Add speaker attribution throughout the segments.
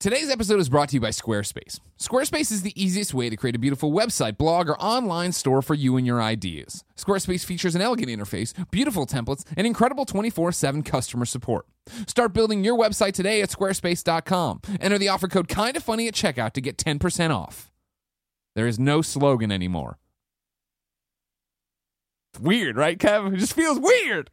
Speaker 1: Today's episode is brought to you by Squarespace. Squarespace is the easiest way to create a beautiful website, blog, or online store for you and your ideas. Squarespace features an elegant interface, beautiful templates, and incredible 24 7 customer support. Start building your website today at squarespace.com. Enter the offer code Kinda Funny at checkout to get 10% off. There is no slogan anymore. It's weird, right, Kev? It just feels weird.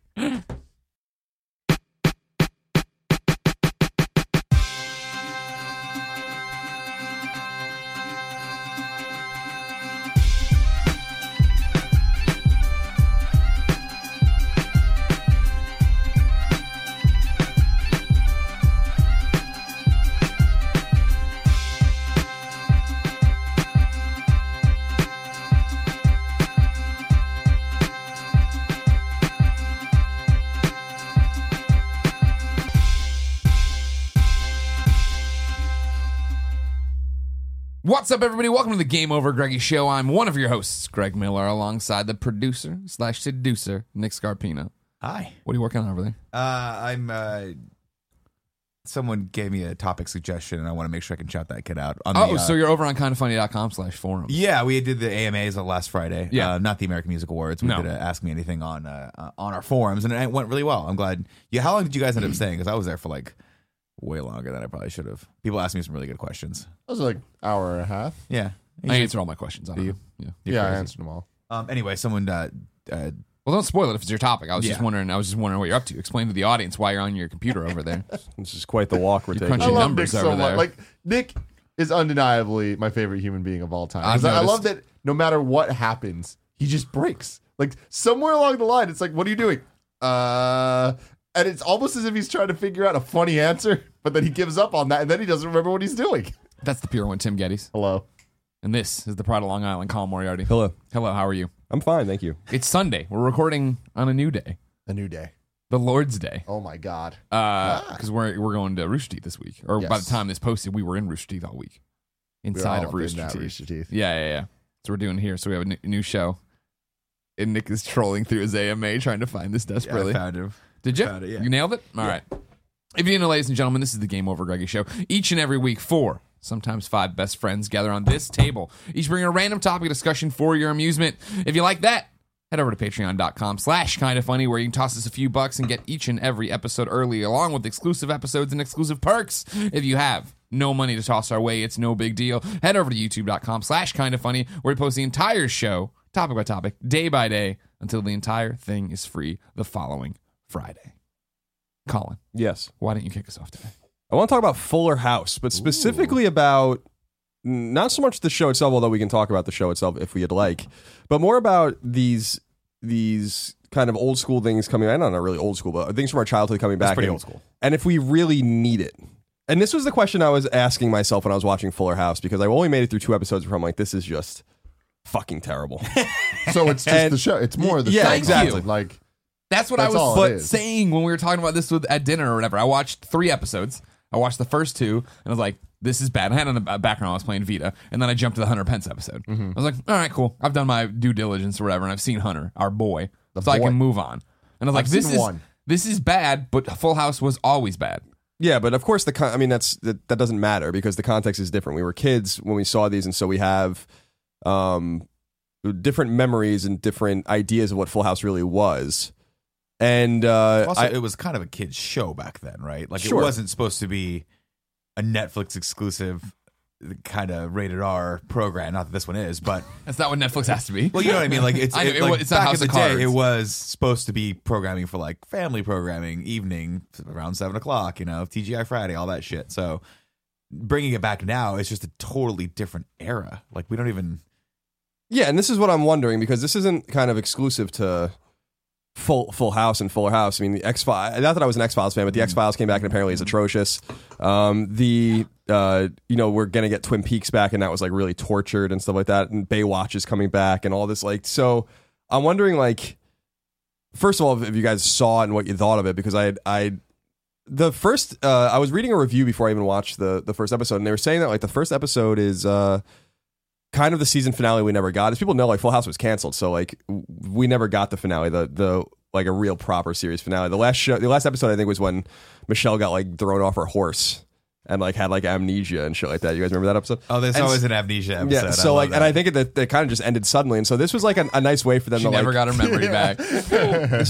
Speaker 1: What's up, everybody? Welcome to the Game Over Greggy Show. I'm one of your hosts, Greg Miller, alongside the producer slash seducer, Nick Scarpino.
Speaker 2: Hi.
Speaker 1: What are you working on over there?
Speaker 2: Uh, I'm. Uh, someone gave me a topic suggestion, and I want to make sure I can shout that kid out. On the,
Speaker 1: Oh,
Speaker 2: uh,
Speaker 1: so you're over on kindoffunny.com slash forum.
Speaker 2: yeah, we did the AMAs on last Friday.
Speaker 1: Yeah.
Speaker 2: uh, not the American Music Awards. We
Speaker 1: No.
Speaker 2: did a Ask Me Anything on uh, uh, on our forums, and it went really well. I'm glad. Yeah, how long did you guys end up staying? Because I was there for like way longer than I probably should have. People asked me some really good questions.
Speaker 3: That was like hour and a half.
Speaker 2: Yeah.
Speaker 1: I answer all my questions. I do you? Yeah.
Speaker 3: yeah,
Speaker 2: crazy.
Speaker 3: I answered them all.
Speaker 2: Um. Anyway, someone. Uh, uh,
Speaker 1: Well, don't spoil it if it's your topic. I was just
Speaker 2: Yeah.
Speaker 1: wondering. I was just wondering what you're up to. Explain to the audience why you're on your computer over there.
Speaker 4: This is quite the walk we're taking.
Speaker 2: Oh.
Speaker 1: crunching-
Speaker 3: I love Nick
Speaker 1: numbers over
Speaker 3: so
Speaker 1: there.
Speaker 3: much. Like Nick is undeniably my favorite human being of all time.
Speaker 1: I've
Speaker 3: 'Cause I I
Speaker 1: noticed.
Speaker 3: love that no matter what happens, he just breaks. Like somewhere along the line, it's like, what are you doing? Uh, and it's almost as if he's trying to figure out a funny answer, but then he gives up on that, and then he doesn't remember what he's doing.
Speaker 1: That's the pure one, Tim Geddes.
Speaker 3: Hello.
Speaker 1: And this is the Pride of Long Island, Colin Moriarty.
Speaker 4: Hello.
Speaker 1: Hello, how are you?
Speaker 4: I'm fine, thank you.
Speaker 1: It's Sunday. We're recording on a new day,
Speaker 3: A new day.
Speaker 1: the Lord's Day.
Speaker 3: Oh my God.
Speaker 1: because Uh, we're we're going to Rooster Teeth this week. Or by the
Speaker 3: Ah. Yes. time
Speaker 1: time this posted, we were in Rooster Teeth all week,
Speaker 3: We're
Speaker 1: inside
Speaker 3: all
Speaker 1: of
Speaker 3: up in
Speaker 1: Rooster
Speaker 3: that
Speaker 1: Teeth.
Speaker 3: Rooster Teeth.
Speaker 1: Yeah, yeah, yeah. So we're doing here. So we have a new, new show, and Nick is trolling through his AMA trying to find this
Speaker 2: yeah,
Speaker 1: desperately.
Speaker 2: I uh, found him.
Speaker 1: Did you?
Speaker 2: Found it, yeah.
Speaker 1: You nailed it? All right. If you didn't know, ladies and gentlemen, this is the Game Over Greggy Show. Each and every week, four, sometimes five best friends gather on this table, each bringing a random topic of discussion for your amusement. If you like that, head over to patreon.com slash kind of funny where you can toss us a few bucks and get each and every episode early along with exclusive episodes and exclusive perks if you have no money to toss our way it's no big deal head over to youtube.com slash kind of funny where we post the entire show topic by topic day by day until the entire thing is free the following friday Colin,
Speaker 4: Yes.
Speaker 1: why don't you kick us off today?
Speaker 4: I want to talk about Fuller House, but specifically about not so much the show itself, although we can talk about the show itself if we'd like, but more about these these kind of old school things coming. I know not really old school, but things from our childhood coming back.
Speaker 2: pretty
Speaker 4: and-
Speaker 2: old school.
Speaker 4: And if we really need it. And this was the question I was asking myself when I was watching Fuller House because I only made it through two episodes where I'm like, this is just fucking terrible.
Speaker 3: So it's just
Speaker 4: And-
Speaker 3: the show. It's more of the
Speaker 4: Yeah,
Speaker 3: show.
Speaker 4: exactly.
Speaker 3: Like
Speaker 1: That's what
Speaker 3: That's
Speaker 1: I
Speaker 3: all it
Speaker 1: was
Speaker 3: is.
Speaker 1: saying when we were talking about this with, at dinner or whatever. I watched three episodes. I watched the first two, and I was like, "This is bad." I had on the b- background I was playing Vita, and then I jumped to the Hunter Pence episode.
Speaker 3: Mm-hmm.
Speaker 1: I was like, "All right, cool. I've done my due diligence or whatever, and I've seen Hunter, our boy, so I
Speaker 3: boy.
Speaker 1: can move on." And I was like,
Speaker 3: I've
Speaker 1: "This
Speaker 3: seen
Speaker 1: is
Speaker 3: one.
Speaker 1: this is bad," but Full House was always bad.
Speaker 4: Yeah, but of course the con- I mean that's that, that doesn't matter because the context is different. We were kids when we saw these, and so we have um, different memories and different ideas of what Full House really was. And uh,
Speaker 2: Also,
Speaker 4: I-
Speaker 2: it was kind of a kids show back then, right? Like
Speaker 4: Sure.
Speaker 2: it wasn't supposed to be a Netflix exclusive kind of rated R program. Not that this one is, but
Speaker 1: That's not what Netflix has to be.
Speaker 2: well, you know what I mean. Like it's,
Speaker 1: I know,
Speaker 2: it,
Speaker 1: it
Speaker 2: like,
Speaker 1: wa- it's not
Speaker 2: back
Speaker 1: House
Speaker 2: in the
Speaker 1: of
Speaker 2: day,
Speaker 1: Cards.
Speaker 2: it was supposed to be programming for like family programming, evening around seven o'clock. You know, TGI Friday, all that shit. So bringing it back now is just a totally different era. Like we don't even.
Speaker 4: yeah, and this is what I'm wondering because this isn't kind of exclusive to Full Full House and Fuller House. I mean, the X Files. Not that I was an X Files fan, but the X Files came back and apparently is atrocious. Um, the uh, you know we're gonna get Twin Peaks back, and that was like really tortured and stuff like that. And Baywatch is coming back, and all this like. So I'm wondering like, first of all, if you guys saw it and what you thought of it, because I I the first uh, I was reading a review before I even watched the the first episode, and they were saying that like the first episode is. Uh, kind of the season finale we never got. As people know, like Full House was canceled, so like w- we never got the finale, the the like a real proper series finale. The last show, the last episode, I think was when Michelle got like thrown off her horse and like had like amnesia and shit like that. You guys remember that episode?
Speaker 2: Oh, there's
Speaker 4: And
Speaker 2: always
Speaker 4: s-
Speaker 2: an amnesia episode.
Speaker 4: yeah. So
Speaker 2: love
Speaker 4: like,
Speaker 2: that.
Speaker 4: and I think that they kind of just ended suddenly, and so this was like a, a nice way for them
Speaker 1: She
Speaker 4: to
Speaker 1: never
Speaker 4: like
Speaker 1: got her memory back.
Speaker 4: this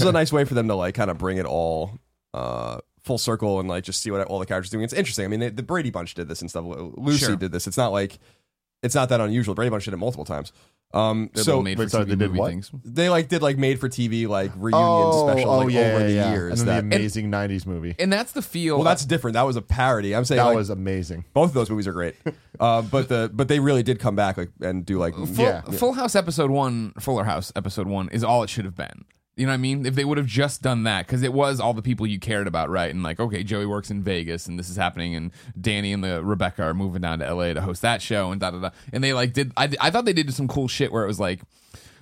Speaker 4: is a nice way for them to like kind of bring it all uh full circle and like just see what all the characters are doing. It's interesting. I mean, they, the Brady Bunch did this and stuff. Lucy
Speaker 1: Sure.
Speaker 4: did this. It's not like it's not that unusual. Brady Bunch did it multiple times. Um, so
Speaker 1: made
Speaker 3: wait, sorry, they did what?
Speaker 1: things.
Speaker 4: they like did like made for TV like reunion
Speaker 3: oh,
Speaker 4: special
Speaker 3: oh,
Speaker 4: like
Speaker 3: yeah,
Speaker 4: over the
Speaker 3: yeah, yeah.
Speaker 4: years.
Speaker 3: And
Speaker 4: That,
Speaker 3: then the amazing '90s movie.
Speaker 1: And that's the feel.
Speaker 4: well, that's different. That was a parody. I'm saying
Speaker 3: That
Speaker 4: like,
Speaker 3: was amazing.
Speaker 4: both of those movies are great. uh, but the but they really did come back like and do like
Speaker 1: Full,
Speaker 3: Yeah.
Speaker 1: Full House episode one, Fuller House episode one is all it should have been. You know what I mean? If they would have just done that, because it was all the people you cared about, right? And like, okay, Joey works in Vegas, and this is happening, and Danny and the Rebecca are moving down to LA to host that show, and da da da. And they like did. I I thought they did some cool shit where it was like.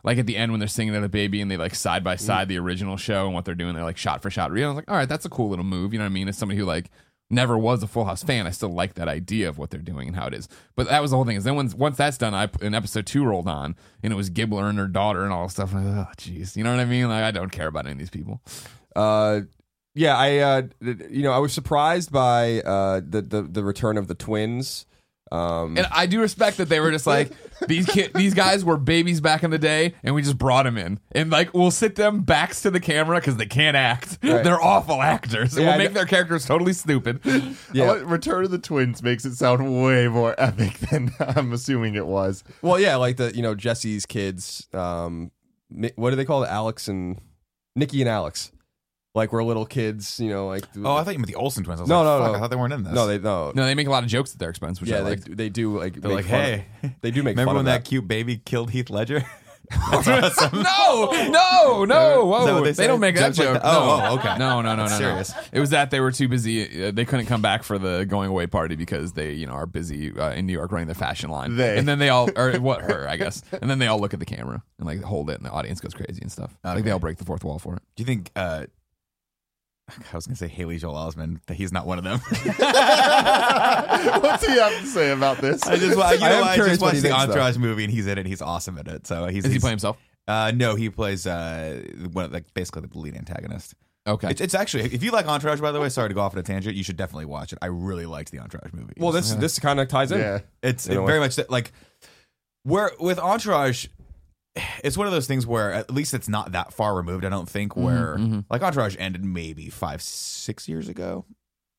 Speaker 1: Like at the end when they're singing to the baby and they like side by side the original show and what they're doing, they're like shot for shot real. I was like, all right, that's a cool little move. You know what I mean? As somebody who like never was a Full House fan, I still like that idea of what they're doing and how it is. But that was the whole thing. Is then once once that's done, I an episode two rolled on, and it was Gibbler and her daughter and all that stuff. I'm like, oh, jeez, you know what I mean? Like, I don't care about any of these people.
Speaker 4: Uh, yeah, I uh, d- d- you know I was surprised by uh, the, the the return of the twins. Um,
Speaker 1: And I do respect that they were just like these ki- these guys were babies back in the day, and we just brought them in, and like we'll sit them backs to the camera because they can't act.
Speaker 4: Right.
Speaker 1: They're awful actors. and
Speaker 4: Yeah, I
Speaker 1: we'll make
Speaker 4: know.
Speaker 1: their characters totally stupid.
Speaker 4: Yeah.
Speaker 3: I like- Return of the Twins makes it sound way more epic than I'm assuming it was.
Speaker 4: well, yeah, like the you know Jesse's kids. Um, Mi- what do they call it? Alex and Nikki and Alex, like we're little kids. You know, like
Speaker 2: Oh, I thought you meant the Olsen twins. I was
Speaker 4: No,
Speaker 2: like,
Speaker 4: no,
Speaker 2: fuck,
Speaker 4: no.
Speaker 2: I thought they weren't in this.
Speaker 4: no, they no,
Speaker 1: No, they make a lot of jokes at their expense, which
Speaker 4: yeah,
Speaker 1: I
Speaker 4: they
Speaker 1: like.
Speaker 4: they do like
Speaker 2: They're
Speaker 4: make
Speaker 2: like,
Speaker 4: fun of-
Speaker 2: hey,
Speaker 4: they do make
Speaker 2: remember
Speaker 4: fun
Speaker 2: when
Speaker 4: of
Speaker 2: that cute baby killed Heath Ledger? That's awesome.
Speaker 1: No, no, no!
Speaker 2: Is that
Speaker 1: Whoa,
Speaker 2: what
Speaker 1: they,
Speaker 2: they say?
Speaker 1: don't make that
Speaker 2: Jokes like
Speaker 1: joke.
Speaker 2: that? Oh,
Speaker 1: no.
Speaker 2: oh, okay.
Speaker 1: No, no, no, no,
Speaker 2: That's
Speaker 1: no.
Speaker 2: serious.
Speaker 1: It was that they were too busy. Uh, they couldn't come back for the going away party because they, you know, are busy uh, in New York running the fashion line.
Speaker 3: They.
Speaker 1: And then they all, or what her, I guess. And then they all look at the camera and like hold it, and the audience goes crazy and stuff. Like
Speaker 2: Okay.
Speaker 1: they all break the fourth wall for it.
Speaker 2: Do you think? uh I was gonna say Haley Joel Osment. that He's not one of them.
Speaker 3: What's he have to say about this?
Speaker 2: I just, wa- you know,
Speaker 4: I am
Speaker 2: I
Speaker 4: curious
Speaker 2: just
Speaker 4: what
Speaker 2: watched
Speaker 4: he
Speaker 2: the
Speaker 4: thinks, though.
Speaker 2: Entourage movie and he's in it. He's awesome at it. So he's
Speaker 1: Is he
Speaker 2: he's-
Speaker 1: playing himself?
Speaker 2: Uh, no, he plays uh, one of, like basically the lead antagonist.
Speaker 1: Okay.
Speaker 2: It's, it's actually if you like Entourage, by the way. Sorry to go off on a tangent. You should definitely watch it. I really liked the Entourage movie.
Speaker 4: Well, this this kind of ties in.
Speaker 3: yeah.
Speaker 2: It's
Speaker 4: In a
Speaker 2: it
Speaker 4: way.
Speaker 2: very much that, like where with Entourage, it's one of those things where at least it's not that far removed. I don't
Speaker 1: Mm-hmm,
Speaker 2: think where like Entourage ended maybe five six years ago.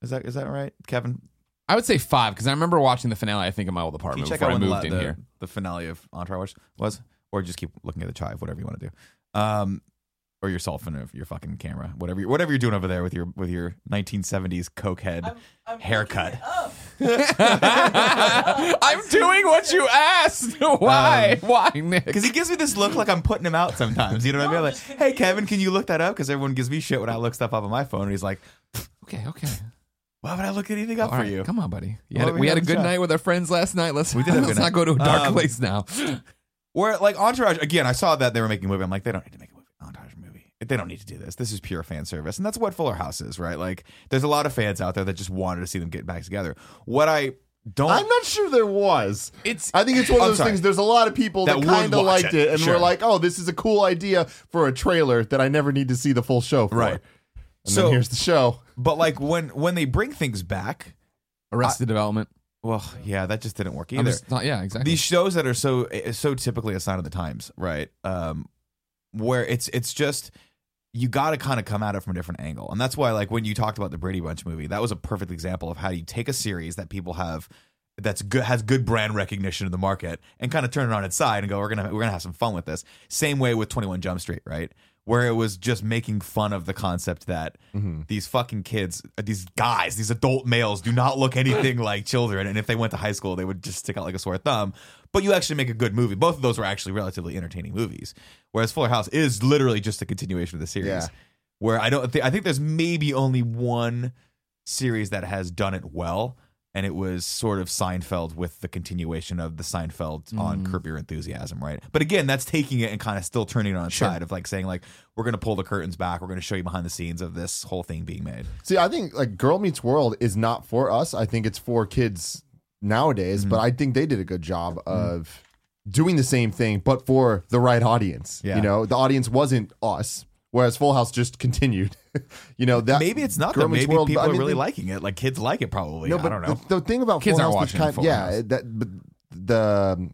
Speaker 2: Is that is that right, Kevin?
Speaker 1: I would say five because I remember watching the finale, I think, in my old
Speaker 2: Can you
Speaker 1: apartment
Speaker 2: check
Speaker 1: before I
Speaker 2: out when
Speaker 1: moved
Speaker 2: la-
Speaker 1: in
Speaker 2: the,
Speaker 1: here.
Speaker 2: the finale of Entourage was, or just keep looking at the chive, whatever you want to do, um, or yourself and your fucking camera, whatever you, whatever you're doing over there with your with your 1970s coke head haircut.
Speaker 1: I'm doing what you asked. Why?
Speaker 2: Um,
Speaker 1: Why, Nick?
Speaker 2: Because he gives me this look like I'm putting him out sometimes. You know what I mean? Like, hey Kevin, can you look that up? Because everyone gives me shit when I look stuff up on my phone, and he's like,
Speaker 1: Okay, okay.
Speaker 2: why would I look anything up
Speaker 1: All
Speaker 2: for
Speaker 1: right,
Speaker 2: you?
Speaker 1: Come on, buddy. You
Speaker 2: Well,
Speaker 1: had-
Speaker 2: we
Speaker 1: we had a
Speaker 2: got the
Speaker 1: good
Speaker 2: shot.
Speaker 1: night with our friends last night. Let's,
Speaker 2: did have a
Speaker 1: let's
Speaker 2: good
Speaker 1: not
Speaker 2: night.
Speaker 1: go to a dark
Speaker 2: Um,
Speaker 1: place now.
Speaker 2: Where like Entourage again, I saw that they were making a movie. I'm like, they don't need to make a movie, Entourage movie. They don't need to do this. This is pure fan service, and that's what Fuller House is, right? Like, there's a lot of fans out there that just wanted to see them get back together. What I don't,
Speaker 3: I'm not sure there was.
Speaker 1: It's
Speaker 3: I think it's one of
Speaker 2: I'm
Speaker 3: those
Speaker 2: sorry.
Speaker 3: things. There's a lot of people that,
Speaker 2: That would
Speaker 3: kind of
Speaker 2: watch
Speaker 3: liked it,
Speaker 2: it,
Speaker 3: and
Speaker 2: sure.
Speaker 3: were like, "Oh, this is a cool idea for a trailer that I never need to see the full show for."
Speaker 2: Right.
Speaker 3: And
Speaker 2: So-
Speaker 3: then here's the show.
Speaker 2: but like when when they bring things back,
Speaker 1: Arrested Development.
Speaker 2: well, yeah, that just didn't work
Speaker 1: I'm
Speaker 2: either.
Speaker 1: just not, yeah, exactly.
Speaker 2: These shows that are so eh, so typically a sign of the times, right? Um, where it's it's just you got to kind of come at it from a different angle, and that's why like when you talked about the Brady Bunch movie, that was a perfect example of how you take a series that people have that's good has good brand recognition in the market and kind of turn it on its side and go we're gonna we're gonna have some fun with this. Same way with Twenty One Jump Street, right? Where it was just making fun of the concept that these fucking kids, uh, these guys, these adult males do not look anything like children. And if they went to high school, they would just stick out like a sore thumb. But you actually make a good movie. Both of those were actually relatively entertaining movies. Whereas Fuller House is literally just a continuation of the series.
Speaker 3: Yeah.
Speaker 2: Where I don't, thi- I think there's maybe only one series that has done it well, and it was sort of Seinfeld with the continuation of the Seinfeld
Speaker 3: Mm.
Speaker 2: on Curb Your Enthusiasm, right? But again, that's taking it and kind of still turning it on its side of like saying like we're going to pull the curtains back, we're going to show you behind the scenes of this whole thing being made.
Speaker 3: See, I think like Girl Meets World is not for us. I think it's for kids nowadays,
Speaker 2: Mm-hmm.
Speaker 3: but I think they did a good job of doing the same thing, but for the right audience.
Speaker 2: Yeah.
Speaker 3: You know, the audience wasn't us. whereas Full House just continued. you know that
Speaker 2: Maybe it's not though.
Speaker 3: Grumman's
Speaker 2: Maybe
Speaker 3: Uh, World,
Speaker 2: people
Speaker 3: I mean,
Speaker 2: are really
Speaker 3: they-
Speaker 2: liking it. Like kids like it probably.
Speaker 3: No,
Speaker 2: I
Speaker 3: but
Speaker 2: don't know.
Speaker 3: The, the thing about
Speaker 1: Kids
Speaker 3: Full
Speaker 1: aren't
Speaker 3: House,
Speaker 1: watching
Speaker 3: was kind,
Speaker 1: Full
Speaker 3: yeah,
Speaker 1: House.
Speaker 3: that but the um,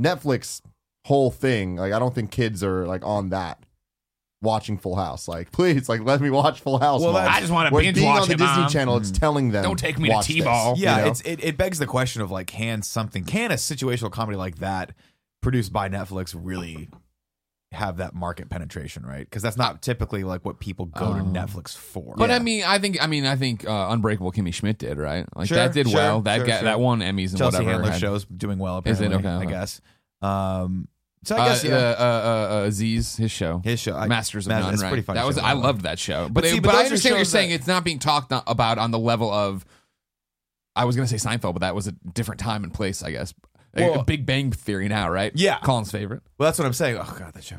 Speaker 3: Netflix whole thing, like I don't think kids are like on that watching Full House. Like, please, like let me watch Full House.
Speaker 2: Well,
Speaker 3: Mom.
Speaker 2: that's-
Speaker 1: I just want to
Speaker 3: We're
Speaker 1: binge
Speaker 3: being
Speaker 1: watch
Speaker 3: on the
Speaker 1: it,
Speaker 3: Disney
Speaker 1: Mom.
Speaker 3: Channel.
Speaker 4: Mm.
Speaker 3: It's telling them
Speaker 1: Don't take me to
Speaker 3: watch this,
Speaker 1: T-ball.
Speaker 3: you
Speaker 2: yeah,
Speaker 3: know?
Speaker 2: it's it, it begs the question of like can something can a situational comedy like that produced by Netflix really have that market penetration, right? Because that's not typically like what people go
Speaker 1: Um,
Speaker 2: to Netflix for.
Speaker 1: But I mean, I think I mean I think uh, Unbreakable Kimmy Schmidt did right. Like
Speaker 2: Sure,
Speaker 1: that did
Speaker 2: sure,
Speaker 1: well. That
Speaker 2: sure,
Speaker 1: got
Speaker 2: sure.
Speaker 1: that won Emmys and
Speaker 2: Chelsea
Speaker 1: whatever.
Speaker 2: Handler
Speaker 1: had-
Speaker 2: show's doing well
Speaker 1: Is it? Okay,
Speaker 2: apparently. I
Speaker 1: okay.
Speaker 2: guess. Um, so I guess
Speaker 1: uh,
Speaker 2: yeah,
Speaker 1: uh, uh, uh, Aziz, his show,
Speaker 2: his show, I-
Speaker 1: Masters of
Speaker 2: Mas-
Speaker 1: None,
Speaker 2: it's a
Speaker 1: right?
Speaker 2: pretty funny
Speaker 1: that was
Speaker 2: show,
Speaker 1: I
Speaker 2: though.
Speaker 1: loved that show, but it-
Speaker 2: see,
Speaker 1: but, I
Speaker 2: but those are
Speaker 1: understand what you're
Speaker 2: shows
Speaker 1: saying.
Speaker 2: that-
Speaker 1: It's not being talked o- about on the level of. I was going to say Seinfeld, but that was a different time and place, I guess. A- a
Speaker 2: Well-
Speaker 1: Big Bang Theory now, right?
Speaker 2: Yeah.
Speaker 1: Colin's favorite.
Speaker 2: Well, that's what I'm saying. Oh god, that show.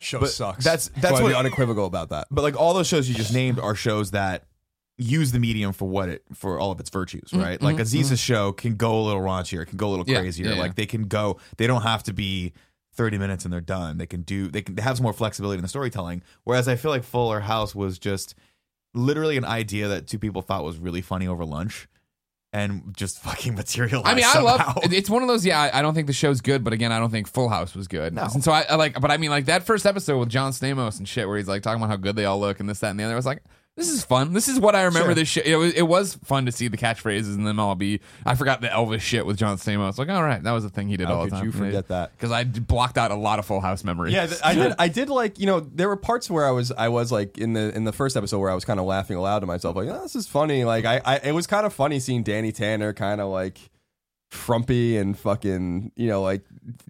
Speaker 4: Show sucks.
Speaker 2: that's- that's
Speaker 4: Wanna
Speaker 2: what-
Speaker 4: be unequivocal about that.
Speaker 2: but like all those shows you just named are shows that use the medium for what it for all of its virtues, right? Like Aziz's show can go a little raunchier, can go a little
Speaker 1: Mm, Yeah,
Speaker 2: crazier.
Speaker 1: yeah, yeah.
Speaker 2: like they can go, they don't have to be thirty minutes and they're done. They can do, they can they have some more flexibility in the storytelling. Whereas I feel like Fuller House was just literally an idea that two people thought was really funny over lunch, and just fucking materialized.
Speaker 1: I mean, I
Speaker 2: somehow.
Speaker 1: love. it- It's one of those. Yeah, I, I don't think the show's good, but again, I don't think Full House was good.
Speaker 2: No.
Speaker 1: And so I, I like, but I mean, like that first episode with John Stamos and shit, where he's like talking about how good they all look and this, that, and the other. I was like, this is fun. This is what I remember.
Speaker 2: Sure.
Speaker 1: This shit. It was, it was fun to see the catchphrases and then all be. I forgot the Elvis shit with John Stamos. Like, all right, that was a thing he did
Speaker 4: How
Speaker 1: all the
Speaker 4: could
Speaker 1: time.
Speaker 4: you forget that?
Speaker 1: Because I d- blocked out a lot of Full House memories.
Speaker 4: Yeah, th- I did. I did like you know there were parts where I was I was like in the in the first episode where I was kind of laughing aloud to myself like oh, this is funny like I, I it was kind of funny seeing Danny Tanner kind of like frumpy and fucking you know like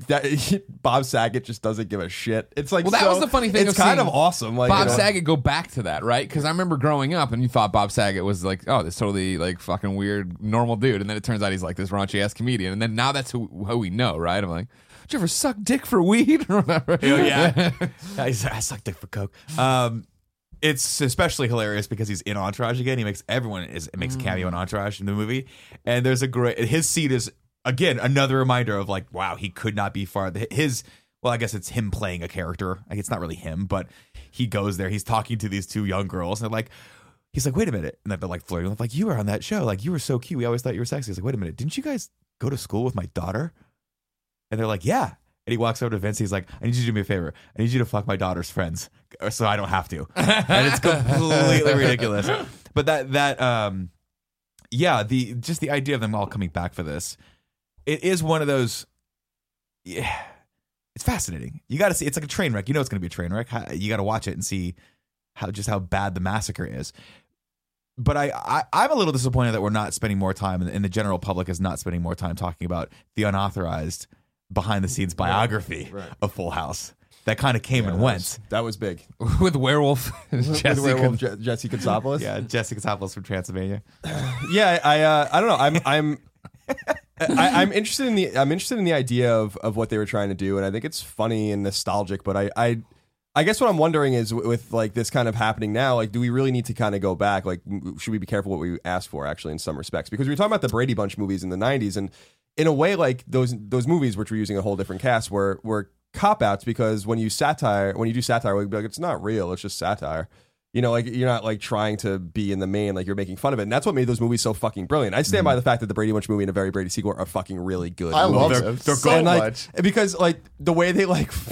Speaker 4: that Bob Saget just doesn't give a shit. It's like
Speaker 1: Well, that
Speaker 4: so-
Speaker 1: was the funny thing
Speaker 4: It's
Speaker 1: of
Speaker 4: kind
Speaker 1: seeing
Speaker 4: of awesome. Like
Speaker 1: Bob
Speaker 4: you know,
Speaker 1: Saget go back to that, right? Because I remember growing up and you thought Bob Saget was like, oh, this totally like fucking weird normal dude, and then it turns out he's like this raunchy ass comedian, and then now that's who, who we know, right? I'm like, did you ever suck dick for weed? Remember?
Speaker 2: yeah. I, I suck dick for coke. Um, it's especially hilarious because he's in Entourage again. He makes everyone is makes a cameo in Entourage in the movie, and there's a great his seat is again another reminder of like wow he could not be far his well I guess it's him playing a character like it's not really him but he goes there he's talking to these two young girls and they're like. He's like, wait a minute, and they're like flirting. like, you were on that show. Like, you were so cute. We always thought you were sexy. He's like, wait a minute, didn't you guys go to school with my daughter? And they're like, yeah. And he walks over to Vince. He's like, I need you to do me a favor. I need you to fuck my daughter's friends uh, so I don't have to. and it's completely ridiculous. But that, that, um, yeah, the, just the idea of them all coming back for this, it is one of those, yeah, it's fascinating. You got to see, it's like a train wreck. You know, it's going to be a train wreck. How- You got to watch it and see how, just how bad the massacre is. But I, I, I'm a little disappointed that we're not spending more time, and the general public is not spending more time talking about the unauthorized behind the scenes biography of Full House that kind of came and
Speaker 4: that
Speaker 2: went.
Speaker 4: was- That was big.
Speaker 1: With werewolf,
Speaker 4: With
Speaker 1: Jesse
Speaker 4: werewolf Je- Jesse Constopoulos.
Speaker 2: Yeah, Jessica Toplos from Transylvania.
Speaker 4: yeah, I uh, I don't know. I'm I'm I, I'm interested in the I'm interested in the idea of of what they were trying to do, and I think it's funny and nostalgic. But I I I guess what I'm wondering is with, with like this kind of happening now, like do we really need to kind of go back? Like m- should we be careful what we ask for actually in some respects? Because we were talking about the Brady Bunch movies in the '90s, and in a way, like those those movies, which were using a whole different cast, were were cop outs because when you satire when you do satire, we'd be like, it's not real, it's just satire. You know, like you're not like trying to be in the main, like you're making fun of it, and that's what made those movies so fucking brilliant. I stand by the fact that the Brady Bunch movie and a very Brady sequel are fucking really good.
Speaker 3: Mm-hmm. I
Speaker 4: movies.
Speaker 3: love
Speaker 2: They're-
Speaker 3: them
Speaker 2: they're
Speaker 3: so
Speaker 4: And, like,
Speaker 3: much.
Speaker 4: because like the way they like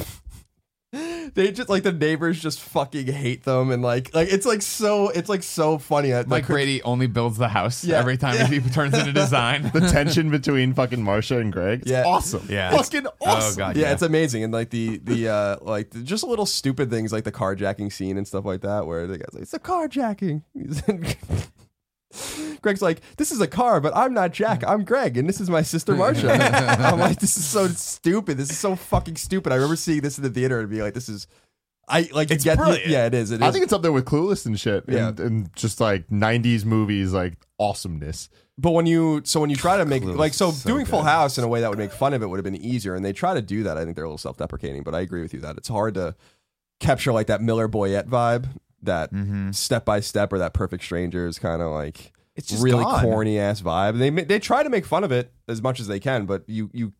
Speaker 4: they just like the neighbors just fucking hate them and like like it's like so it's like so funny that
Speaker 1: Mike
Speaker 4: the,
Speaker 1: Brady only builds the house
Speaker 4: Yeah.
Speaker 1: every time he turns it a design.
Speaker 3: The tension between fucking Marsha and Greg. It's
Speaker 4: Yeah.
Speaker 3: awesome.
Speaker 2: Yeah.
Speaker 3: Fucking
Speaker 2: Oh
Speaker 3: awesome.
Speaker 2: god,
Speaker 4: yeah, it's amazing and like the the uh like the- just little stupid things like the carjacking scene and stuff like that where the guy's like it's a carjacking Greg's like, this is a car, but I'm not
Speaker 2: Mm.
Speaker 4: Jack. I'm Greg, and this is my sister Marsha. I'm like, this is so stupid. This is so fucking stupid. I remember seeing this in the theater and being like, this is, I like, you
Speaker 2: It's
Speaker 4: get,
Speaker 2: brilliant.
Speaker 4: yeah, it is. It is.
Speaker 3: I think it's up there with Clueless and shit, and,
Speaker 4: Yeah.
Speaker 3: and just like '90s movies, like awesomeness.
Speaker 4: But when you so when you try to make
Speaker 2: Clueless
Speaker 4: like so,
Speaker 2: is so
Speaker 4: doing Full
Speaker 2: good.
Speaker 4: House in a way that would make fun of it would have been easier, and they try to do that. I think they're a little self deprecating, but I agree with you that it's hard to capture like that Miller Boyette vibe, that step by step or that Perfect Strangers kind of like
Speaker 2: Mm-hmm. It's just
Speaker 4: really
Speaker 2: gone.
Speaker 4: corny ass vibe. They ma- they try to make fun of it as much as they can, but you you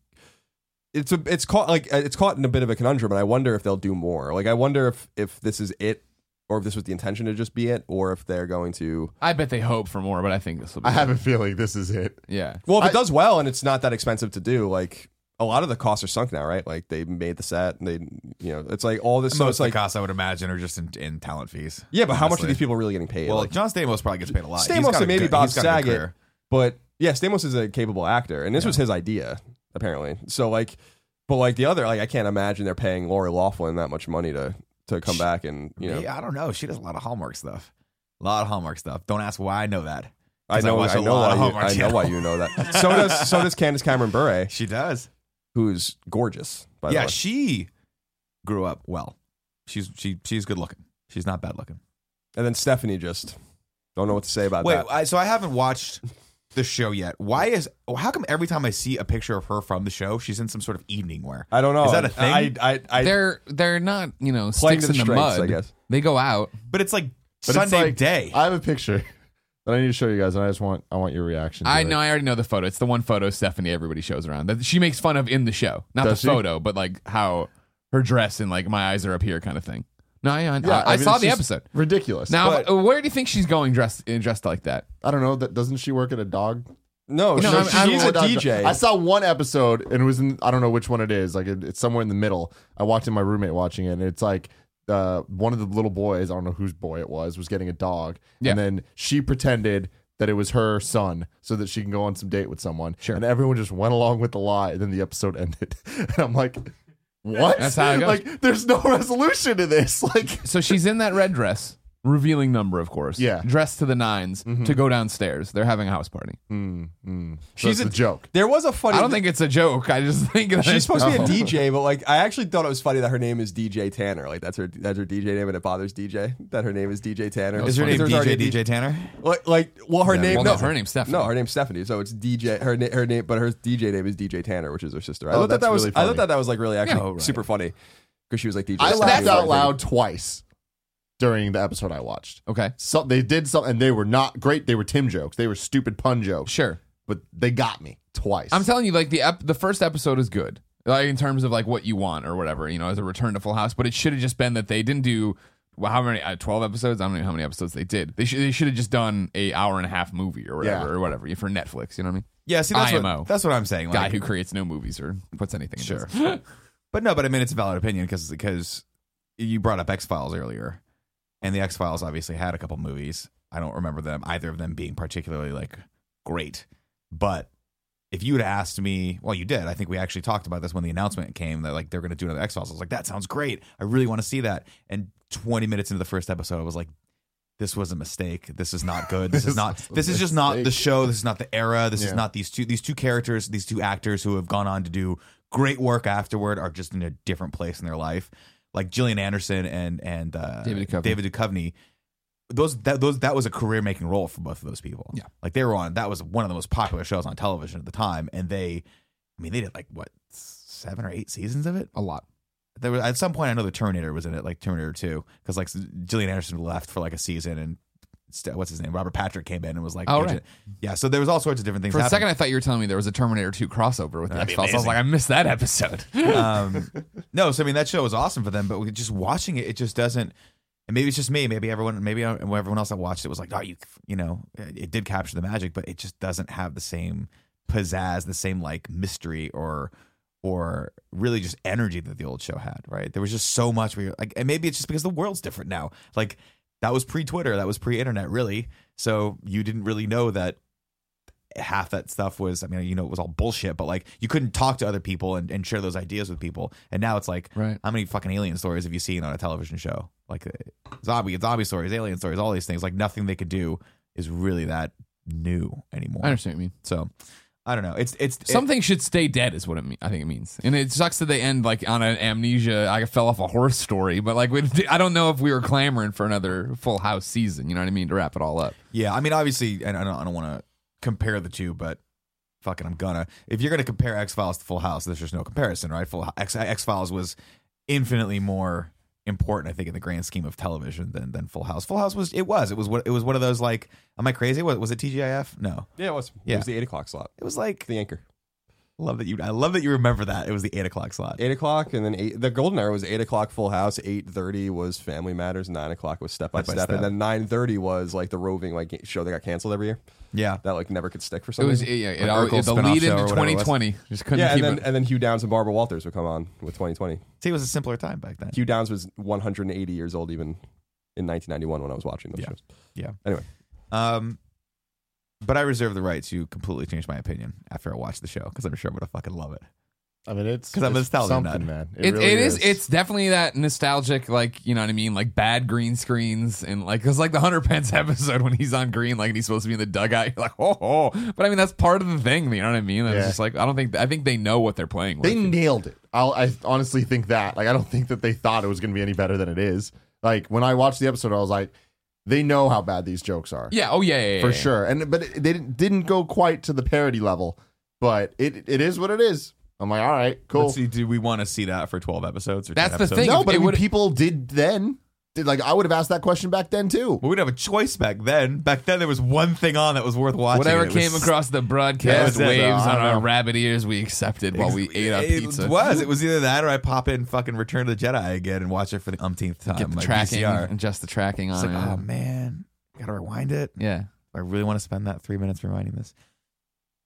Speaker 4: it's a it's caught like uh, it's caught in a bit of a conundrum, and I wonder if they'll do more. Like I wonder if if this is it or if this was the intention to just be it, or if they're going to.
Speaker 1: I bet they hope for more, but I think this will be.
Speaker 3: I have a feeling this is it.
Speaker 1: yeah.
Speaker 4: Well, if it
Speaker 3: I-
Speaker 4: does well and it's not that expensive to do, like a lot of the costs are sunk now, right? Like they made the set, and they, you know, it's like all this. So
Speaker 2: Most
Speaker 4: it's
Speaker 2: of
Speaker 4: like,
Speaker 2: the costs I would imagine are just in, in talent fees.
Speaker 4: yeah, but how much are
Speaker 2: honestly.
Speaker 4: these people really getting paid?
Speaker 2: Well,
Speaker 4: Like,
Speaker 2: John Stamos probably gets paid a lot. He's
Speaker 4: Stamos
Speaker 2: got
Speaker 4: and
Speaker 2: a
Speaker 4: maybe
Speaker 2: good-
Speaker 4: Bob
Speaker 2: he's got a good
Speaker 4: Saget,
Speaker 2: career.
Speaker 4: but yeah, Stamos is a capable actor, and this was his idea apparently. So like, but like the other, like I can't imagine they're paying Lori Laughlin that much money to to come back and you know.
Speaker 2: Yeah, I don't know. She does a lot of Hallmark stuff. A lot of Hallmark stuff. Don't ask why I know that. 'Cause
Speaker 4: I know,
Speaker 2: watch
Speaker 4: I
Speaker 2: a
Speaker 4: know
Speaker 2: lot
Speaker 4: why
Speaker 2: of
Speaker 4: you,
Speaker 2: Hallmark
Speaker 4: I know
Speaker 2: Channel.
Speaker 4: why you know that. So does so does Candace Cameron Bure,
Speaker 2: She does.
Speaker 4: who's gorgeous. By
Speaker 2: yeah,
Speaker 4: the way,
Speaker 2: she grew up well. She's she she's good looking. She's not bad looking.
Speaker 4: and then Stephanie just don't know what to say about
Speaker 2: Wait,
Speaker 4: that.
Speaker 2: I, so I haven't watched the show yet. Why is how come every time I see a picture of her from the show, she's in some sort of evening wear?
Speaker 4: I don't know.
Speaker 2: Is that a thing?
Speaker 4: I I, I,
Speaker 1: they're they're not you know
Speaker 4: Playing
Speaker 1: sticks
Speaker 4: to
Speaker 1: in the
Speaker 4: the strengths,
Speaker 1: mud.
Speaker 4: I guess.
Speaker 1: they go out.
Speaker 2: but it's like
Speaker 3: But it's
Speaker 2: Sunday
Speaker 3: like,
Speaker 2: day.
Speaker 3: I have a picture that I need to show you guys, and I just want I want your reaction. To
Speaker 1: I
Speaker 3: it.
Speaker 1: know. I already know the photo. It's the one photo Stephanie everybody shows around that she makes fun of in the show. Not
Speaker 3: Does
Speaker 1: the
Speaker 3: she?
Speaker 1: photo, but like how her dress and like my eyes are up here kind of thing. No, I, I,
Speaker 3: Yeah,
Speaker 1: I,
Speaker 3: mean,
Speaker 1: saw
Speaker 3: it's
Speaker 1: the
Speaker 3: just
Speaker 1: episode.
Speaker 3: Ridiculous.
Speaker 1: Now, uh,
Speaker 3: But
Speaker 1: where do you think she's going dressed dressed like that?
Speaker 3: I don't know. That doesn't she work at a dog?
Speaker 4: no,
Speaker 1: No, I'm-
Speaker 4: she,
Speaker 1: I'm-
Speaker 4: she's
Speaker 1: I'm
Speaker 4: a
Speaker 3: dog-
Speaker 4: DJ.
Speaker 3: I saw one episode, and it was in I don't know which one it is. Like it, it's somewhere in the middle. I walked in my roommate watching it, and it's like. Uh, one of the little boys, I don't know whose boy it was, was getting a dog,
Speaker 1: Yeah.
Speaker 3: and then she pretended that it was her son, so that she can go on some date with someone. Sure. And everyone just went along with the lie, and then the episode ended. and I'm like, what?
Speaker 1: That's how it goes.
Speaker 3: Like, there's no resolution to this. Like,
Speaker 1: So she's in that red dress, revealing number, of course.
Speaker 3: Yeah.
Speaker 1: dressed to the 9s to go downstairs. They're having a house party.
Speaker 3: mm, mm. So
Speaker 4: She's
Speaker 3: it's
Speaker 4: a-
Speaker 3: a joke.
Speaker 4: there was a funny.
Speaker 1: I don't think it's a joke. I just think that
Speaker 4: She's supposed to
Speaker 1: Oh.
Speaker 4: be a DJ, but like I actually thought it was funny that her name is DJ Tanner. Like that's her that's her DJ name, and it bothers DJ that her name is DJ Tanner.
Speaker 1: Is
Speaker 2: is her
Speaker 1: funny.
Speaker 2: name
Speaker 4: There's already
Speaker 2: DJ
Speaker 4: a D-
Speaker 2: DJ Tanner?
Speaker 4: Like, like well, her name
Speaker 1: well,
Speaker 4: no,
Speaker 1: no, her name's Stephanie.
Speaker 4: No, her name's Stephanie. So it's DJ. Her na- her name, but her DJ name is DJ Tanner, which is her sister. I
Speaker 3: Oh,
Speaker 4: thought that,
Speaker 3: that's
Speaker 4: that was
Speaker 3: really
Speaker 4: I thought
Speaker 3: funny.
Speaker 4: that that was like really actually
Speaker 2: Yeah. Oh, right.
Speaker 4: super funny because she was like DJ.
Speaker 3: I
Speaker 4: Stephanie
Speaker 3: laughed
Speaker 4: or
Speaker 3: out
Speaker 4: something.
Speaker 3: loud twice during the episode I watched.
Speaker 1: Okay,
Speaker 3: So they did something, and they were not great. They were Tim jokes. They were stupid pun jokes,
Speaker 1: sure.
Speaker 3: but they got me twice.
Speaker 1: I'm telling you, like the ep- the first episode is good, like in terms of like what you want or whatever, you know, as a return to Full House. But it should have just been that they didn't do well, how many uh, twelve episodes. I don't know how many episodes they did. They should they should have just done a hour and a half movie or whatever
Speaker 3: Yeah.
Speaker 1: or whatever for Netflix. You know what I mean?
Speaker 2: Yeah, see that's
Speaker 1: IMO.
Speaker 2: what that's what I'm saying.
Speaker 1: Guy
Speaker 2: Like,
Speaker 1: who creates no movies or puts anything. in
Speaker 2: Sure.
Speaker 1: this.
Speaker 2: But no, but I mean, it's a valid opinion because you brought up X Files earlier, and the X Files obviously had a couple movies. I don't remember them either of them being particularly like great, but if you'd asked me, well, you did. I think we actually talked about this when the announcement came that like they're going to do another X Files. I was like, that sounds great. I really want to see that. And 20 minutes into the first episode, I was like. This was a mistake. This is not good. This, is
Speaker 3: This
Speaker 2: not.
Speaker 3: was a
Speaker 2: This is just not the
Speaker 3: mistake.
Speaker 2: show. This is not the era. This is
Speaker 3: Yeah.
Speaker 2: not these two these two characters, these two actors who have gone on to do great work afterward are just in a different place in their life. Like Gillian Anderson and and uh,
Speaker 1: David Duchovny.
Speaker 2: Duchovny. Those that those that was a career making role for both of those people.
Speaker 1: Yeah.
Speaker 2: like they were on. That was one of the most popular shows on television at the time, and they, I mean, they did like what seven or eight seasons of it.
Speaker 1: a lot.
Speaker 2: There was at some point I know the Terminator was in it, like Terminator Two, because like Gillian Anderson left for like a season and. st- What's his name? Robert Patrick came in and was like,
Speaker 1: Oh, right.
Speaker 2: yeah. So there was all sorts of different things.
Speaker 1: For a
Speaker 2: happening.
Speaker 1: second, I thought you were telling me there was a Terminator 2 crossover with the
Speaker 2: That'd be
Speaker 1: X Files. I was
Speaker 2: amazing.
Speaker 1: like, I missed that episode.
Speaker 2: um, no, so I mean that show was awesome for them, but we just watching it, it just doesn't. And maybe it's just me. Maybe everyone, maybe I- everyone else that watched it was like, "Oh, you, you know, it did capture the magic, but it just doesn't have the same pizzazz, the same like mystery or or really just energy that the old show had." Right? There was just so much. We like, and maybe it's just because the world's different now. Like that was pre Twitter, that was pre internet, really. So you didn't really know that half that stuff was i mean you know it was all bullshit but like you couldn't talk to other people and, and share those ideas with people and now it's like
Speaker 1: Right.
Speaker 2: how many fucking alien stories have you seen on a television show like uh, zombie zombie stories alien stories all these things like nothing they could do is really that new
Speaker 1: I
Speaker 2: anymore
Speaker 1: understand what you mean.
Speaker 2: so i don't know it's it's it-
Speaker 1: Something should stay dead is what it mean, I think it means, and it sucks that they end like on an amnesia. I fell off a horse story, but like we, I don't know if we were clamoring for another Full House season. You know what I mean to wrap it all up.
Speaker 2: yeah i mean obviously and i don't, I don't want to compare the two but fucking i'm gonna if you're gonna compare x-files to full house there's just no comparison right full Ho- X, x-files was infinitely more important i think in the grand scheme of television than than full house full house was it was it was what it was one of those like am i crazy was, was it tgif no
Speaker 4: Yeah, it was.
Speaker 2: Yeah.
Speaker 4: It was the eight o'clock slot.
Speaker 2: it was like
Speaker 4: The anchor.
Speaker 2: Love that you. I love that you remember that. It was the eight o'clock slot.
Speaker 4: Eight o'clock, and then eight. The golden hour was eight o'clock. Full House. Eight thirty was Family Matters. Nine o'clock was Step by
Speaker 2: Step by
Speaker 4: Step,
Speaker 2: Step.
Speaker 4: and then nine thirty was like the roving like show that got canceled every year.
Speaker 2: yeah,
Speaker 4: That like never could stick for
Speaker 1: It
Speaker 4: some
Speaker 1: was
Speaker 4: reason.
Speaker 1: yeah, it,
Speaker 2: Like
Speaker 1: all-
Speaker 2: Urkel's
Speaker 1: the
Speaker 2: spin-off
Speaker 1: lead
Speaker 2: show
Speaker 1: into
Speaker 2: or whatever it was.
Speaker 1: 2020. Just couldn't
Speaker 4: yeah, and
Speaker 1: keep
Speaker 4: then
Speaker 1: it.
Speaker 4: and then Hugh Downs and Barbara Walters would come on with 2020.
Speaker 2: see, it was a simpler time back then.
Speaker 4: Hugh Downs was 180 years old even in 1991 when I was watching those
Speaker 2: Yeah.
Speaker 4: shows.
Speaker 2: Yeah.
Speaker 4: Anyway.
Speaker 2: Um, but I reserve the right to completely change my opinion after I watch the show because I'm sure I'm gonna fucking love it.
Speaker 3: I mean, it's
Speaker 2: 'Cause I'm a
Speaker 3: it's
Speaker 2: nostalgia
Speaker 3: something,
Speaker 2: nut.
Speaker 3: man. It,
Speaker 1: It,
Speaker 3: really
Speaker 1: it
Speaker 3: is.
Speaker 1: is. It's definitely that nostalgic, like you know what I mean, like bad green screens and like because like the Hunter Pence episode when he's on green, like and he's supposed to be in the dugout. You're like, oh, oh. but I mean that's part of the thing. You know what I mean? It's
Speaker 3: Yeah.
Speaker 1: just like I don't think I think they know what they're playing with.
Speaker 3: they nailed it. I'll, I honestly think that. Like, I don't think that they thought it was going to be any better than it is. Like when I watched the episode, I was like, they know how bad these jokes are.
Speaker 1: yeah. Oh yeah. yeah, yeah
Speaker 3: for
Speaker 1: yeah.
Speaker 3: sure. And but it, they didn't, didn't go quite to the parody level, but it it is what it is. I'm like, all right, cool.
Speaker 2: Let's see, do we want to see that for 12 episodes or
Speaker 1: That's
Speaker 2: 10
Speaker 1: the
Speaker 2: episodes?
Speaker 1: thing.
Speaker 3: No, but
Speaker 1: It
Speaker 3: I mean,
Speaker 1: would-
Speaker 3: people did then. Did, like I would have asked that question back then too.
Speaker 2: Well, we didn't have a choice back then. Back then, there was one thing on that was worth watching.
Speaker 1: Whatever
Speaker 2: and it was-
Speaker 1: came across the broadcast
Speaker 2: Yeah, it was-
Speaker 1: waves
Speaker 3: I
Speaker 1: on
Speaker 3: don't
Speaker 1: our
Speaker 3: know.
Speaker 1: rabbit ears, we accepted while we ate our
Speaker 2: it
Speaker 1: pizza.
Speaker 2: was. It was either that or I pop in fucking Return of the Jedi again and watch it for the umpteenth time.
Speaker 1: Get the
Speaker 2: um, like
Speaker 1: tracking
Speaker 2: VCR.
Speaker 1: and just the tracking
Speaker 2: It's
Speaker 1: on
Speaker 2: like,
Speaker 1: it.
Speaker 2: oh man, gotta rewind it.
Speaker 1: yeah.
Speaker 2: I really want to spend that three minutes rewinding this.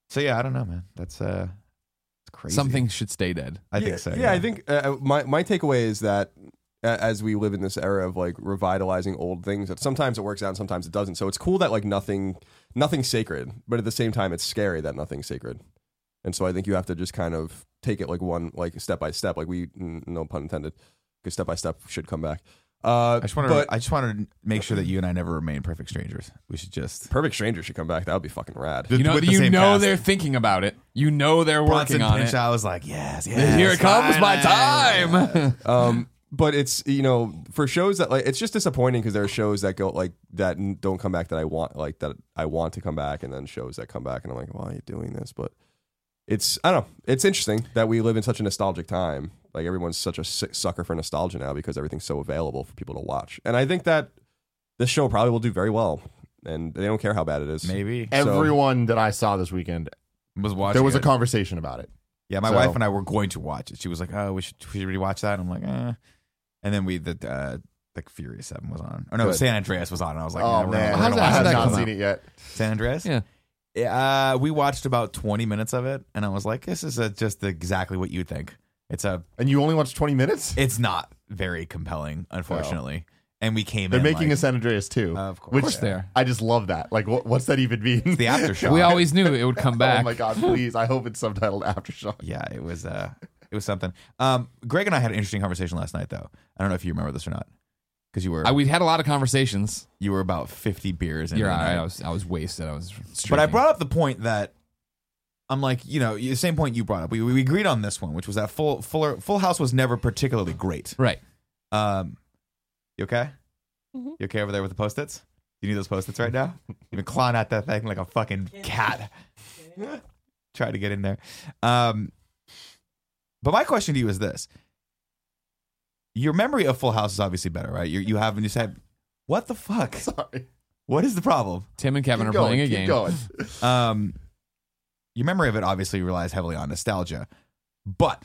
Speaker 2: So yeah, I don't know, man. That's uh, it's crazy.
Speaker 1: Something should stay dead.
Speaker 2: I
Speaker 4: yeah,
Speaker 2: think so.
Speaker 4: Yeah, I think uh, my my takeaway is that a- as we live in this era of like revitalizing old things, that sometimes it works out and sometimes it doesn't. So it's cool that like nothing nothing's sacred, but at the same time it's scary that nothing's sacred. And so I think you have to just kind of take it like one like step by step, like we n- no pun intended, because step by step should come back. Uh,
Speaker 2: I just want to.
Speaker 4: but
Speaker 2: I just want to make sure that you and I never remain perfect strangers. We should just
Speaker 4: Perfect Stranger should come back. That would be fucking rad.
Speaker 1: You know,
Speaker 2: with the
Speaker 1: you
Speaker 2: same
Speaker 1: know
Speaker 2: cast.
Speaker 1: they're thinking about it. You know they're
Speaker 2: Bronson
Speaker 1: working on it.
Speaker 2: Pinchot was like, yes, yes.
Speaker 1: Here it comes, my
Speaker 2: finally.
Speaker 1: time.
Speaker 4: um but it's you know for shows that like it's just disappointing because there are shows that go like that n- don't come back that i want like that i want to come back and then shows that come back and i'm like why are you doing this but it's i don't know it's interesting that we live in such a nostalgic time like everyone's such a sick sucker for nostalgia now because everything's so available for people to watch and i think that this show probably will do very well and they don't care how bad it is
Speaker 2: Maybe
Speaker 3: Everyone that I saw this weekend,
Speaker 2: was watching.
Speaker 3: there was a
Speaker 2: it.
Speaker 3: conversation about it.
Speaker 2: yeah. My
Speaker 3: so-
Speaker 2: wife and I were going to watch it. She was like, oh, we should we should rewatch that. And I'm like, eh. And then we the uh, like Furious Seven was on. Or no,
Speaker 4: Good.
Speaker 2: San Andreas was on. And I was like,
Speaker 3: oh
Speaker 2: no, we're
Speaker 3: man,
Speaker 2: gonna- we're
Speaker 1: How's
Speaker 2: gonna
Speaker 1: that-
Speaker 2: watch
Speaker 1: how's
Speaker 3: I have
Speaker 1: that
Speaker 3: not
Speaker 1: come
Speaker 3: seen it yet.
Speaker 2: San Andreas.
Speaker 1: Yeah.
Speaker 2: Yeah, uh, we watched about 20 minutes of it, and I was like, "This is a, just exactly what you'd think." It's a,
Speaker 3: And you only watched 20 minutes.
Speaker 2: it's not very compelling, unfortunately. And we came.
Speaker 3: They're
Speaker 2: in
Speaker 3: making
Speaker 2: like, uh,
Speaker 3: a San Andreas too.
Speaker 2: Of course
Speaker 3: which
Speaker 1: they are.
Speaker 3: I just love that. Like, what, what's that even mean?
Speaker 2: the aftershock.
Speaker 1: We always knew it would come back.
Speaker 3: Oh my god, please! I hope it's subtitled aftershock.
Speaker 2: yeah, it was uh it was something. Um Greg and I had an interesting conversation last night though. I don't know if you remember this or not. Because you were
Speaker 1: I, we'd had a lot of conversations.
Speaker 2: you were about fifty beers in.
Speaker 1: You're
Speaker 2: the
Speaker 1: all right.
Speaker 2: night.
Speaker 1: I was I was wasted. I was. Streaking.
Speaker 2: But I brought up the point that I'm like, you know, the same point you brought up. We, we agreed on this one, which was that full fuller full house was never particularly great.
Speaker 1: right.
Speaker 2: Um You okay? You okay over there with the post-its? You need those post-its right now? You've been clawing at that thing like a fucking cat. Try to get in there. Um But my question to you is this. Your memory of Full House is obviously better, right? You you have and you said, "What the fuck?
Speaker 3: Sorry.
Speaker 2: What is the problem?"
Speaker 1: Tim and Kevin
Speaker 3: Keep
Speaker 1: are
Speaker 3: going,
Speaker 1: playing a
Speaker 3: keep
Speaker 1: game.
Speaker 3: Going.
Speaker 2: Um, your memory of it obviously relies heavily on nostalgia, but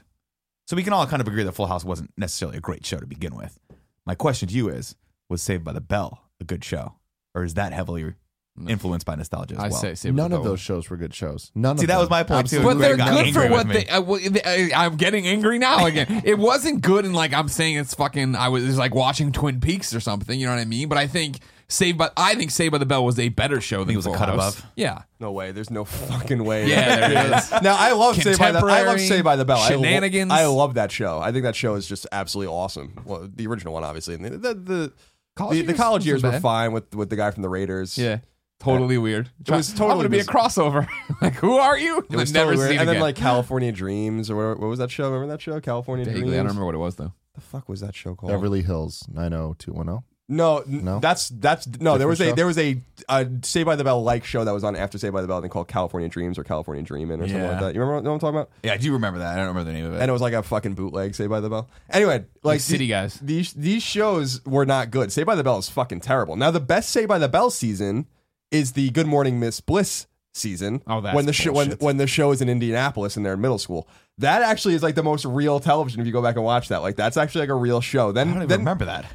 Speaker 2: so we can all kind of agree that Full House wasn't necessarily a great show to begin with. My question to you is: Was Saved by the Bell a good show, or is that heavily
Speaker 1: No.
Speaker 2: influenced by nostalgia as
Speaker 1: I
Speaker 2: well?
Speaker 1: say, say
Speaker 3: None of
Speaker 1: those.
Speaker 3: those shows were good shows. None.
Speaker 2: See,
Speaker 3: of
Speaker 2: that
Speaker 3: them.
Speaker 2: was my point, too.
Speaker 3: Absolutely
Speaker 1: But they're
Speaker 2: Greg got
Speaker 1: good
Speaker 2: angry
Speaker 1: for what
Speaker 2: with me.
Speaker 1: they. I, well, they- I, I'm getting angry now again. it wasn't good, and like I'm saying, it's fucking. I was, it was like watching Twin Peaks or something. You know what I mean? But I think Saved by I think Saved by the Bell was a better show than
Speaker 2: it was a
Speaker 1: Full
Speaker 2: cut
Speaker 1: House.
Speaker 2: above.
Speaker 1: Yeah,
Speaker 4: no way there's no fucking way
Speaker 1: yeah, there it is.
Speaker 4: now I love Say by the I love
Speaker 1: Contemporary
Speaker 4: Say by the Bell. I lo-
Speaker 1: shenanigans.
Speaker 4: I, love that show. I think that show is just absolutely awesome. Well, the original one, obviously, and the the, the
Speaker 1: College
Speaker 4: the- the
Speaker 1: years
Speaker 4: college
Speaker 1: wasn't
Speaker 4: years were
Speaker 1: bad.
Speaker 4: fine with with the guy from the Raiders.
Speaker 1: Yeah. Totally weird. It
Speaker 4: was totally
Speaker 1: I'm gonna be a
Speaker 4: mis-
Speaker 1: crossover. like, who are you?
Speaker 4: It was
Speaker 1: never
Speaker 4: totally weird.
Speaker 1: seen
Speaker 4: and then
Speaker 1: again.
Speaker 4: like California Dreams or whatever, what was that show? Remember that show, California
Speaker 1: Vaguely,
Speaker 4: Dreams?
Speaker 1: I don't remember what it was though.
Speaker 4: the fuck was that show called?
Speaker 3: Beverly Hills 90210.
Speaker 4: no, n-
Speaker 3: No?
Speaker 4: that's that's no. There was a
Speaker 3: Different
Speaker 4: there was a uh, Say by the Bell like show that was on after Say by the Bell, and called California Dreams or California Dreamin' or something
Speaker 2: Yeah.
Speaker 4: like that. You remember what, know what I'm talking about?
Speaker 2: Yeah, I do remember that. I don't remember the name of it.
Speaker 4: And it was like a fucking bootleg Say by the Bell. Anyway, like
Speaker 1: Like City Guys.
Speaker 4: these these shows were not good. Say by the Bell is fucking terrible. Now the best Say by the Bell season is the Good Morning Miss Bliss season.
Speaker 1: Oh, that's
Speaker 4: when the show when
Speaker 1: bullshit.
Speaker 4: when the show is in Indianapolis and they're in middle school. That actually is like the most real television. If you go back and watch that, like that's actually like a real show.
Speaker 2: I don't
Speaker 4: Then
Speaker 2: even
Speaker 4: then
Speaker 2: remember that.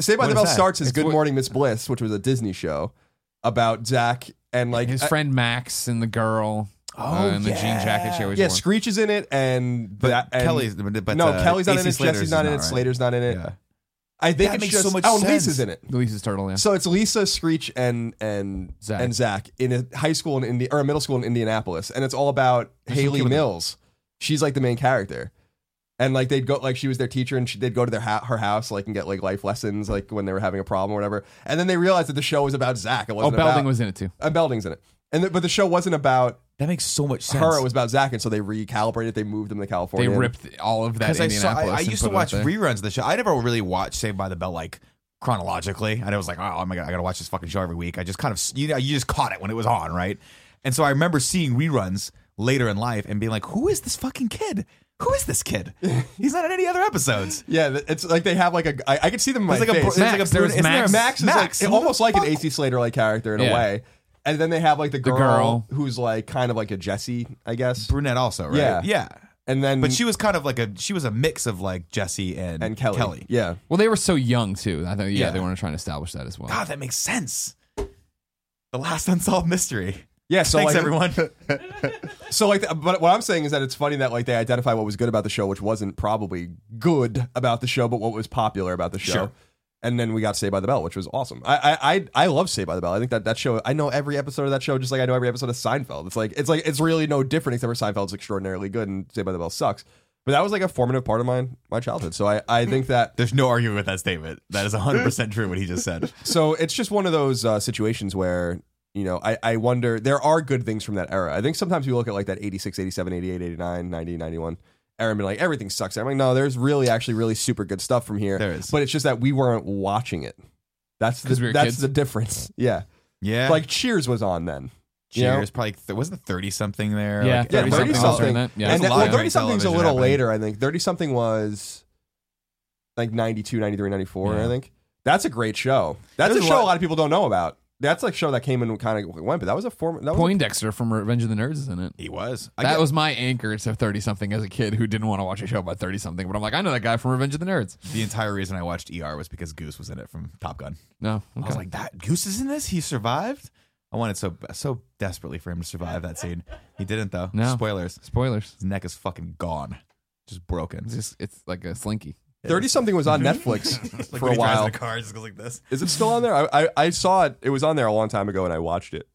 Speaker 4: Saved by
Speaker 2: What
Speaker 4: the
Speaker 2: is
Speaker 4: Bell
Speaker 2: that?
Speaker 4: starts as
Speaker 1: It's
Speaker 4: Good
Speaker 1: what-
Speaker 4: Morning Miss Bliss, which was a Disney show about Zach and like
Speaker 1: His
Speaker 4: uh,
Speaker 1: friend Max and the girl. uh, and the jean jacket she always
Speaker 4: yeah,
Speaker 1: wore.
Speaker 4: Screech is in it, and
Speaker 2: But
Speaker 4: that- and-
Speaker 2: Kelly's- but,
Speaker 4: no,
Speaker 2: uh,
Speaker 4: Kelly's not
Speaker 2: AC
Speaker 4: in it.
Speaker 2: Slater's
Speaker 4: Jesse's not in it.
Speaker 2: not, right?
Speaker 4: Slater's not in it.
Speaker 2: Yeah.
Speaker 4: I think
Speaker 2: That
Speaker 4: it's
Speaker 2: makes
Speaker 4: just
Speaker 2: so much
Speaker 4: oh, and
Speaker 2: sense.
Speaker 4: Lisa's in it.
Speaker 1: Lisa's turtle. Yeah.
Speaker 4: So it's Lisa, Screech, and and
Speaker 1: Zach.
Speaker 4: and Zach in a high school in Indi- or a middle school in Indianapolis, and it's all about Haley Mills. She's like the main character, and like they'd go like she was their teacher, and she, they'd go to their ha- her house like and get like life lessons like when they were having a problem or whatever. And then they realized that the show was about Zach. It
Speaker 1: oh,
Speaker 4: wasn't
Speaker 1: Belding
Speaker 4: about,
Speaker 1: was in it too.
Speaker 4: and Belding's in it, and the, but the show wasn't about
Speaker 2: That makes so much sense.
Speaker 4: her. It was about Zach, and so they recalibrated. They moved them to
Speaker 1: They
Speaker 4: California.
Speaker 1: ripped all of that
Speaker 2: because I
Speaker 1: Indianapolis.
Speaker 2: saw. I, I
Speaker 1: and
Speaker 2: used
Speaker 1: put
Speaker 2: to
Speaker 1: it out
Speaker 2: watch
Speaker 1: there.
Speaker 2: reruns of the show. I never really watched Saved by the Bell like chronologically. And I was like, oh my god, I gotta watch this fucking show every week. I just kind of you know you just caught it when it was on, right? And so I remember seeing reruns later in life and being like, who is this fucking kid? Who is this kid? He's not in any other episodes.
Speaker 4: Yeah, th- it's like they have like a. I, I could see them in my
Speaker 2: It's like a,
Speaker 4: face.
Speaker 2: it's like a
Speaker 1: Max, there was
Speaker 2: isn't there a-
Speaker 1: Max.
Speaker 4: Max is
Speaker 2: Max,
Speaker 4: like
Speaker 2: who the
Speaker 4: almost like an
Speaker 2: fuck?
Speaker 4: AC Slater like character in a
Speaker 1: Yeah.
Speaker 4: way. And then they have like the girl,
Speaker 1: girl.
Speaker 4: who's like kind of like a Jesse, I guess.
Speaker 2: brunette also, right?
Speaker 4: Yeah.
Speaker 2: yeah.
Speaker 4: and then
Speaker 2: But she was kind of like a she was a mix of like Jesse and
Speaker 4: and Kelly.
Speaker 2: Kelly.
Speaker 4: Yeah.
Speaker 1: Well, they were so young too. I think yeah,
Speaker 2: Yeah.
Speaker 1: they want to try and establish that as well.
Speaker 2: God, that makes sense. The last unsolved mystery.
Speaker 4: Yeah, so
Speaker 2: Thanks
Speaker 4: like
Speaker 2: everyone.
Speaker 4: so like but what I'm saying is that it's funny that like they identify what was good about the show which wasn't probably good about the show but what was popular about the show.
Speaker 2: Sure.
Speaker 4: And then we got Saved by the Bell, which was awesome. I, I I I love Saved by the Bell. I think that that show. I know every episode of that show, just like I know every episode of Seinfeld. It's like it's like it's really no different, except for Seinfeld's extraordinarily good and Saved by the Bell sucks. But that was like a formative part of my my childhood. So I I think that
Speaker 2: There's no argument with that statement. That is 100% true what he just said.
Speaker 4: so it's just one of those uh, situations where you know I, I wonder there are good things from that era i think sometimes we look at like that 86 87 88 89 90 91 era and be like everything sucks i'm like no there's really actually really super good stuff from here
Speaker 2: There is.
Speaker 4: but it's just that we weren't watching it that's the
Speaker 1: 'Cause we were
Speaker 4: that's
Speaker 1: kids.
Speaker 4: the difference yeah.
Speaker 2: Yeah.
Speaker 4: like cheers was on then you know?
Speaker 2: Cheers, probably, th- wasn't it 30 something there?
Speaker 1: Yeah,
Speaker 2: Like,
Speaker 4: yeah,
Speaker 1: 30
Speaker 2: every-
Speaker 1: something
Speaker 4: 30
Speaker 1: was during
Speaker 4: something.
Speaker 1: that. Yeah.
Speaker 4: and
Speaker 1: There's a
Speaker 4: that-
Speaker 1: lot
Speaker 4: well,
Speaker 1: of
Speaker 4: 30 something's a
Speaker 2: television
Speaker 4: little
Speaker 2: happening.
Speaker 4: later, I think. 30 something was like 92, 93, 94,
Speaker 2: Yeah.
Speaker 4: I think. That's a great show. That's
Speaker 2: There's
Speaker 4: a
Speaker 2: a
Speaker 4: show a
Speaker 2: lot-
Speaker 4: lot of people don't know about. That's like a show that came and kind of went, but that was a form. That was
Speaker 1: Poindexter from Revenge of the Nerds is in it.
Speaker 2: He was. I
Speaker 1: that
Speaker 2: get-
Speaker 1: was my anchor to 30 something as a kid who didn't want to watch a show about 30 something. But I'm like, I know that guy from Revenge of the Nerds.
Speaker 2: the entire reason I watched ER was because Goose was in it from Top Gun.
Speaker 1: No.
Speaker 2: I was like, that Goose is in this? He survived? I wanted so so desperately for him to survive that scene. He didn't, though.
Speaker 1: No.
Speaker 2: Spoilers.
Speaker 1: Spoilers.
Speaker 2: His neck is fucking gone. Just broken.
Speaker 1: It's just it's like a slinky.
Speaker 4: 30 something was on
Speaker 1: Mm-hmm.
Speaker 4: Netflix
Speaker 2: Like
Speaker 4: for
Speaker 2: when
Speaker 4: a
Speaker 2: he drives
Speaker 4: while.
Speaker 2: in the car, it just goes like this.
Speaker 4: Is it still on there? I, I, I saw it. It was on there a long time ago and I watched it.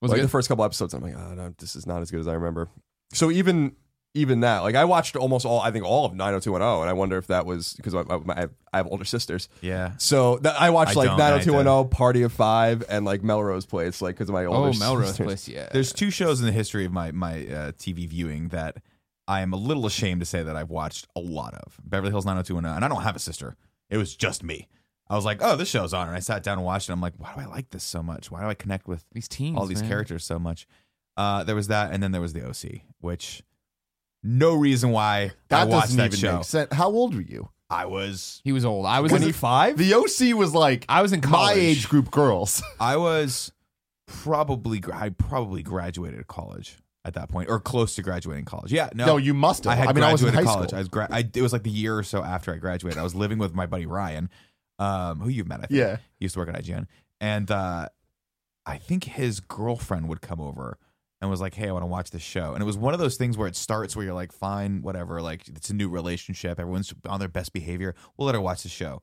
Speaker 1: Was
Speaker 4: like
Speaker 1: it
Speaker 4: the
Speaker 1: good?
Speaker 4: first couple episodes, I'm like, oh no, this is not as good as I remember. So even even that, like I watched almost all, I think all of 90210, and I wonder if that was because I, I, I have older sisters.
Speaker 2: Yeah.
Speaker 4: So th- I watched
Speaker 2: I
Speaker 4: like
Speaker 2: don't, I
Speaker 4: 90210, Party of Five, and like Melrose Place, like because of my older
Speaker 1: Oh, Melrose
Speaker 4: sisters.
Speaker 1: Place. Yeah.
Speaker 2: There's two shows in the history of my my uh, TV viewing that I am a little ashamed to say that I've watched a lot of Beverly Hills 90210, and I don't have a sister. It was just me. I was like, oh, this show's on, and I sat down and watched it. I'm like, why do I like this so much? Why do I connect with
Speaker 1: these teams.
Speaker 2: all these
Speaker 1: man.
Speaker 2: characters so much? Uh, there was that, and then there was the OC, which no reason why I
Speaker 3: That
Speaker 2: watched
Speaker 3: doesn't
Speaker 2: that
Speaker 3: even
Speaker 2: show.
Speaker 3: make sense. How old were you?
Speaker 2: I was,
Speaker 1: He was old. I was in the,
Speaker 4: 25?
Speaker 3: The OC was like
Speaker 1: I was in
Speaker 3: my
Speaker 1: college.
Speaker 3: age group girls.
Speaker 2: I was probably, gra- I probably graduated college at that point, or close to graduating college. Yeah, no,
Speaker 3: No, you must have.
Speaker 2: I had
Speaker 3: mean, I was in
Speaker 2: graduated
Speaker 3: high
Speaker 2: college. I
Speaker 3: school.
Speaker 2: was gra- I, it was like the year or so after I graduated. I was living with my buddy Ryan, um, who you've met. I think.
Speaker 3: Yeah.
Speaker 2: he used to work at IGN, and uh, I think his girlfriend would come over and was like, "Hey, I want to watch this show." And it was one of those things where it starts where you're like, "Fine, whatever." Like it's a new relationship. Everyone's on their best behavior. We'll let her watch the show.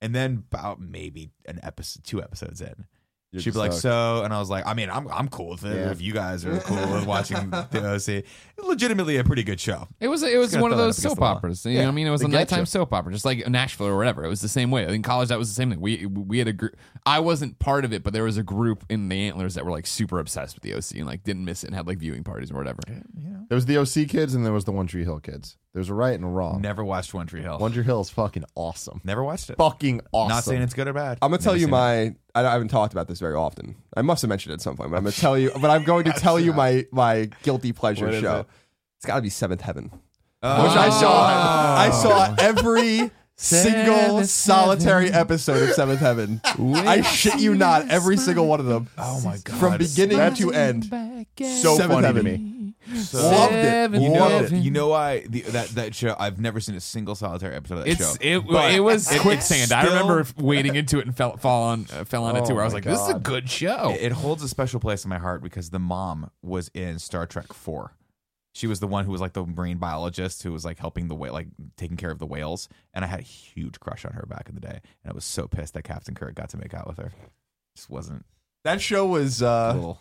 Speaker 2: And then about maybe an episode, two episodes in,
Speaker 4: You're
Speaker 2: She'd
Speaker 4: just
Speaker 2: be like,
Speaker 4: like-
Speaker 2: so, and I was like, I mean, I'm I'm cool with it.
Speaker 3: Yeah.
Speaker 2: If you guys are cool with watching the OC, legitimately a pretty good show.
Speaker 1: It was it was
Speaker 2: gonna
Speaker 1: one of
Speaker 2: throw that
Speaker 1: those
Speaker 2: up against
Speaker 1: soap
Speaker 2: the wall.
Speaker 1: operas. You know
Speaker 4: Yeah,
Speaker 1: what I mean? It was
Speaker 4: they
Speaker 1: a
Speaker 4: get
Speaker 1: nighttime
Speaker 4: you.
Speaker 1: soap opera, just like Nashville or whatever. It was the same way. In college, that was the same thing. We we had a group. I wasn't part of it, but there was a group in the Antlers that were like super obsessed with the OC and like didn't miss it and had like viewing parties or whatever.
Speaker 3: There was the OC kids and there was the One Tree Hill kids. There's a right and a wrong.
Speaker 2: Never watched One Tree Hill.
Speaker 3: One Tree Hill is fucking awesome.
Speaker 2: Never watched it.
Speaker 3: Fucking awesome.
Speaker 2: Not saying it's good or bad.
Speaker 4: I'm gonna tell
Speaker 2: Never
Speaker 4: you
Speaker 2: seen it.
Speaker 4: my. I, I haven't talked about this very often. I must have mentioned it at some point, but I'm gonna tell you. But I'm going to tell you my my guilty pleasure
Speaker 3: What is
Speaker 4: show.
Speaker 3: it?
Speaker 2: Uh,
Speaker 4: It's got to be Seventh Heaven,
Speaker 2: Oh.
Speaker 4: which I saw. I saw every single
Speaker 1: Seventh
Speaker 4: solitary
Speaker 1: Heaven.
Speaker 4: episode of Seventh Heaven. I shit you not, every single one of them.
Speaker 2: Oh my god!
Speaker 4: From beginning
Speaker 3: That's
Speaker 4: to end.
Speaker 3: So
Speaker 4: Seventh
Speaker 3: funny
Speaker 4: Heaven.
Speaker 3: to me.
Speaker 4: Loved it.
Speaker 2: You know,
Speaker 4: Loved
Speaker 2: you know why the, that that show? I've never seen a single solitary episode of that
Speaker 1: It's
Speaker 2: show.
Speaker 1: it,
Speaker 2: But
Speaker 1: it was
Speaker 2: it- it
Speaker 1: quicksand. I
Speaker 2: still-
Speaker 1: remember wading into it and fell fall on uh, fell on it too. Where I was
Speaker 3: my
Speaker 1: like, "This is a
Speaker 3: God.
Speaker 1: good show."
Speaker 2: Oh It holds a special place in my heart because the mom was in Star Trek Four. She was the one who was like the marine biologist who was like helping the whale, like taking care of the whales. And I had a huge crush on her back in the day, and I was so pissed that Captain Kirk got to make out with her. Just wasn't
Speaker 4: That show was uh,
Speaker 2: cool.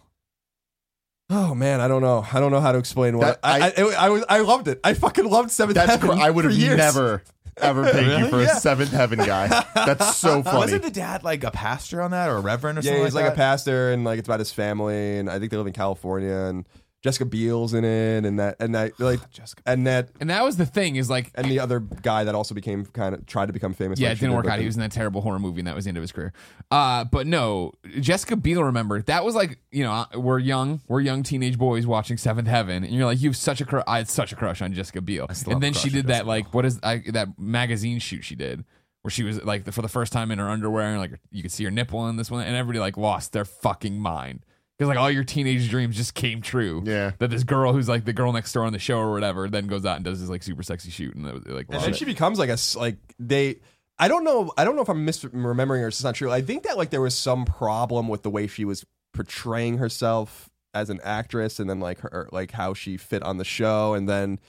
Speaker 4: oh man, I don't know. I don't know how to explain
Speaker 3: That-
Speaker 4: what I, I, it- I, was- I loved it. I fucking loved Seventh
Speaker 3: That's
Speaker 4: Heaven.
Speaker 3: cr- I would
Speaker 4: for
Speaker 3: have
Speaker 4: years.
Speaker 3: never ever picked you for a
Speaker 4: Yeah.
Speaker 3: seventh heaven guy. That's so funny.
Speaker 2: Uh, Wasn't the dad like a pastor on that or a reverend or
Speaker 4: Yeah,
Speaker 2: something?
Speaker 4: he's like,
Speaker 2: like
Speaker 4: a pastor, and like it's about his family, and I think they live in California, and Jessica Biel's in it, and that, and that, like,
Speaker 2: Jessica
Speaker 4: and that,
Speaker 1: and that was the thing is like,
Speaker 4: and the other guy that also became kind of tried to become famous.
Speaker 1: yeah,
Speaker 4: like
Speaker 1: it
Speaker 4: she
Speaker 1: didn't
Speaker 4: did,
Speaker 1: work
Speaker 4: but
Speaker 1: out.
Speaker 4: then-
Speaker 1: He was in that terrible horror movie, and that was the end of his career. Uh, but no, Jessica Biel. Remember that was like you know I- we're young, we're young teenage boys watching Seventh Heaven, and you're like, you have such a crush. I had such a crush on Jessica Biel,
Speaker 2: still
Speaker 1: and
Speaker 2: have a
Speaker 1: then she
Speaker 2: crush
Speaker 1: did
Speaker 2: on Jessica
Speaker 1: that like what is I, that magazine shoot she did. Where she was like for the first time in her underwear, and like you could see her nipple in this one, and everybody like lost their fucking mind because like all your teenage dreams just came true.
Speaker 3: Yeah.
Speaker 1: that this girl who's like the girl next door on the show or whatever, then goes out and does this like super sexy shoot, and that was, like
Speaker 4: And
Speaker 1: lost
Speaker 4: then
Speaker 1: it.
Speaker 4: she becomes like a s- like they. I don't know. I don't know if I'm misremembering or it's not true. I think that like there was some problem with the way she was portraying herself as an actress, and then like her like how she fit on the show, and then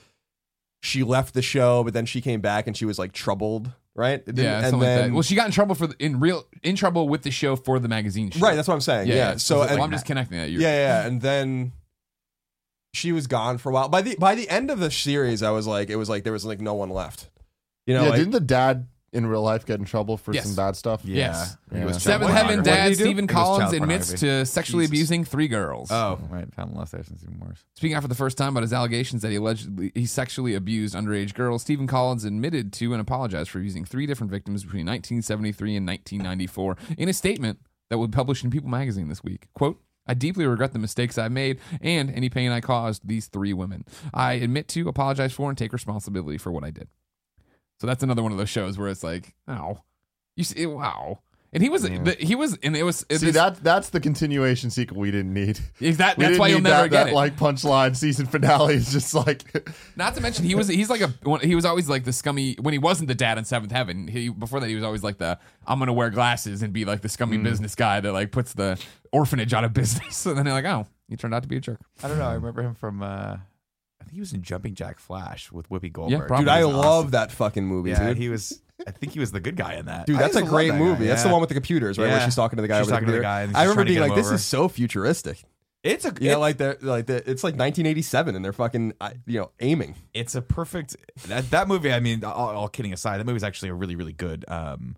Speaker 4: she left the show, but then she came back and she was like troubled, right? It didn't-
Speaker 1: Yeah,
Speaker 4: and
Speaker 1: something like
Speaker 4: then
Speaker 1: that. Well, she got in trouble for the, in real in trouble with the show for the magazine. Show.
Speaker 4: right. That's what I'm saying. Yeah. So
Speaker 1: Well,
Speaker 4: and-
Speaker 1: I'm just connecting that. You're,
Speaker 4: yeah, yeah, and then she was gone for a while. By the by the end of the series, I was like, it was like there was like no one left. You know,
Speaker 3: yeah,
Speaker 4: like,
Speaker 3: didn't the dad in real life get in trouble for
Speaker 1: Yes.
Speaker 3: some bad stuff?
Speaker 2: Yeah.
Speaker 1: Yes.
Speaker 2: He was
Speaker 3: Yeah.
Speaker 2: child
Speaker 1: Seventh
Speaker 2: pornography.
Speaker 1: Heaven
Speaker 2: What did
Speaker 1: dad
Speaker 2: he do? He
Speaker 1: Stephen
Speaker 2: was
Speaker 1: Collins
Speaker 2: child
Speaker 1: admits
Speaker 2: pornography.
Speaker 1: to sexually
Speaker 2: Jesus.
Speaker 1: abusing three girls.
Speaker 2: Oh, right. Found less there since even worse.
Speaker 1: Speaking out for the first time about his allegations that he allegedly he sexually abused underage girls, Stephen Collins admitted to and apologized for abusing three different victims between 1973 and 1994 in a statement that was published in People magazine this week. Quote, I deeply regret the mistakes I made and any pain I caused these three women. I admit to, apologize for, and take responsibility for what I did. So that's another one of those shows where it's like, oh, you see, wow. And he was, the, he was, and it was,
Speaker 3: See
Speaker 1: this-
Speaker 3: that that's the continuation sequel we didn't need.
Speaker 1: is that-
Speaker 3: We
Speaker 1: that's
Speaker 3: didn't
Speaker 1: why you'll
Speaker 3: need
Speaker 1: never
Speaker 3: that,
Speaker 1: get
Speaker 3: that
Speaker 1: it.
Speaker 3: like punchline season finale is just like
Speaker 1: Not to mention he was he's like a one- he was always like the scummy when he wasn't the dad in Seventh Heaven. He before that he was always like the I'm gonna wear glasses and be like the scummy
Speaker 2: Mm.
Speaker 1: business guy that like puts the orphanage out of business. And then they're like, oh, you turned out to be a jerk.
Speaker 2: I don't know. I remember him from. uh I think he was in Jumping Jack Flash with Whoopi Goldberg.
Speaker 1: probably.
Speaker 4: dude, I
Speaker 2: He was
Speaker 4: love that fucking movie,
Speaker 2: Yeah,
Speaker 4: dude.
Speaker 2: he was. I think he was the good guy in that.
Speaker 4: Dude,
Speaker 2: I
Speaker 4: that's a
Speaker 2: used to love
Speaker 4: great
Speaker 2: that guy,
Speaker 4: movie. That's the
Speaker 2: yeah.
Speaker 4: one with the computer, right? Where
Speaker 2: Yeah.
Speaker 4: she's talking to the guy.
Speaker 2: She's
Speaker 4: over
Speaker 2: talking
Speaker 4: the
Speaker 2: to the
Speaker 4: computer.
Speaker 2: guy and
Speaker 4: I
Speaker 2: she's
Speaker 4: remember
Speaker 2: trying to
Speaker 4: being
Speaker 2: get
Speaker 4: like,
Speaker 2: him
Speaker 4: "This
Speaker 2: over.
Speaker 4: is so futuristic."
Speaker 2: It's a.
Speaker 4: You know,
Speaker 2: it-
Speaker 4: like they're like the, it's like 1987, and they're fucking I- you know aiming.
Speaker 2: it's a perfect that that movie. I mean, all, all kidding aside, that movie's actually a really really good um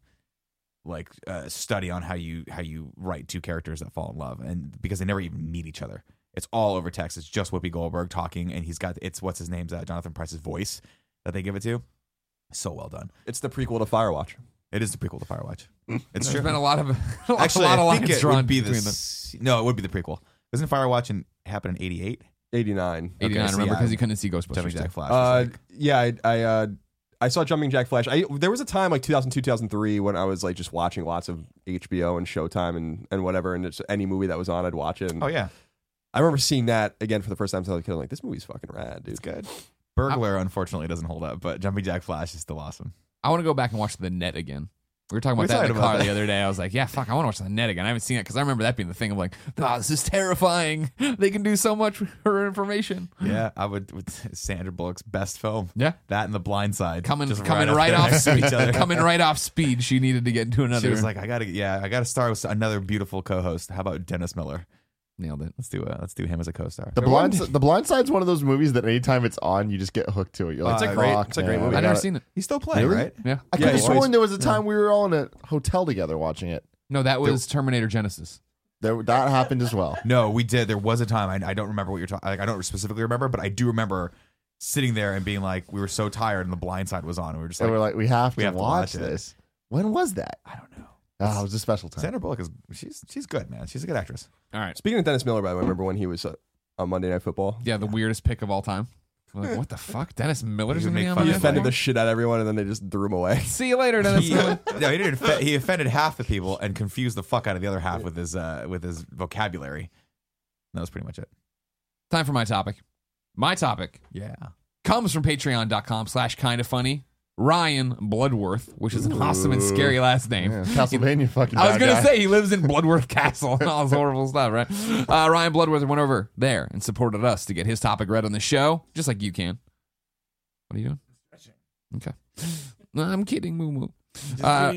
Speaker 2: like uh, study on how you how you write two characters that fall in love, and because they never even meet each other. It's all over text. It's just Whoopi Goldberg talking, and he's got it's what's his name's uh, Jonathan Price's voice that they give it to. So well done.
Speaker 4: It's the prequel to Firewatch.
Speaker 2: It is the prequel to Firewatch. It's
Speaker 1: There's
Speaker 2: true.
Speaker 1: been a lot of a lot,
Speaker 2: Actually,
Speaker 1: a lot of
Speaker 2: I
Speaker 1: lines
Speaker 2: think it
Speaker 1: drawn
Speaker 2: would be the
Speaker 1: between them.
Speaker 2: s- no, it would be the prequel. Doesn't Firewatch and happen in '88?
Speaker 4: 89.
Speaker 1: 89,
Speaker 2: Okay, so
Speaker 1: remember,
Speaker 2: yeah.
Speaker 1: because he couldn't see
Speaker 2: Jumping
Speaker 1: Ghostbusters.
Speaker 2: Jack Flash.
Speaker 4: Uh,
Speaker 2: was like-
Speaker 4: yeah, I I, uh, I saw Jumping Jack Flash. I there was a time like 2002, 2003 when I was like just watching lots of HBO and Showtime and and whatever, and it's any movie that was on, I'd watch it. And
Speaker 2: oh yeah,
Speaker 4: I remember seeing that again for the first time since I was a kid. I'm like, this movie's fucking rad, dude.
Speaker 2: it's good. Burglar unfortunately doesn't hold up, but Jumping Jack Flash is still awesome.
Speaker 1: I want to go back and watch The Net again. We were talking
Speaker 2: We
Speaker 1: about
Speaker 2: were
Speaker 1: that in
Speaker 2: talking
Speaker 1: the
Speaker 2: about
Speaker 1: car
Speaker 2: that.
Speaker 1: the other day. I was like, yeah, fuck, I want to watch The Net again. I haven't seen it because I remember that being the thing of like, oh, this is terrifying. They can do so much with her information.
Speaker 2: Yeah, I would with Sandra Bullock's best film.
Speaker 1: Yeah.
Speaker 2: that and The Blind Side
Speaker 1: coming
Speaker 2: just
Speaker 1: coming
Speaker 2: up
Speaker 1: right,
Speaker 2: there
Speaker 1: off
Speaker 2: next to
Speaker 1: speed.
Speaker 2: each other.
Speaker 1: coming right off speed. She needed to get into another.
Speaker 2: She was like, I gotta, yeah, I gotta start with another beautiful co-host. How about Dennis Miller?
Speaker 1: nailed it.
Speaker 2: Let's do, uh, let's do him as a co-star.
Speaker 3: the blind. The blind side's one of those movies that anytime it's on, you just get hooked to it. You're like,
Speaker 4: It's a
Speaker 3: "Fuck,
Speaker 4: great- it's a great
Speaker 3: man,
Speaker 4: movie.
Speaker 3: we
Speaker 1: I've
Speaker 3: gotta-"
Speaker 1: never seen it.
Speaker 2: He's still playing,
Speaker 3: Really?
Speaker 2: right?
Speaker 1: Yeah,
Speaker 3: I
Speaker 4: Yeah,
Speaker 3: could have
Speaker 4: it's
Speaker 3: sworn
Speaker 4: always-
Speaker 3: there was a time we were all in a hotel together watching it.
Speaker 1: no, that was Terminator Genesis.
Speaker 3: There, that happened as well.
Speaker 2: No, we did. There was a time I, I don't remember what you're talking. Like, I don't specifically remember, but I do remember sitting there and being like, we were so tired, and The Blind Side was on, and we were just
Speaker 3: And
Speaker 2: like,
Speaker 3: we're like, we have to,
Speaker 2: we have to watch
Speaker 3: watch,
Speaker 2: it.
Speaker 3: this. When was that?
Speaker 2: I don't know.
Speaker 3: Oh, it was a special time.
Speaker 2: Sandra Bullock is she's she's good, man. She's a good actress.
Speaker 1: All right.
Speaker 4: Speaking of Dennis Miller, by the way, remember when he was uh, on Monday Night Football?
Speaker 1: Yeah, the weirdest pick of all time. We're like, what the fuck? Dennis Miller's
Speaker 2: You
Speaker 1: gonna be
Speaker 2: make
Speaker 1: on my
Speaker 2: fun
Speaker 4: He
Speaker 2: of
Speaker 1: network?
Speaker 4: offended the shit out of everyone, and then they just threw him away.
Speaker 1: See you later, Dennis
Speaker 2: He,
Speaker 1: Miller.
Speaker 2: no, he didn't. Offend, he offended half the people and confused the fuck out of the other half with his uh, with his vocabulary. And that was pretty much it.
Speaker 1: Time for my topic. My topic
Speaker 2: Yeah.
Speaker 1: comes from patreon.com slash kind of funny. Ryan Bloodworth, which is an awesome and scary last name.
Speaker 3: Yeah, Castlevania fucking.
Speaker 1: I was
Speaker 3: bad
Speaker 1: gonna
Speaker 3: guy.
Speaker 1: say he lives in Bloodworth Castle and all this horrible stuff, right? Uh, Ryan Bloodworth went over there and supported us to get his topic read on the show, just like you can. What are you doing? Okay. No, I'm kidding, Moo Moo. Uh,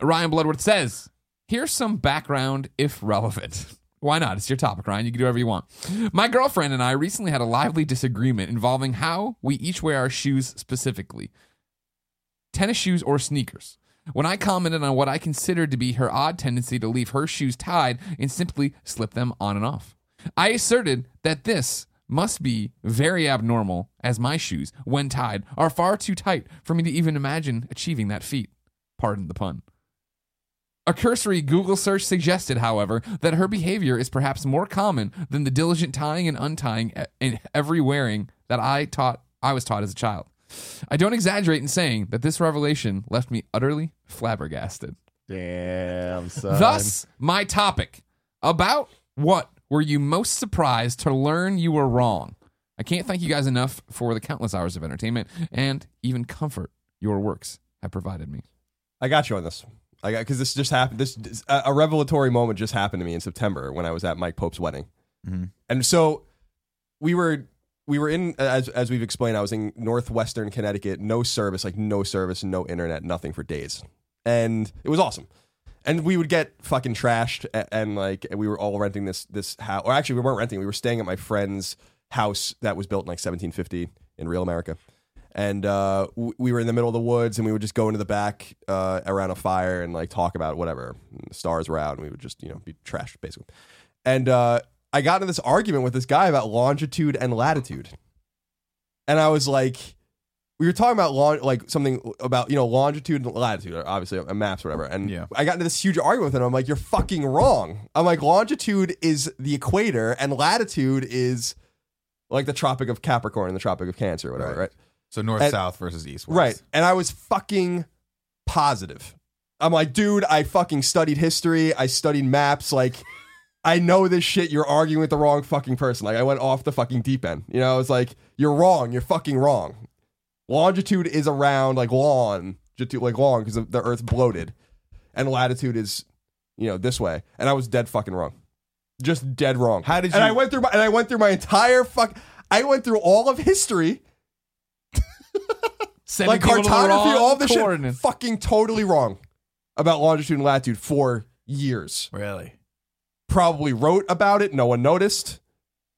Speaker 1: Ryan Bloodworth says, Here's some background if relevant. Why not? It's your topic, Ryan. You can do whatever you want. My girlfriend and I recently had a lively disagreement involving how we each wear our shoes specifically tennis shoes or sneakers. When I commented on what I considered to be her odd tendency to leave her shoes tied and simply slip them on and off, I asserted that this must be very abnormal as my shoes, when tied, are far too tight for me to even imagine achieving that feat. Pardon the pun. A cursory Google search suggested, however, that her behavior is perhaps more common than the diligent tying and untying e- in every wearing that I taught I was taught as a child. I don't exaggerate in saying that this revelation left me utterly flabbergasted.
Speaker 3: Damn son.
Speaker 1: Thus, my topic about what were you most surprised to learn you were wrong? I can't thank you guys enough for the countless hours of entertainment and even comfort your works have provided me.
Speaker 4: I got you on this. I got because this just happened. This this- a, a revelatory moment just happened to me in September when I was at Mike Pope's wedding,
Speaker 2: Mhm.
Speaker 4: and so we were we were in as as we've explained. I was in northwestern Connecticut, no service, like no service, no internet, nothing for days, and it was awesome. And we would get fucking trashed, a- and like we were all renting this this house, or actually we weren't renting. We were staying at my friend's house that was built in like 1750 in real America and uh, w- we were in the middle of the woods and we would just go into the back uh, around a fire and like talk about whatever And the stars were out and we would just you know be trashed basically and uh, i got into this argument with this guy about longitude and latitude and i was like we were talking about long, like something about you know longitude and latitude, or obviously uh, maps, or whatever. And
Speaker 2: Yeah.
Speaker 4: I got into this huge argument with him. I'm like, "You're fucking wrong." I'm like, "Longitude is the equator, and latitude is like the Tropic of Capricorn and the Tropic of Cancer, or whatever."
Speaker 2: Right.
Speaker 4: right?
Speaker 2: So north,
Speaker 4: At-
Speaker 2: south versus east, west.
Speaker 4: Right. And I was fucking positive. I'm like, dude, I fucking studied history. I studied maps. Like, I know this shit. You're arguing with the wrong fucking person. Like, I went off the fucking deep end. You know, I was like, you're wrong. You're fucking wrong. Longitude is around like long, like long, because the Earth's bloated, and latitude is, you know, this way. And I was dead fucking wrong, just dead wrong.
Speaker 2: How did
Speaker 4: And
Speaker 2: you-
Speaker 4: I went through my and I went through my entire fuck. I went through all of history
Speaker 1: Sending
Speaker 4: like
Speaker 1: people to the
Speaker 4: cartography,
Speaker 1: wrong
Speaker 4: all this shit,
Speaker 1: coordinates.
Speaker 4: fucking totally wrong about longitude and latitude for years.
Speaker 2: Really?
Speaker 4: Probably wrote about it, no one noticed.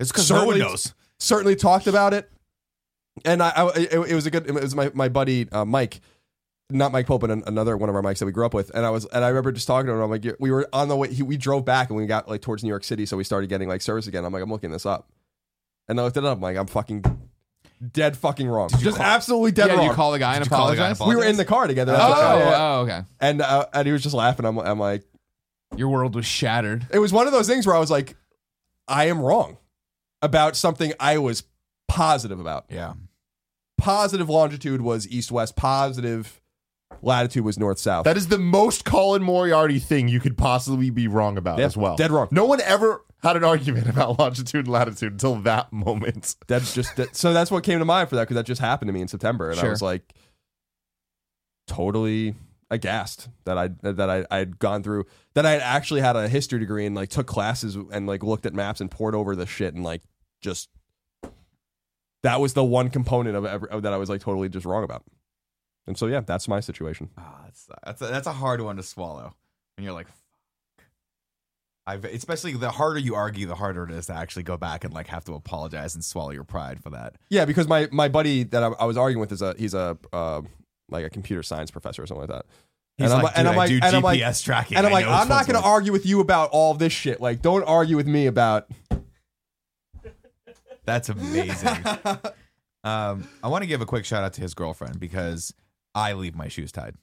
Speaker 2: It's because no one
Speaker 4: Certainly-
Speaker 2: knows.
Speaker 4: Certainly talked about it, and I, I it, it was a good. It was my my buddy uh, Mike, not Mike Pope, but an, another one of our mics that we grew up with. And I was and I remember just talking to him. I'm like, we were on the way. He, we drove back and we got like towards New York City, so we started getting like service again. I'm like, I'm looking this up, and I looked it up. I'm like, I'm fucking dead fucking wrong. Just absolutely dead
Speaker 1: Yeah,
Speaker 4: wrong.
Speaker 1: did you call the guy and
Speaker 2: you call the guy
Speaker 1: apologize?
Speaker 2: and
Speaker 4: we were in the car together. That's
Speaker 1: oh,
Speaker 4: what- yeah.
Speaker 1: oh, okay.
Speaker 4: and uh, and he was just laughing. I'm, I'm like,
Speaker 1: Your world was shattered.
Speaker 4: it was one of those things where I was like, I am wrong about something I was positive about.
Speaker 2: Yeah.
Speaker 4: Positive longitude was east west. Positive latitude was north south.
Speaker 3: That is the most Colin Moriarty thing you could possibly be wrong about
Speaker 4: Yeah,
Speaker 3: as well.
Speaker 4: dead wrong.
Speaker 3: No one ever had an argument about longitude and latitude until that moment.
Speaker 4: that's just that, so. That's what came to mind for that because that just happened to me in September, and
Speaker 1: Sure.
Speaker 4: I was like, totally aghast that I that I I had gone through that I had actually had a history degree and like took classes and like looked at maps and poured over the shit and like just that was the one component of, every, of that I was like totally just wrong about. And so yeah, that's my situation.
Speaker 2: Oh, that's that's a, that's a hard one to swallow. And you're like, fuck. I've especially the harder you argue, the harder it is to actually go back and like have to apologize and swallow your pride for that.
Speaker 4: Yeah, because my my buddy that I, I was arguing with is a he's a uh, like a computer science professor or something like that.
Speaker 2: He's like, "Dude, I do
Speaker 4: and I'm
Speaker 2: GPS tracking.
Speaker 4: and I'm
Speaker 2: I
Speaker 4: like,
Speaker 2: know which
Speaker 4: I'm not
Speaker 2: one's
Speaker 4: going to
Speaker 2: which."
Speaker 4: argue with you about all this shit. Like, don't argue with me about.
Speaker 2: That's amazing. um, I want to give a quick shout out to his girlfriend because I leave my shoes tied.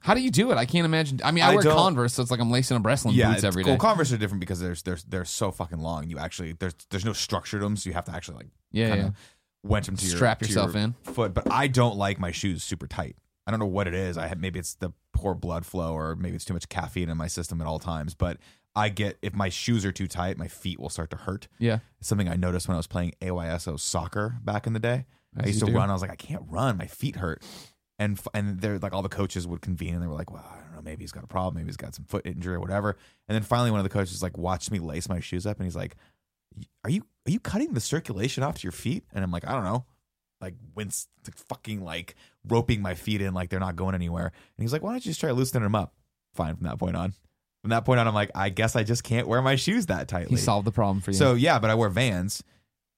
Speaker 1: How do you do it? I can't imagine. I mean, I,
Speaker 2: I
Speaker 1: wear
Speaker 2: don't-
Speaker 1: Converse, so it's like I'm lacing up wrestling boots
Speaker 2: it's
Speaker 1: every day.
Speaker 2: cool. Converse are different because there's there's they're so fucking long. You actually there's there's no structure to them, so you have to actually like
Speaker 1: Yeah,
Speaker 2: kinda-
Speaker 1: yeah.
Speaker 2: wench them to your
Speaker 1: Strap
Speaker 2: to
Speaker 1: yourself
Speaker 2: your
Speaker 1: in.
Speaker 2: foot. But I don't like my shoes super tight. I don't know what it is. I have, maybe it's the poor blood flow, or maybe it's too much caffeine in my system at all times. But I get if my shoes are too tight, my feet will start to hurt.
Speaker 1: Yeah.
Speaker 2: It's something I noticed when I was playing AYSO soccer back in the day.
Speaker 1: As
Speaker 2: I used
Speaker 1: you
Speaker 2: to
Speaker 1: do.
Speaker 2: run. I was like, I can't run. My feet hurt. And f- and they're like all the coaches would convene and they were like, well, I don't know, maybe he's got a problem, maybe he's got some foot injury or whatever. And then finally, one of the coaches like watched me lace my shoes up and he's like, Are you are you cutting the circulation off to your feet? And I'm like, I don't know. Like wince, like, fucking like roping my feet in like they're not going anywhere. And he's like, Why don't you just try loosening them up? Fine. From that point on, from that point on, I'm like, I guess I just can't wear my shoes that
Speaker 1: He
Speaker 2: tightly.
Speaker 1: solved the problem for you.
Speaker 2: So yeah, but I wear Vans,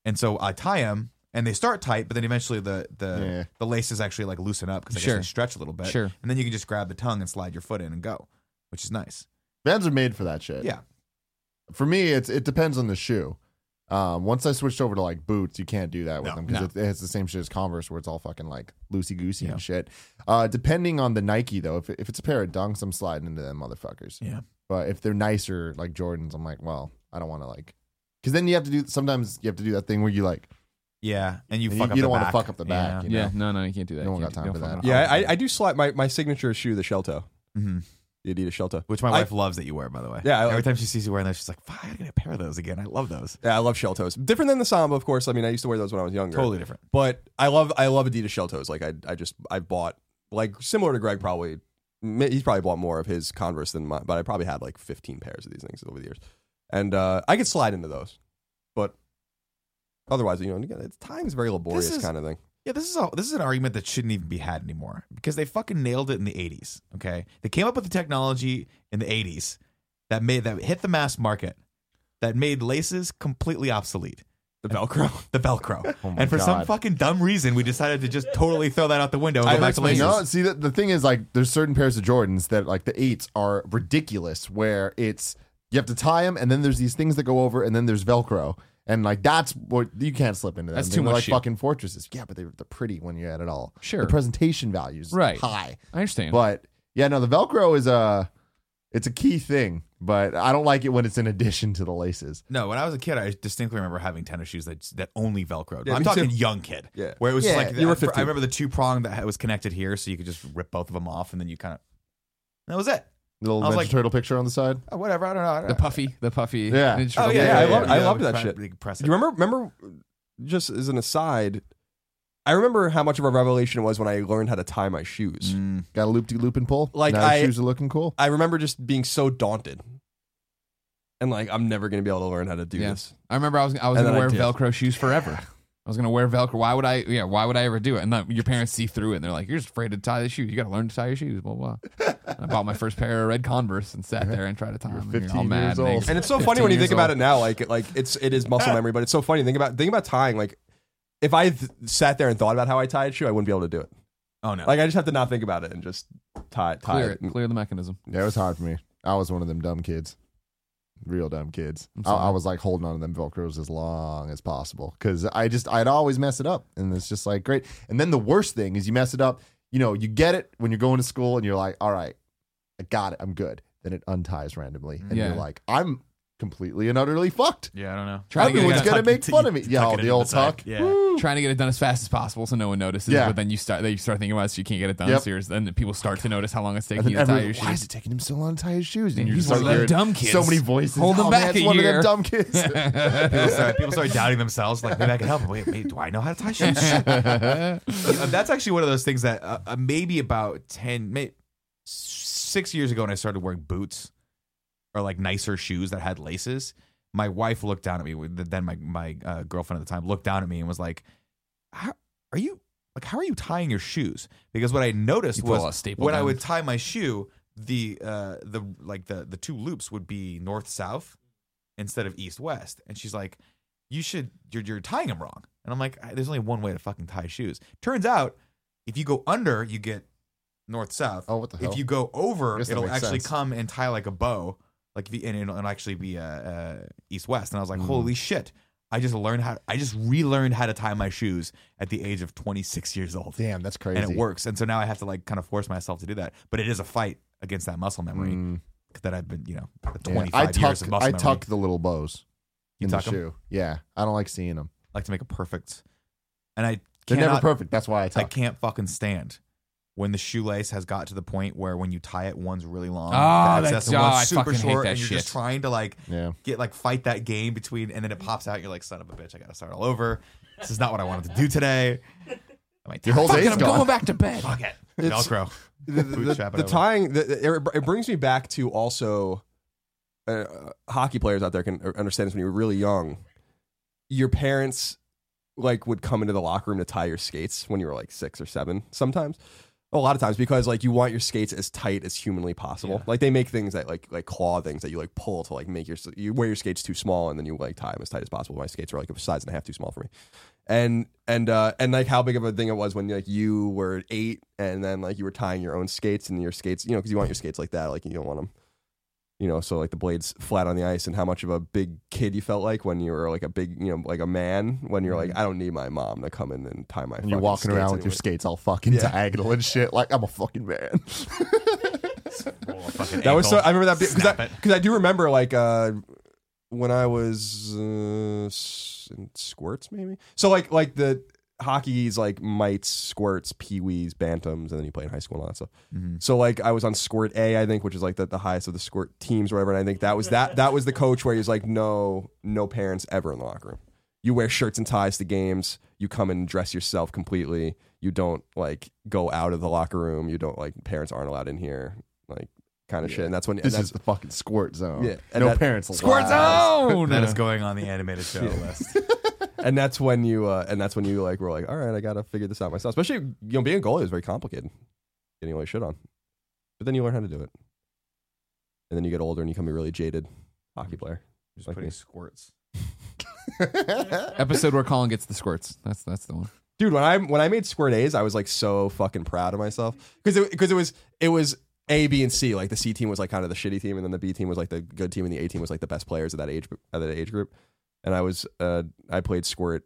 Speaker 2: and so I tie them, and they start tight, but then eventually the the
Speaker 3: Yeah.
Speaker 2: the laces actually like loosen up because I
Speaker 1: Sure.
Speaker 2: guess they stretch a little bit.
Speaker 1: Sure.
Speaker 2: and then you can just grab the tongue and slide your foot in and go, which is nice.
Speaker 3: Vans are made for that shit.
Speaker 2: Yeah,
Speaker 3: For me, it's it depends on the shoe. Um, once I switched over to like boots, you can't do that with
Speaker 2: No,
Speaker 3: them because
Speaker 2: no.
Speaker 3: it, it has the same shit as Converse, where it's all fucking like loosey goosey and shit. Uh, depending on the Nike though, if if it's a pair of Dunks, I'm sliding into them motherfuckers.
Speaker 2: Yeah.
Speaker 3: But if they're nicer, like Jordans, I'm like, well, I don't want to like, because then you have to do. Sometimes you have to do that thing where you like,
Speaker 2: yeah, and you
Speaker 3: you,
Speaker 2: fuck up
Speaker 3: you
Speaker 2: the
Speaker 3: don't want to
Speaker 2: back.
Speaker 3: fuck up the
Speaker 2: Yeah.
Speaker 3: back. You know?
Speaker 1: yeah, no, no, you can't do that.
Speaker 3: No one
Speaker 1: You
Speaker 3: got
Speaker 1: can't
Speaker 3: time
Speaker 1: do-
Speaker 3: for
Speaker 1: don't
Speaker 3: that.
Speaker 1: fuck
Speaker 4: Yeah, I, I do slide my, my signature shoe, the Shelto,
Speaker 2: Mhm.
Speaker 4: the Adidas Shelto.
Speaker 2: Which my
Speaker 4: I-
Speaker 2: wife loves that you wear, by the way.
Speaker 4: Yeah, I-
Speaker 2: every time she sees you wearing those, she's like, "Fuck, I gotta get a pair of those again. I love those.
Speaker 4: Yeah, I love Sheltos. Different than the Samba, of course. I mean, I used to wear those when I was younger.
Speaker 2: Totally different.
Speaker 4: But I love I love Adidas Sheltos. Like I I just I bought like similar to Greg probably ma- he's probably bought more of his Converse than mine, but I probably had like 15 pairs of these things over the years. And uh, I could slide into those. But otherwise, you know, again, it's time's very laborious
Speaker 2: This is-
Speaker 4: kind of thing.
Speaker 2: Yeah, this is a, this is an argument that shouldn't even be had anymore because they fucking nailed it in the '80s. Okay, they came up with the technology in the '80s that made that hit the mass market, that made laces completely obsolete.
Speaker 4: The Velcro.
Speaker 2: The Velcro,
Speaker 3: my
Speaker 2: and for some
Speaker 3: God.
Speaker 2: fucking dumb reason, we decided to just totally throw that out the window and go back to laces.
Speaker 3: No, see the, the thing is like there's certain pairs of Jordans that like the eights are ridiculous where it's you have to tie them and then there's these things that go over and then there's Velcro and like that's what you can't slip into that.
Speaker 1: That's too
Speaker 3: They're
Speaker 1: much
Speaker 3: like
Speaker 1: shoe.
Speaker 3: fucking fortresses. Yeah, but they're, they're pretty when you're at it all.
Speaker 1: Sure.
Speaker 3: the presentation values
Speaker 1: Right.
Speaker 3: high,
Speaker 1: I understand.
Speaker 3: but yeah, no, the Velcro is a it's a key thing, but I don't like it when it's in addition to the laces.
Speaker 2: No, when I was a kid, I distinctly remember having tennis shoes that that only Velcro.
Speaker 4: Yeah,
Speaker 2: I'm
Speaker 4: me
Speaker 2: talking
Speaker 4: too.
Speaker 2: young kid.
Speaker 4: Yeah.
Speaker 2: where it was just
Speaker 4: Yeah,
Speaker 2: like
Speaker 4: you were
Speaker 2: I-
Speaker 4: 15.
Speaker 2: I remember the two prong that was connected here, so you could just rip both of them off, and then you kind of that was it.
Speaker 3: The little
Speaker 2: I was
Speaker 3: Ninja
Speaker 2: like-
Speaker 3: Turtle picture on the side.
Speaker 2: Oh, whatever, I don't know. I don't
Speaker 1: the
Speaker 2: know.
Speaker 1: puffy, the puffy.
Speaker 3: Yeah.
Speaker 1: Ninja
Speaker 2: Oh
Speaker 1: Turtle.
Speaker 2: yeah,
Speaker 4: Yeah, I love-
Speaker 2: yeah,
Speaker 4: I
Speaker 2: yeah.
Speaker 4: loved
Speaker 2: It was
Speaker 4: that
Speaker 2: kinda
Speaker 4: shit.
Speaker 2: pretty impressive.
Speaker 4: Do you remember remember just as an aside, I remember how much of a revelation it was when I learned how to tie my shoes.
Speaker 2: Mm.
Speaker 3: Got a loop de loop and pull.
Speaker 4: Like,
Speaker 3: now your
Speaker 4: I-
Speaker 3: shoes are looking cool.
Speaker 4: I remember just being so daunted. And like I'm never gonna be able to learn how to do
Speaker 1: Yeah.
Speaker 4: this.
Speaker 1: I remember I was I was
Speaker 4: And
Speaker 1: gonna
Speaker 4: then
Speaker 1: wear
Speaker 4: I did.
Speaker 1: Velcro shoes forever. I was gonna wear Velcro. Why would I? Yeah, why would I ever do it? And then your parents see through it. and They're like, "You're just afraid to tie the shoes. You got to learn to tie your shoes." Blah blah. And I bought my first pair of red Converse and sat there and tried to tie them. and you're all
Speaker 3: 15
Speaker 1: mad and
Speaker 3: years old.
Speaker 1: angry.
Speaker 4: And it's so funny when
Speaker 1: 15
Speaker 4: you think
Speaker 1: years
Speaker 4: about it
Speaker 1: old.
Speaker 4: now. Like like it's it is muscle memory, but it's so funny. Think about think about tying. Like if I th- sat there and thought about how I tied a shoe, I wouldn't be able to do it.
Speaker 2: Oh no.
Speaker 4: Like I just have to not think about it and just tie tie
Speaker 1: Clear
Speaker 4: it.
Speaker 1: it. Clear the mechanism.
Speaker 3: Yeah, it was hard for me. I was one of them dumb kids, real dumb kids.
Speaker 1: I'm
Speaker 3: I,
Speaker 1: sorry.
Speaker 3: I was like holding on to them velcros as long as possible because I just I'd always mess it up, and it's just like great. And then the worst thing is you mess it up. You know, you get it when you're going to school, and you're like, all right, I got it, I'm good. Then it unties randomly, and
Speaker 1: Yeah.
Speaker 3: you're like, I'm completely and utterly fucked.
Speaker 2: yeah, I don't know.
Speaker 1: Trying to, get it
Speaker 3: Everyone's
Speaker 1: done,
Speaker 3: gonna
Speaker 2: Tuck-
Speaker 3: make
Speaker 2: t-
Speaker 3: fun
Speaker 2: you
Speaker 3: of me.
Speaker 2: tuck
Speaker 3: Yeah,
Speaker 2: it
Speaker 3: the
Speaker 2: into
Speaker 3: old
Speaker 2: side.
Speaker 3: tuck.
Speaker 2: Yeah.
Speaker 1: trying to get it done as fast as possible so no one notices.
Speaker 3: Yeah.
Speaker 1: But then you start you start thinking about it so you can't get it done.
Speaker 3: Yep.
Speaker 1: So you're, then people start to notice how long it's taking
Speaker 3: And
Speaker 1: you
Speaker 3: then
Speaker 1: to tie
Speaker 3: everyone,
Speaker 1: your
Speaker 3: why is
Speaker 1: shoes.
Speaker 3: it taking him so long to tie his shoes? And you
Speaker 1: He's
Speaker 3: start
Speaker 1: one of them
Speaker 3: hearing
Speaker 1: dumb kids.
Speaker 3: So many voices.
Speaker 1: Hold them
Speaker 3: "Oh,
Speaker 1: back
Speaker 3: man, it's
Speaker 1: a
Speaker 3: one of
Speaker 1: year."
Speaker 3: them dumb kids.
Speaker 2: people, start, people start doubting themselves. Like maybe I can help. Wait, wait, do I know how to tie shoes? Shit. Uh, that's actually one of those things that uh, uh, maybe about ten, maybe six years ago, when I started wearing boots or like nicer shoes that had laces, my wife looked down at me. with- Then my my uh, girlfriend at the time looked down at me and was like, how, "Are you like how are you tying your shoes?" Because what I noticed
Speaker 1: You pull a
Speaker 2: was
Speaker 1: staple
Speaker 2: when I
Speaker 1: down.
Speaker 2: would tie my shoe, the uh, the like the the two loops would be north south instead of east west. And she's like, "You should you're you're tying them wrong." And I'm like, "I- "There's only one way to fucking tie shoes." Turns out, if you go under, you get north south.
Speaker 3: Oh, what the hell?
Speaker 2: If you go
Speaker 3: I
Speaker 2: over,
Speaker 3: guess that
Speaker 2: it'll
Speaker 3: makes
Speaker 2: actually
Speaker 3: sense.
Speaker 2: come and tie like a bow, like if you, and it'll, it'll actually be uh, uh, east west. And I was
Speaker 3: Hmm.
Speaker 2: like, "Holy shit!" I just learned how. I just relearned how to tie my shoes at the age of 26 years old
Speaker 3: Damn, that's crazy.
Speaker 2: and it works. And so now I have to like kind of force myself to do that. But it is a fight against that muscle memory
Speaker 3: Mm.
Speaker 2: that I've been, you know,
Speaker 3: Yeah.
Speaker 2: 25
Speaker 3: I tuck,
Speaker 2: years of muscle
Speaker 3: I
Speaker 2: memory.
Speaker 3: tuck the little bows
Speaker 2: You
Speaker 3: in
Speaker 2: tuck
Speaker 3: the
Speaker 2: 'em?
Speaker 3: shoe. Yeah, I don't like seeing them.
Speaker 2: I like to make a perfect. and I
Speaker 3: They're never
Speaker 2: cannot-
Speaker 3: perfect. That's why I
Speaker 2: I
Speaker 3: talk.
Speaker 2: can't fucking stand when the shoelace has got to the point where when you tie it, one's really long.
Speaker 1: Ah,
Speaker 2: the
Speaker 1: that's-
Speaker 2: excessive
Speaker 1: ah,
Speaker 2: one's
Speaker 1: I
Speaker 2: super
Speaker 1: fucking hate
Speaker 2: short,
Speaker 1: that
Speaker 2: and you're
Speaker 1: shit.
Speaker 2: just trying to like
Speaker 3: Yeah.
Speaker 2: get like fight that game between, and then it pops out. You're like, son of a bitch, I gotta start all over. This is not what I wanted to do today. I'm like,
Speaker 3: Your whole
Speaker 2: fuck
Speaker 3: day's
Speaker 2: it, I'm
Speaker 3: gone.
Speaker 2: going
Speaker 1: back to bed.
Speaker 2: Fuck it.
Speaker 4: It's-
Speaker 2: Velcro.
Speaker 4: the, the- the-
Speaker 2: Bootstrap it
Speaker 4: the
Speaker 2: over.
Speaker 4: tying the, the- it, it brings me back to also uh, hockey players out there can understand this when you're really young your parents like would come into the locker room to tie your skates when you were like six or seven sometimes a lot of times because like you want your skates as tight as humanly possible like they make things that like like claw things that you like pull to like make your you wear your skates too small and then you like tie them as tight as possible my skates are like a size and a half too small for me and and uh and like how big of a thing it was when like you were eight and then like you were tying your own skates and your skates you know because you want your skates like that like you don't want them you know so like the blades flat on the ice and how much of a big kid you felt like when you were like a big you know like a man when you're like i don't need my mom to come in and tie my
Speaker 3: Mm-hmm. And you're walking
Speaker 4: fucking skates
Speaker 3: around with your
Speaker 4: anyway."
Speaker 3: skates all fucking
Speaker 4: Yeah.
Speaker 3: diagonal and shit. Like I'm a fucking man.
Speaker 2: Roll a fucking
Speaker 4: That was so.
Speaker 2: ankle.
Speaker 4: I remember that because
Speaker 2: Snap
Speaker 4: I,
Speaker 2: it.
Speaker 4: 'cause I do remember like uh, when I was uh, s- in squirts maybe. So like like the hockey's like mites, squirts, peewees, bantams, and then you play in high school and all that stuff. So like I was on squirt A, I think, which is like the, the highest of the squirt teams or whatever. And I think that was that that was the coach where he's like, no, no parents ever in the locker room. You wear shirts and ties to games. You come and dress yourself completely. You don't like go out of the locker room. You don't like parents aren't allowed in here. Like kind of shit. And that's when and
Speaker 3: This
Speaker 4: that's,
Speaker 3: is the fucking squirt zone.
Speaker 4: Yeah, and
Speaker 3: no
Speaker 4: that-
Speaker 3: parents.
Speaker 1: Squirt
Speaker 3: allowed.
Speaker 1: zone.
Speaker 2: That is going on the animated show list.
Speaker 4: and that's when you uh, and that's when you like were like, all right, I gotta figure this out myself. Especially you know being a goalie is very complicated, getting all your shit on. But then you learn how to do it, and then you get older and you become a really jaded
Speaker 3: Mm.
Speaker 4: hockey player.
Speaker 2: Just
Speaker 4: Like
Speaker 2: putting
Speaker 4: me.
Speaker 2: squirts.
Speaker 1: Episode where Colin gets the squirts. That's that's the one.
Speaker 4: Dude, when I when I made squirt A's, I was like so fucking proud of myself because it because it was it was A, B, and C. Like the C team was like kind of the shitty team, and then the B team was like the good team, and the A team was like the best players of that age of that age group. And I was uh I played squirt.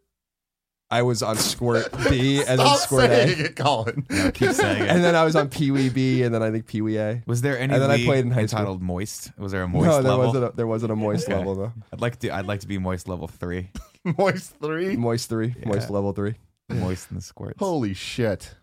Speaker 4: I was on squirt B and then
Speaker 3: Stop
Speaker 4: squirt A.
Speaker 3: saying it, Colin.
Speaker 2: Keep saying it.
Speaker 4: and then I was on Pee Wee B, and then I think Pee Wee A.
Speaker 2: was there any
Speaker 4: and then I
Speaker 2: league
Speaker 4: played in high
Speaker 2: entitled Moist? Was there a Moist
Speaker 4: No, there
Speaker 2: level?
Speaker 4: wasn't. A, there wasn't a moist
Speaker 2: Okay.
Speaker 4: level though.
Speaker 2: I'd like to. I'd like to be Moist level three.
Speaker 3: Moist three.
Speaker 4: Moist three, moist level three.
Speaker 2: Moist in the squirts.
Speaker 3: Holy shit.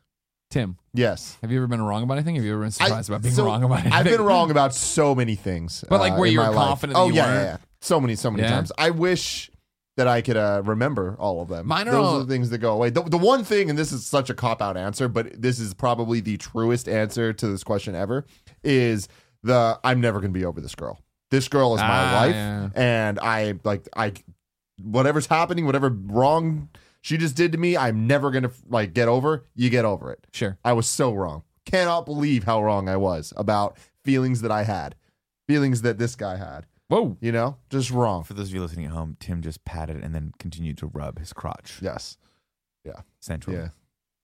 Speaker 1: Tim,
Speaker 3: Yes.
Speaker 1: have you ever been wrong about anything? Have you ever been surprised
Speaker 3: I-
Speaker 1: about being
Speaker 3: so
Speaker 1: wrong about anything?
Speaker 3: I've been wrong about so many things.
Speaker 1: But, like, where
Speaker 3: in
Speaker 1: you were
Speaker 3: my life.
Speaker 1: confident that
Speaker 3: Oh
Speaker 1: you
Speaker 3: yeah, yeah,
Speaker 1: weren't?
Speaker 3: yeah. So many, so many
Speaker 1: Yeah?
Speaker 3: times. I wish that I could uh, remember all of them.
Speaker 1: Mine are
Speaker 3: Those
Speaker 1: all-
Speaker 3: are the things that go away. The, the one thing, and this is such a cop out answer, but this is probably the truest answer to this question ever, is the I'm never gonna be over this girl. This girl is my
Speaker 1: Ah,
Speaker 3: life,
Speaker 1: yeah.
Speaker 3: and I like I whatever's happening, whatever wrong she just did to me, I'm never gonna like get over. You get over it.
Speaker 1: Sure.
Speaker 3: I was so wrong. Cannot believe how wrong I was about feelings that I had, feelings that this guy had.
Speaker 1: Whoa.
Speaker 3: You know, just wrong.
Speaker 2: For those of you listening at home, Tim just patted and then continued to rub his crotch
Speaker 3: Yes.
Speaker 2: centrally.
Speaker 3: Yeah.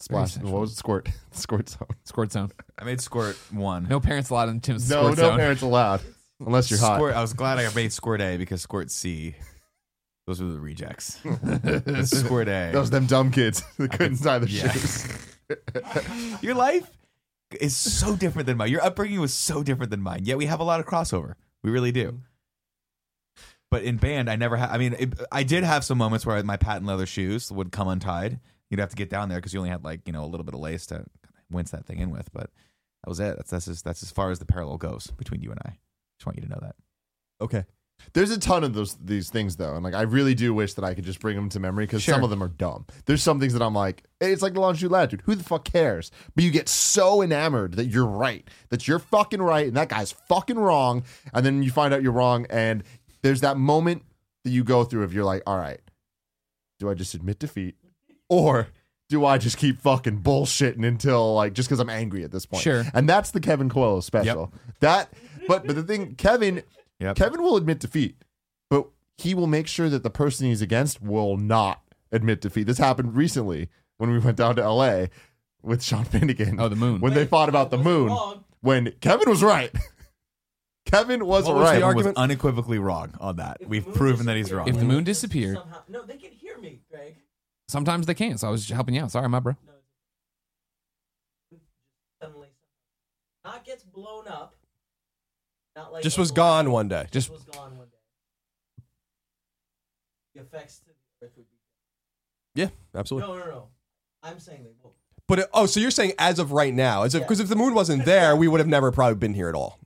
Speaker 3: Splash.
Speaker 1: Very
Speaker 3: What was it? Squirt? Squirt zone.
Speaker 1: Squirt zone.
Speaker 2: I made squirt one.
Speaker 1: No parents allowed in Tim's
Speaker 3: No,
Speaker 1: squirt
Speaker 3: no
Speaker 1: zone.
Speaker 3: parents allowed unless you're hot.
Speaker 2: Squirt, I was glad I made squirt A because squirt C, those were the rejects. But squirt A.
Speaker 3: Those them dumb kids that couldn't tie the
Speaker 2: yeah.
Speaker 3: shoes.
Speaker 2: Your life is so different than mine. Your upbringing was so different than mine. Yet we have a lot of crossover. We really do. But in band, I never had. I mean, it, I did have some moments where my patent leather shoes would come untied. You'd have to get down there because you only had like you know a little bit of lace to wince that thing in with. But that was it. That's that's as, that's as far as the parallel goes between you and I. Just want you to know that.
Speaker 4: Okay,
Speaker 3: There's a ton of those these things though, and like I really do wish that I could just bring them to memory because
Speaker 1: Sure.
Speaker 3: some of them are dumb. There's some things that I'm like, it's like the longitude latitude. Who the fuck cares? But you get so enamored that you're right, that you're fucking right, and that guy's fucking wrong, and then you find out you're wrong, and there's that moment that you go through of you're like, all right, do I just admit defeat, or do I just keep fucking bullshitting until like just because I'm angry at this point?
Speaker 1: Sure.
Speaker 3: and that's the Kevin Coelho special. That, but but the thing, Kevin.
Speaker 2: Yep.
Speaker 3: Kevin will admit defeat, but he will make sure that the person he's against will not admit defeat. This happened recently when we went down to LA with Sean Finnegan.
Speaker 1: Oh, the moon.
Speaker 3: when they fought about the moon, when Kevin was right. Kevin was
Speaker 4: What was
Speaker 3: right.
Speaker 4: the
Speaker 2: Kevin was
Speaker 4: argument-
Speaker 2: unequivocally wrong on that.
Speaker 5: If
Speaker 2: We've
Speaker 5: the moon
Speaker 2: proven that he's wrong.
Speaker 1: If the moon disappeared-
Speaker 5: Somehow- No, they can hear me, Greg.
Speaker 1: Sometimes they can't, so I was just helping you out. Sorry, my bro.
Speaker 5: No. Suddenly, not gets blown up. Not like
Speaker 4: just
Speaker 5: a
Speaker 4: was
Speaker 5: blow-
Speaker 4: gone one day.
Speaker 1: Just-
Speaker 5: was gone one day. The effects to the earth would be.
Speaker 4: yeah, absolutely.
Speaker 5: No, no, no. I'm saying they will.
Speaker 4: But it, oh, so you're saying as of right now, as if because if the moon wasn't there, we would have never probably been here at all.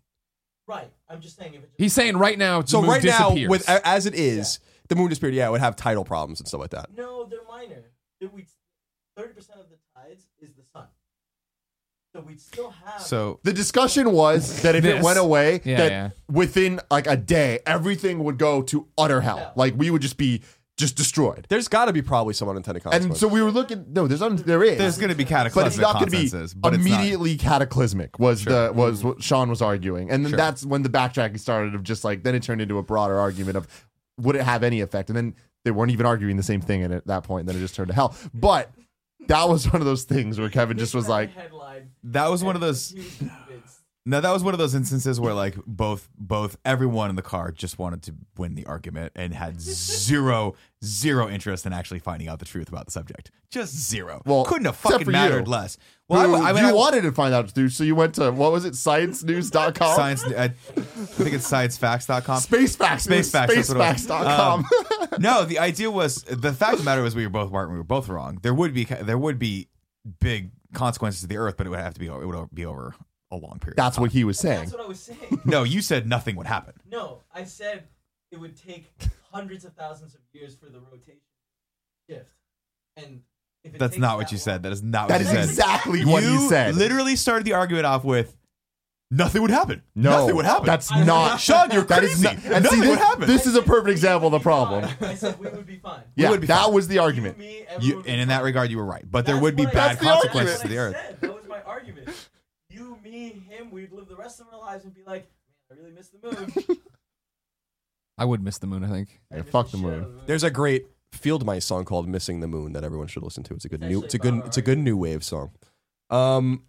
Speaker 5: Right. I'm just saying if it just
Speaker 1: He's saying right now.
Speaker 4: So
Speaker 1: the moon
Speaker 4: right now, e-
Speaker 1: disappears.
Speaker 4: with a- as it is, the moon disappeared. Yeah, it would have tidal problems and stuff like that.
Speaker 5: No, they're minor. Thirty percent of the tides is the sun, so we'd still have.
Speaker 2: So
Speaker 3: The discussion was that if it
Speaker 1: This.
Speaker 3: went away,
Speaker 1: Yeah,
Speaker 3: that
Speaker 1: yeah.
Speaker 3: within like a day, everything would go to utter hell.
Speaker 5: Yeah.
Speaker 3: Like we would just be just destroyed.
Speaker 4: There's got to be probably some unintended consequence.
Speaker 3: And so we were looking. No, there's un, there is.
Speaker 2: there's going to be cataclysmic
Speaker 3: but it's not going to be
Speaker 2: consequences, but it's not- Mm-hmm.
Speaker 3: immediately cataclysmic. Was the was what Sean was arguing, and then that's when the backtracking started of just like then it turned into a broader argument of would it have any effect, and then they weren't even arguing the same thing, and at that point, then it just turned to hell. But that was one of those things where Kevin just was like,
Speaker 5: headline.
Speaker 2: that was one of those. No, that was one of those instances where like both both everyone in the car just wanted to win the argument and had zero zero interest in actually finding out the truth about the subject. Just zero.
Speaker 3: Well,
Speaker 2: couldn't have
Speaker 3: except
Speaker 2: fucking
Speaker 3: for you.
Speaker 2: mattered less. Well,
Speaker 3: Well,
Speaker 2: I, I mean,
Speaker 3: you
Speaker 2: I-
Speaker 3: wanted to find out, dude. So you went to what was it, sciencenews.com?
Speaker 2: science. I, I think it's sciencefacts.com.
Speaker 3: Space facts.
Speaker 2: Space facts. that's what it was.
Speaker 3: Spacefacts.com.
Speaker 2: Um, no, the idea was the fact of the matter was we were both right. and We were both wrong. There would be there would be big consequences to the Earth, but it would have to be o- it would be over a long period.
Speaker 3: That's what he was saying.
Speaker 5: That's what I was saying.
Speaker 2: no, you said nothing would happen.
Speaker 5: No, I said it would take hundreds of thousands of years for the rotation shift, and if it
Speaker 2: That's
Speaker 5: takes
Speaker 2: not what
Speaker 5: that
Speaker 2: you
Speaker 5: long-
Speaker 2: said. That is not what
Speaker 3: That is
Speaker 2: you said.
Speaker 3: exactly what he said.
Speaker 2: Literally started the argument off with nothing would happen.
Speaker 3: no,
Speaker 2: nothing would happen.
Speaker 3: That's
Speaker 5: I-
Speaker 3: not.
Speaker 2: Sean, you're
Speaker 3: That
Speaker 2: crazy.
Speaker 3: is not. and
Speaker 2: nothing
Speaker 3: see,
Speaker 2: would
Speaker 3: this,
Speaker 2: happen.
Speaker 3: This is a perfect
Speaker 5: We
Speaker 3: example of the
Speaker 5: would be
Speaker 3: problem.
Speaker 5: fine. I said we would be fine.
Speaker 3: Yeah,
Speaker 2: would be
Speaker 3: that
Speaker 2: fine.
Speaker 3: was the
Speaker 5: You,
Speaker 3: argument.
Speaker 5: me,
Speaker 2: You-
Speaker 5: everyone would
Speaker 2: and
Speaker 5: be
Speaker 2: in that
Speaker 5: fine.
Speaker 2: regard, you were right, but there
Speaker 5: That's
Speaker 2: would be
Speaker 5: what I-
Speaker 2: bad
Speaker 3: That's the argument.
Speaker 2: consequences
Speaker 5: That's
Speaker 2: to
Speaker 5: what
Speaker 2: the
Speaker 5: I
Speaker 2: Earth.
Speaker 5: said. That was my argument. You, me, him, we'd live the rest of our lives and be like, man, I really miss the moon.
Speaker 1: I would miss the moon. I think.
Speaker 5: I
Speaker 3: Yeah,
Speaker 5: miss
Speaker 3: fuck the
Speaker 5: shit out
Speaker 3: moon.
Speaker 5: of the
Speaker 4: There's a great Field Mice song called "Missing the Moon" that everyone should listen to. It's a good
Speaker 5: It's
Speaker 4: new.
Speaker 5: actually
Speaker 4: It's a good.
Speaker 5: about
Speaker 4: It's a good new wave song. Um,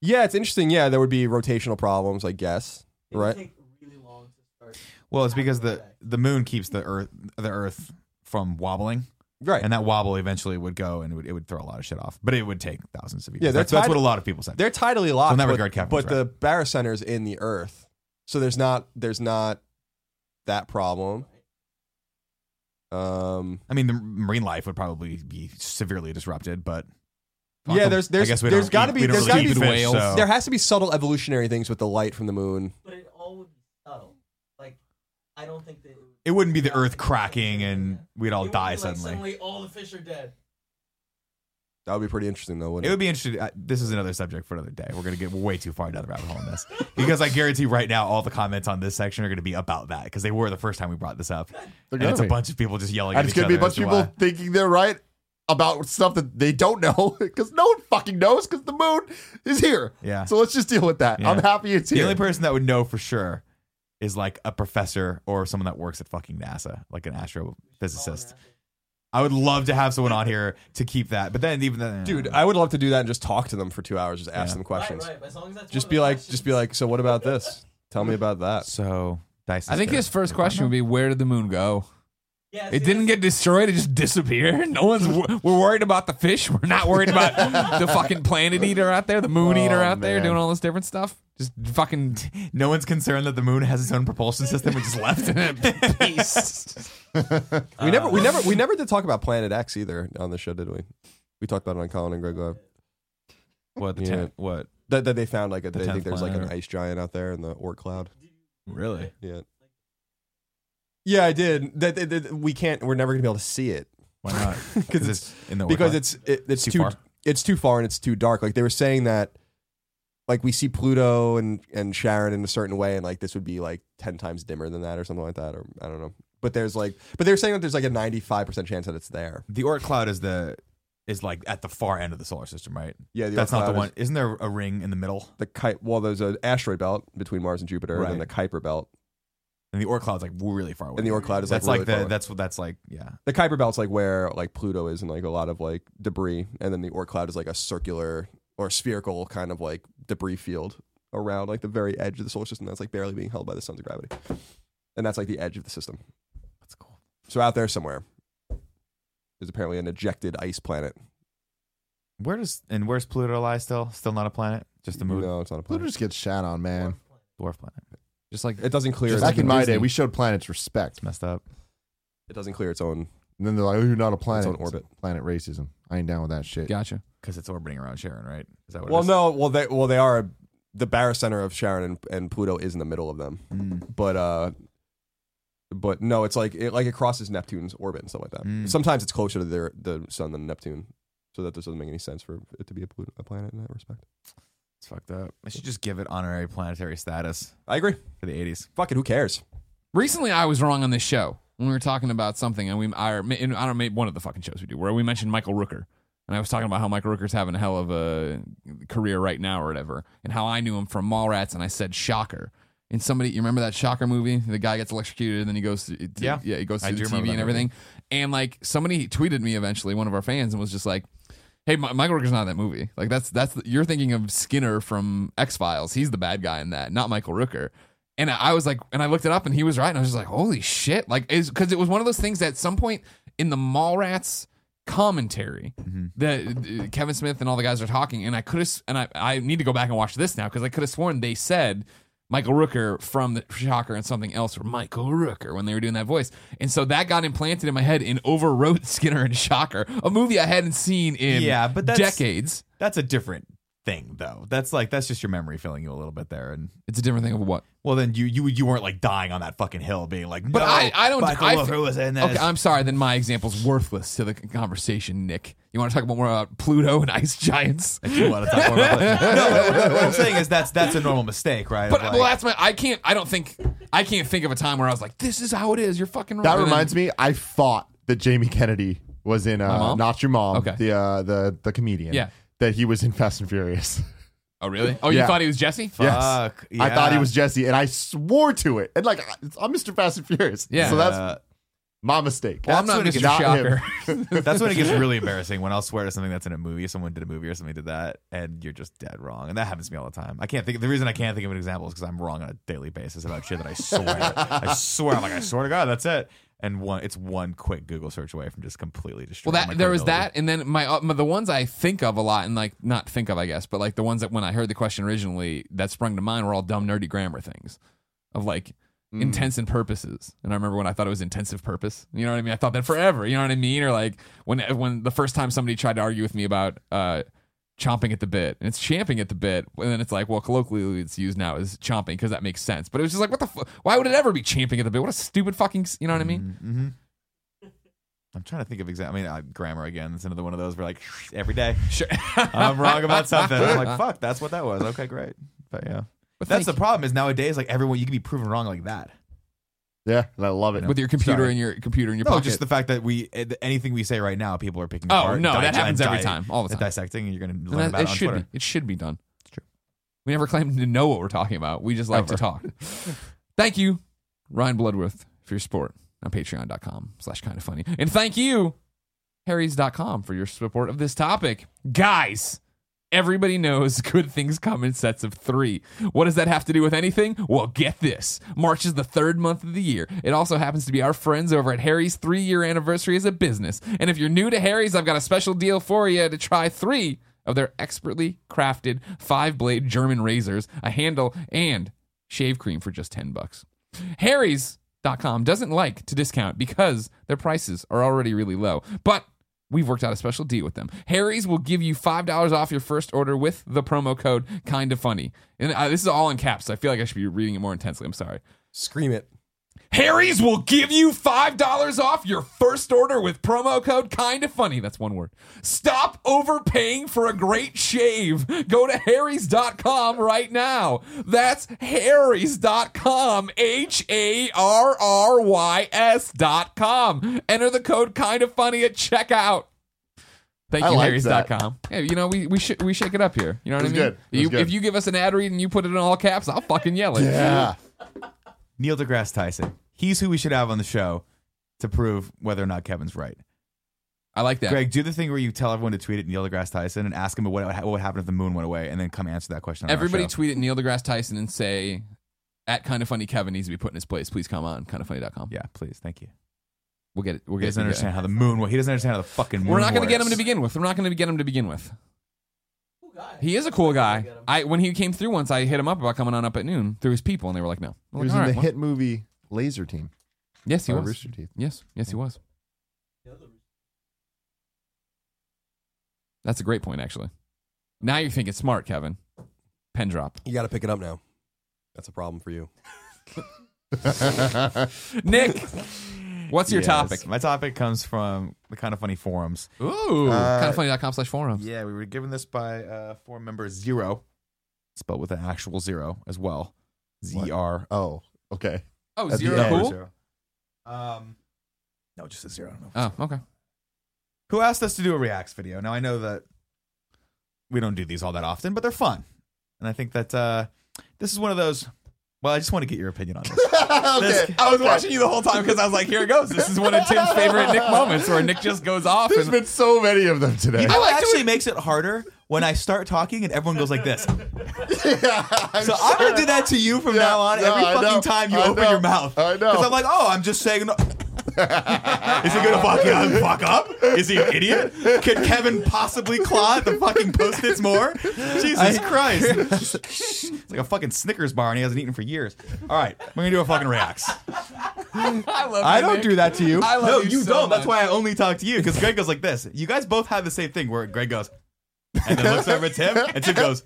Speaker 4: yeah, it's interesting. Yeah, there would be rotational problems, I guess.
Speaker 5: It would
Speaker 4: Right.
Speaker 5: take really long to start.
Speaker 2: Well, it's because the the moon keeps the Earth the Earth from wobbling.
Speaker 4: Right.
Speaker 2: and that wobble eventually would go and it would, it would throw a lot of shit off but it would take thousands of years
Speaker 4: Yeah, they're
Speaker 2: that's, that's
Speaker 4: tied-
Speaker 2: what a lot of people said
Speaker 4: They're tidally locked.
Speaker 2: in that
Speaker 4: but-
Speaker 2: regard, Captain
Speaker 4: But
Speaker 2: was
Speaker 4: the barycenter's in the Earth, so there's not there's not that problem. Um.
Speaker 2: i mean the marine life would probably be severely disrupted but
Speaker 1: Fuck
Speaker 4: yeah.
Speaker 1: 'em.
Speaker 4: There's there's
Speaker 2: i guess we
Speaker 4: there's
Speaker 2: don't
Speaker 4: got to
Speaker 2: eat-
Speaker 4: be
Speaker 2: we don't
Speaker 4: there's got
Speaker 2: really
Speaker 4: to
Speaker 2: eat
Speaker 4: be
Speaker 1: gotta
Speaker 2: fish,
Speaker 1: whales.
Speaker 2: so-
Speaker 4: there has to be subtle evolutionary things with the light from the moon.
Speaker 5: But it all would be subtle. Like, I don't think that it would.
Speaker 2: it wouldn't be the earth cracking and we'd all
Speaker 5: It would
Speaker 2: die
Speaker 5: be like
Speaker 2: suddenly
Speaker 5: Suddenly, all the fish are dead.
Speaker 4: That would be pretty interesting, though. Wouldn't
Speaker 2: it
Speaker 4: it?
Speaker 2: would be interesting uh, this is another subject for another day we're going to get way too far down the rabbit hole on this because i guarantee right now all the comments on this section are going to be about that because they were the first time we brought this up and
Speaker 3: gonna
Speaker 2: it's a
Speaker 3: be.
Speaker 2: bunch of people just yelling
Speaker 3: And
Speaker 2: at
Speaker 3: it's
Speaker 2: each
Speaker 3: going to be a
Speaker 2: other as
Speaker 3: bunch of people
Speaker 2: to why.
Speaker 3: thinking they're right about stuff that they don't know because no one fucking knows because the moon is here.
Speaker 2: Yeah.
Speaker 3: So let's just deal with that.
Speaker 2: Yeah.
Speaker 3: I'm happy it's
Speaker 2: The
Speaker 3: here.
Speaker 2: only person that would know for sure is like a professor or someone that works at fucking NASA, like an astrophysicist. I would love to have someone on here to keep that, but then even then,
Speaker 4: Dude, I would love to do that and just talk to them for two hours, just ask
Speaker 2: Yeah.
Speaker 4: them questions.
Speaker 5: Right, right. but As long as that's
Speaker 4: Just
Speaker 5: one of
Speaker 4: be
Speaker 5: the
Speaker 4: like,
Speaker 5: questions.
Speaker 4: just be like. So what about this? Tell me about that.
Speaker 2: So Dyson.
Speaker 1: I think his first question would be, "Where did the moon go?"
Speaker 5: Yeah, see,
Speaker 1: It didn't
Speaker 5: that's-
Speaker 1: get destroyed. It just disappeared. No one's. We're worried about the fish. We're not worried about the fucking planet eater out there, the moon eater
Speaker 2: Oh,
Speaker 1: out there,
Speaker 2: man.
Speaker 1: doing all this different stuff. Just fucking
Speaker 2: No one's concerned that the moon has its own propulsion system, which is left.
Speaker 1: peace.
Speaker 2: Uh,
Speaker 4: We never, we never, we never did talk about Planet X either on the show, did we? We talked about it on Colin and Greg Live.
Speaker 2: what the
Speaker 4: Yeah.
Speaker 2: tenth- what
Speaker 4: That, that they found like a, they think
Speaker 2: tenth
Speaker 4: there's like an
Speaker 2: planet.
Speaker 4: ice giant out there in the Oort cloud.
Speaker 2: really?
Speaker 4: Yeah. Yeah, I did. That, that- that- we can't. We're never gonna be able to see it
Speaker 2: Why not?
Speaker 4: because it's
Speaker 2: it's in the
Speaker 4: because
Speaker 2: Orca.
Speaker 4: it's it, it's
Speaker 2: Too
Speaker 4: too,
Speaker 2: far?
Speaker 4: it's too far and it's too dark. Like they were saying that, like we see Pluto and and Sharon in a certain way, and like this would be like ten times dimmer than that or something like that, or I don't know. But there's like, but they're saying that there's like a ninety five percent chance that it's there.
Speaker 2: the Oort cloud is the is like at the far end of the solar system, right?
Speaker 4: Yeah, the
Speaker 2: That's
Speaker 4: Oort
Speaker 2: not the
Speaker 4: cloud
Speaker 2: one.
Speaker 4: is
Speaker 2: Is, not there a ring in the middle?
Speaker 4: The Ki- well, there's an asteroid belt between Mars and Jupiter, and then the
Speaker 2: Right.
Speaker 4: Kuiper belt,
Speaker 2: And the Oort cloud's like really far away.
Speaker 4: and the Oort cloud is
Speaker 2: that's
Speaker 4: like,
Speaker 2: like, the
Speaker 4: really far away.
Speaker 2: that's what that's like. Yeah,
Speaker 4: the Kuiper belt's like where like Pluto is and like a lot of like debris, and then the Oort cloud is like a circular or spherical kind of like debris field around like the very edge of the solar system that's like barely being held by the sun's gravity, and that's like the edge of the system.
Speaker 2: that's cool.
Speaker 4: So out there somewhere is apparently an ejected ice planet.
Speaker 2: Where does and where's Pluto lie still? Still not a planet? Just a moon?
Speaker 4: No, it's not a
Speaker 3: Pluto
Speaker 4: planet.
Speaker 3: just gets shat on, man.
Speaker 2: Dwarf planet.
Speaker 1: Just like
Speaker 4: It doesn't clear.
Speaker 1: Just
Speaker 4: Its,
Speaker 3: Back in my
Speaker 1: Disney.
Speaker 3: day, we showed planets respect.
Speaker 2: It's messed up.
Speaker 4: it doesn't clear its own
Speaker 3: And then they're like, "Oh, you're not a planet."
Speaker 4: on orbit.
Speaker 3: Planet racism. I ain't down with that shit.
Speaker 1: Gotcha.
Speaker 2: because it's orbiting around Sharon, right? Is that what?
Speaker 4: Well,
Speaker 2: it is?
Speaker 4: no, well they well they are the barycenter of Sharon and, and Pluto is in the middle of them,
Speaker 2: Hmm.
Speaker 4: but uh, but no, it's like it like it crosses Neptune's orbit and stuff like that.
Speaker 2: Mm.
Speaker 4: Sometimes it's closer to their the sun than Neptune, so that doesn't make any sense for it to be a, Pluto, a planet in that respect.
Speaker 2: it's fucked up. They should just give it honorary planetary status
Speaker 4: I agree.
Speaker 2: for the '80s.
Speaker 4: Fuck it, who cares?
Speaker 1: Recently, I was wrong on this show when we were talking about something, and we I, in- I don't know, one of the fucking shows we do where we mentioned Michael Rooker, and I was talking about how Michael Rooker's having a hell of a career right now or whatever, and how I knew him from Mallrats, and I said Shocker. And somebody, you remember that Shocker movie? The guy gets electrocuted, and then he goes to, to-
Speaker 2: Yeah.
Speaker 1: yeah, he goes
Speaker 2: I
Speaker 1: to the
Speaker 2: do remember
Speaker 1: TV and
Speaker 2: that movie.
Speaker 1: everything. And like somebody tweeted me eventually, one of our fans, and was just like. Hey, Mi- Michael Rooker's not in that movie. Like that's that's you're thinking of Skinner from X Files. He's the bad guy in that, not Michael Rooker. And I I was like, and I looked it up, and he was right. And I was just like, holy shit! Like, because it was one of those things that at some point in the Mallrats commentary
Speaker 2: Mm-hmm.
Speaker 1: that uh, Kevin Smith and all the guys are talking, and I could have, and I I need to go back and watch this now because I could have sworn they said Michael Rooker from the Shocker and something else or Michael Rooker when they were doing that voice. And so that got implanted in my head and overwrote Skinner and Shocker, a movie I hadn't seen in
Speaker 2: Yeah, but that's-
Speaker 1: decades.
Speaker 2: That's a different thing, though. That's like that's just your memory filling you a little bit there. And
Speaker 1: It's a different thing of what.
Speaker 2: well, then you you you weren't like dying on that fucking hill, being like,
Speaker 1: But
Speaker 2: no,
Speaker 1: I, I don't.
Speaker 2: Michael
Speaker 1: I,
Speaker 2: Rooker was in this.
Speaker 1: Okay, I'm sorry. Then my example's worthless to the conversation, Nick. You want to talk about more about Pluto and ice giants?
Speaker 2: You wanna talk more about that? no, what- what, what I'm saying is that's that's a normal mistake, right?
Speaker 1: But
Speaker 2: Of like-
Speaker 1: well, that's my. I can't. I don't think. I can't think of a time where I was like, "This is how it is." You're fucking. Right.
Speaker 3: That reminds me, I thought that Jamie Kennedy was in uh,
Speaker 1: Mom?
Speaker 3: Not Your Mom,
Speaker 1: Okay.
Speaker 3: the uh, the the comedian.
Speaker 1: Yeah.
Speaker 3: That he was in Fast and Furious.
Speaker 1: Oh really? Oh, you
Speaker 3: Yeah.
Speaker 1: thought he was Jesse?
Speaker 2: Uh, Fuck,
Speaker 3: I thought he
Speaker 2: yeah.
Speaker 3: was Jesse, and I swore to it. And like, I- it's- I'm Mr. Fast and Furious.
Speaker 1: Yeah.
Speaker 3: So that's
Speaker 2: Uh,
Speaker 3: my mistake.
Speaker 1: Well, I'm
Speaker 2: That's
Speaker 1: not
Speaker 2: what it
Speaker 1: Mr.
Speaker 2: is,
Speaker 3: not
Speaker 1: Shocker.
Speaker 2: That's when it gets really embarrassing when I'll swear to something that's in a movie. Someone did a movie or something did that, and you're just dead wrong. And that happens to me all the time. I can't think. The reason I can't think of an example is because I'm wrong on a daily basis about shit that I swear. I swear, I'm like I swear to God, that's it. And one, it's one quick Google search away from just completely
Speaker 1: Well,
Speaker 2: destroying. my
Speaker 1: that there was
Speaker 2: credibility.
Speaker 1: that, and then my, uh, my the ones I think of a lot, and like not think of, I guess, but like the ones that when I heard the question originally that sprung to mind were all dumb, nerdy grammar things, of like
Speaker 2: Hmm.
Speaker 1: intents and purposes. And I remember when I thought it was intensive purpose. You know what I mean? I thought that forever. You know what I mean? Or like when uh, when the first time somebody tried to argue with me about. uh chomping at the bit and it's champing at the bit and then it's like well colloquially it's used now as chomping because that makes sense but it was just like what the fu- why would it ever be champing at the bit what a stupid fucking s- you know what i
Speaker 2: Mm.
Speaker 1: mean
Speaker 2: Mm-hmm, I'm trying to think of example. I mean, uh, grammar again. It's another one of those where like every day
Speaker 1: sure
Speaker 2: I'm wrong about something. I'm like, fuck, that's what that was. Okay, great. But yeah, but that's
Speaker 1: thank
Speaker 2: the problem is nowadays like everyone you can be proven wrong like that.
Speaker 3: Yeah, and I love it.
Speaker 1: with your computer
Speaker 2: Sorry.
Speaker 1: and your computer in your
Speaker 2: No,
Speaker 1: pocket
Speaker 2: just the fact that we eh, th- anything we say right now, people are picking.
Speaker 1: Oh,
Speaker 2: apart,
Speaker 1: no, that
Speaker 2: digest-
Speaker 1: happens every
Speaker 2: di-
Speaker 1: time, all the time.
Speaker 2: Dissecting, and you're going to
Speaker 1: And
Speaker 2: learn
Speaker 1: that-
Speaker 2: about
Speaker 1: it
Speaker 2: it on
Speaker 1: should
Speaker 2: Twitter.
Speaker 1: be. It should be done. It's
Speaker 2: true.
Speaker 1: We never claim to know what we're talking about. We just like to
Speaker 2: Ever.
Speaker 1: talk. thank you, Ryan Bloodworth, for your support on patreon.com slash kind of funny. And thank you, harrys.com, for your support of this topic. Guys, everybody knows good things come in sets of three. What does that have to do with anything? Well, get this. March is the third month of the year. It also happens to be our friends over at Harry's three year anniversary as a business. And if you're new to Harry's, I've got a special deal for you to try three of their expertly crafted five blade German razors, a handle, and shave cream for just 10 bucks. Harry's.com doesn't like to discount because their prices are already really low. But we've worked out a special deal with them. Harry's will give you $5 off your first order with the promo code kinda funny. And uh, this is all in caps. So I feel like I should be reading it more intensely. I'm sorry.
Speaker 4: Scream it.
Speaker 1: Harry's will give you $5 off your first order with promo code kinda funny. That's one word. Stop overpaying for a great shave. Go to harrys.com right now. That's harrys.com. H A R R Y S.com. Enter the code kinda funny at checkout. Thank
Speaker 3: I
Speaker 1: you,
Speaker 3: like
Speaker 1: harrys.com. Hey, you know, we we, sh- we shake it up here. You know what I
Speaker 3: It was
Speaker 1: mean?
Speaker 3: good. It was
Speaker 1: You-
Speaker 3: good.
Speaker 1: If you give us an ad read and you put it in all caps, I'll fucking yell it.
Speaker 3: yeah.
Speaker 2: Neil deGrasse Tyson. He's who we should have on the show to prove whether or not Kevin's right.
Speaker 1: I like that.
Speaker 2: Greg, do the thing where you tell everyone to tweet at Neil deGrasse Tyson and ask him what what would happen if the moon went away, and then come answer that question. On our
Speaker 1: Everybody
Speaker 2: show.
Speaker 1: tweet at Neil deGrasse Tyson and say, at kind of funny Kevin needs to be put in his place. Please come on, kindoffunny.com.
Speaker 2: yeah, please, thank you.
Speaker 1: We'll get it. We'll
Speaker 2: He
Speaker 1: get
Speaker 2: doesn't
Speaker 1: it.
Speaker 2: understand how the moon. wo- He doesn't understand how the fucking moon.
Speaker 1: We're not going
Speaker 2: works.
Speaker 1: to get him to begin with. We're not going to get him to begin with.
Speaker 5: Cool guy.
Speaker 1: He is a cool guy. I when he came through once, I hit him up about coming on up at noon through his people, and they were like, "No." I'm
Speaker 3: He
Speaker 1: like,
Speaker 3: was
Speaker 1: "All
Speaker 3: in
Speaker 1: right,
Speaker 3: the
Speaker 1: well."
Speaker 3: hit movie Laser Team.
Speaker 1: Yes, he
Speaker 3: by
Speaker 1: was.
Speaker 3: Rooster Teeth.
Speaker 1: Yes, yes, he was.
Speaker 5: the other.
Speaker 1: That's a great point, actually. Now you're thinking smart, Kevin. Pen drop.
Speaker 4: You got to pick it up now. That's a problem for you.
Speaker 1: Nick, what's your
Speaker 2: Yes.
Speaker 1: topic?
Speaker 2: My topic comes from the kind of funny forums.
Speaker 1: Ooh,
Speaker 2: Uh,
Speaker 1: kindoffunny.com slash forums.
Speaker 2: Yeah, we were given this by uh, forum member Zero, spelled with an actual zero as well. Z R
Speaker 3: Oh, okay.
Speaker 1: Oh,
Speaker 3: At the
Speaker 1: zero
Speaker 3: end.
Speaker 1: cool.
Speaker 2: Um, no, just a zero. I don't know.
Speaker 1: Oh, okay.
Speaker 2: Who asked us to do a reacts video? Now I know that we don't do these all that often, but they're fun, and I think that uh, this is one of those. Well, I just want to get your opinion on this.
Speaker 3: okay.
Speaker 2: I was watching you the whole time because I was like, "Here it goes."
Speaker 1: This is one of Tim's favorite Nick moments where Nick just goes off
Speaker 3: There's
Speaker 1: and
Speaker 3: been so many of them today.
Speaker 2: You know
Speaker 1: I
Speaker 2: what
Speaker 1: like
Speaker 2: actually makes it harder when I start talking and everyone goes like this.
Speaker 3: Yeah, I'm
Speaker 2: So I'm gonna do that to you from
Speaker 3: Yeah,
Speaker 2: now on
Speaker 3: yeah,
Speaker 2: every
Speaker 3: I
Speaker 2: fucking
Speaker 3: know,
Speaker 2: time you
Speaker 3: I
Speaker 2: open
Speaker 3: know,
Speaker 2: your mouth.
Speaker 3: I know.
Speaker 2: Because I'm like, oh, I'm just saying. no- Is he gonna fucking fuck up? Is he an idiot? Could Kevin possibly claw at the fucking post-its more? Jesus Christ! it's like a fucking Snickers bar, and he hasn't eaten for years. All right, we're gonna do a fucking reacts.
Speaker 1: I love
Speaker 4: I don't do that to you.
Speaker 1: I love
Speaker 2: No,
Speaker 1: you,
Speaker 2: you
Speaker 1: so
Speaker 2: don't. That's
Speaker 1: much.
Speaker 2: why I only talk to you because Greg goes like this. You guys both have the same thing where Greg goes and then looks over at Tim, and Tim goes,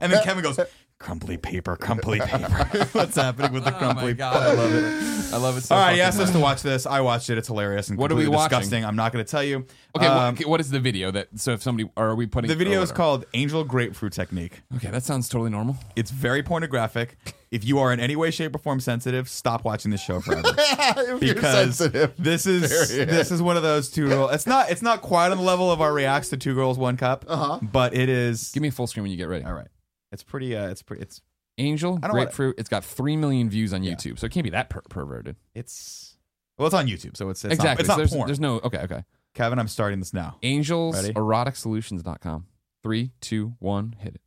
Speaker 2: and then Kevin goes, "Crumbly paper, crumbly paper." What's happening with the
Speaker 1: Oh my
Speaker 2: crumbly?
Speaker 1: god, I love it. I love it so
Speaker 2: All right,
Speaker 1: fucking
Speaker 2: you asked us
Speaker 1: much.
Speaker 2: to watch this. I watched it. It's hilarious and
Speaker 1: What are we
Speaker 2: completely
Speaker 1: watching?
Speaker 2: disgusting. I'm not going to tell you.
Speaker 1: Okay,
Speaker 2: Um,
Speaker 1: what, what is the video that? So if somebody, or are we putting
Speaker 2: the video
Speaker 1: or
Speaker 2: is
Speaker 1: whatever.
Speaker 2: called "Angel Grapefruit Technique."
Speaker 1: Okay, that sounds totally normal.
Speaker 2: It's very pornographic. If you are in any way, shape, or form sensitive, stop watching this show forever.
Speaker 3: if you're
Speaker 2: because
Speaker 3: sensitive.
Speaker 2: this is
Speaker 3: Very.
Speaker 2: this is one of those two girl. It's not it's not quite on the level of our reacts to two girls one cup,
Speaker 3: Uh-huh.
Speaker 2: but it is.
Speaker 1: Give me a full screen when you get ready.
Speaker 2: all right. It's pretty. Uh, it's pretty. It's
Speaker 1: Angel
Speaker 2: I don't wanna-
Speaker 1: grapefruit. It's got three million views on YouTube, so it can't be that per- perverted.
Speaker 2: it's well, it's on YouTube, so it's, it's
Speaker 1: exactly.
Speaker 2: Not,
Speaker 1: so there's,
Speaker 2: it's not porn.
Speaker 1: there's no. Okay, okay.
Speaker 2: Kevin, I'm starting this now.
Speaker 1: Angels
Speaker 2: Ready?
Speaker 1: eroticsolutions.com. Three, two, one, hit it.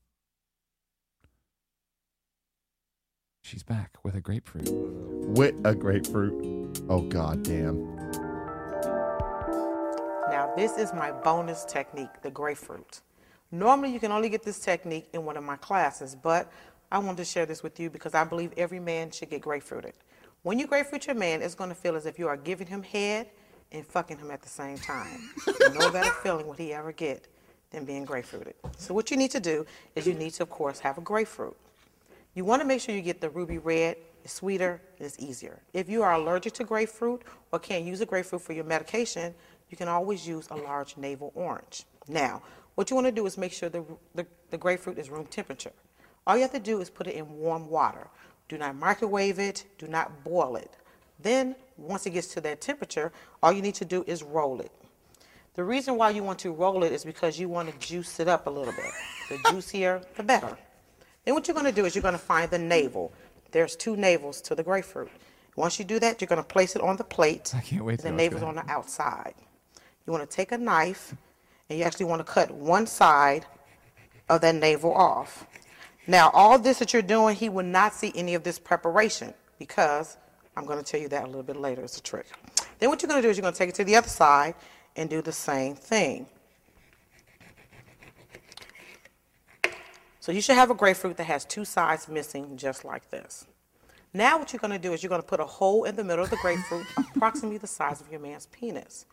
Speaker 1: She's back with a grapefruit.
Speaker 3: With a grapefruit. Oh god damn.
Speaker 6: Now, this is my bonus technique, the grapefruit. Normally, you can only get this technique in one of my classes, but I wanted to share this with you because I believe every man should get grapefruited. When you grapefruit your man, it's going to feel as if you are giving him head and fucking him at the same time. no better feeling would he ever get than being grapefruited. So, what you need to do is you need to, of course, have a grapefruit. You want to make sure you get the ruby red. It's sweeter. It's easier. If you are allergic to grapefruit or can't use a grapefruit for your medication, you can always use a large navel orange. Now, what you want to do is make sure the, the, the grapefruit is room temperature. All you have to do is put it in warm water. Do not microwave it. Do not boil it. Then, once it gets to that temperature, all you need to do is roll it. The reason why you want to roll it is because you want to juice it up a little bit. The juicier, the better. Then what you're going to do is you're going to find the navel. There's two navels to the grapefruit. Once you do that, you're going to place it on the plate. I
Speaker 1: can't wait to
Speaker 6: The
Speaker 1: know what's
Speaker 6: navel's on the outside. You want to take a knife, and you actually want to cut one side of that navel off. Now, all this that you're doing, he will not see any of this preparation because I'm going to tell you that a little bit later. It's a trick. Then what you're going to do is you're going to take it to the other side and do the same thing. So you should have a grapefruit that has two sides missing, just like this. Now what you're going to do is you're going to put a hole in the middle of the grapefruit, approximately the size of your man's penis.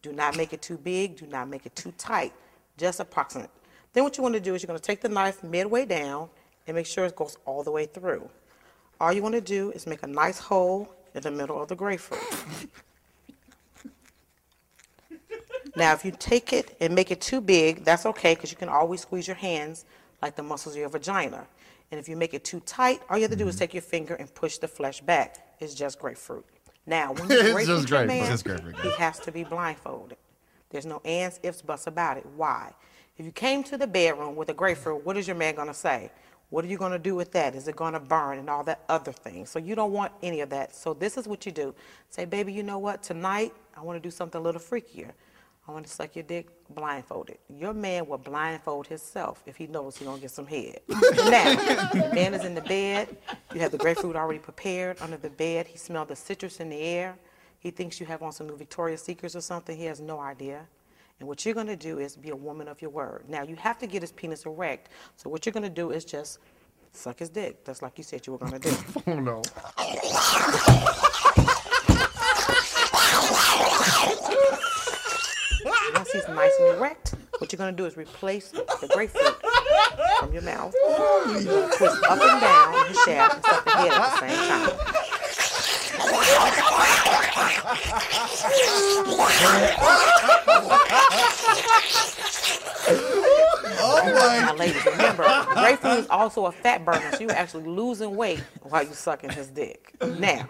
Speaker 6: Do not make it too big. Do not make it too tight. Just approximate. Then what you want to do is you're going to take the knife midway down and make sure it goes all the way through. All you want to do is make a nice hole in the middle of the grapefruit. Now, if you take it and make it too big, that's okay because you can always squeeze your hands like the muscles of your vagina. And if you make it too tight, all you have to do is take your finger and push the flesh back. It's just grapefruit. Now, when you
Speaker 3: It's
Speaker 6: grapefruit
Speaker 3: just grapefruit.
Speaker 6: your man,
Speaker 2: It's just grapefruit,
Speaker 6: he has to be blindfolded. There's no ands, ifs, buts about it. Why? If you came to the bedroom with a grapefruit, what is your man going to say? What are you going to do with that? Is it going to burn and all that other thing? So you don't want any of that. So this is what you do. Say, baby, you know what? Tonight, I want to do something a little freakier. I want to suck your dick blindfolded. Your man will blindfold himself if he knows he gonna get some head. now, the man is in the bed. You have the grapefruit already prepared under the bed. He smelled the citrus in the air. He thinks you have on some new Victoria's Secrets or something. He has no idea. And what you're gonna do is be a woman of your word. Now you have to get his penis erect. So what you're gonna do is just suck his dick, just like you said you were gonna do.
Speaker 3: Oh no.
Speaker 6: Once he's nice and erect, what you're gonna do is replace the grapefruit from your mouth. You're gonna twist up and down the shaft and stuff the head at the same time. Now, ladies, remember, grapefruit is also a fat burner, so you're actually losing weight while you're sucking his dick. Now,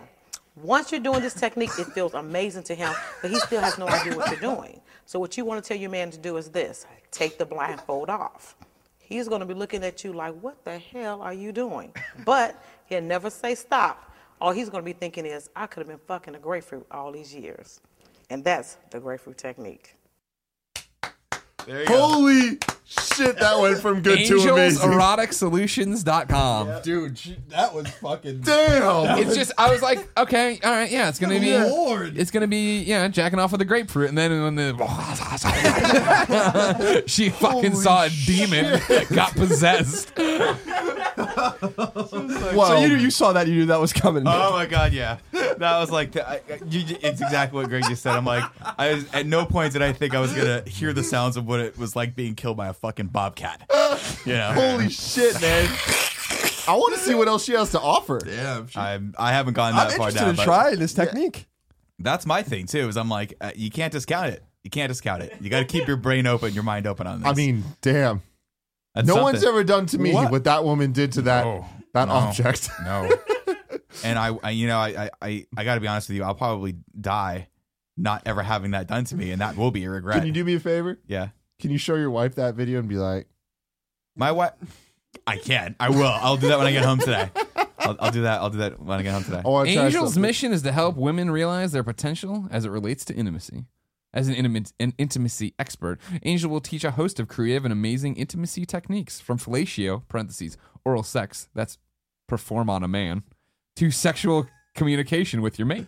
Speaker 6: once you're doing this technique, it feels amazing to him, but he still has no idea what you're doing. So, what you want to tell your man to do is this take the blindfold off. He's going to be looking at you like, what the hell are you doing? But he'll never say stop. All he's going to be thinking is, I could have been fucking a grapefruit all these years. And that's the grapefruit technique.
Speaker 2: There you go.
Speaker 3: Holy shit, that went from good to amazing.
Speaker 1: AngelsEroticSolutions.com.
Speaker 7: Dude, she, that was fucking.
Speaker 3: Damn.
Speaker 1: It's just I was like, okay, all right, yeah, it's gonna be,
Speaker 7: Lord.
Speaker 1: it's gonna be, yeah, jacking off with a grapefruit, and then when the she fucking saw a demon that got possessed.
Speaker 4: So you you saw that you knew that was coming.
Speaker 2: Oh my god, yeah. That was like the, I, I- you, you- it's exactly what Greg just said. I'm like, I was, at no point did I think I was gonna hear the sounds of what it was like being killed by a fucking bobcat. You know,
Speaker 3: Holy shit, man. I want to see what else she has to offer.
Speaker 7: Damn. She,
Speaker 2: I'm, I haven't gone that
Speaker 4: I'm
Speaker 2: far
Speaker 4: interested
Speaker 2: down.
Speaker 4: in
Speaker 2: but
Speaker 4: trying this technique.
Speaker 2: That's my thing too. Is I'm like, uh, you can't discount it. You can't discount it. You got to keep your brain open, your mind open on this.
Speaker 3: I mean, damn.
Speaker 2: That's
Speaker 3: no
Speaker 2: something.
Speaker 3: one's ever done to me what,
Speaker 2: What?
Speaker 3: that woman did to that
Speaker 2: No,
Speaker 3: that
Speaker 2: no.
Speaker 3: object.
Speaker 2: No. and I, I, you know, I, I- I, I got to be honest with you. I'll probably die not ever having that done to me, and that will be a regret.
Speaker 3: Can you do me a favor?
Speaker 2: yeah.
Speaker 3: Can you show your wife that video and be like,
Speaker 2: My wife. I can. I will. I'll do that when I get home today. I'll, I'll do that. I'll do that when I get home today.
Speaker 4: Oh,
Speaker 3: "I want to try
Speaker 1: Angel's
Speaker 3: something."
Speaker 1: mission is to help women realize their potential as it relates to intimacy. As an, intimate, an intimacy expert, Angel will teach a host of creative and amazing intimacy techniques, from fellatio (parentheses oral sex) that's perform on a man, to sexual communication with your mate.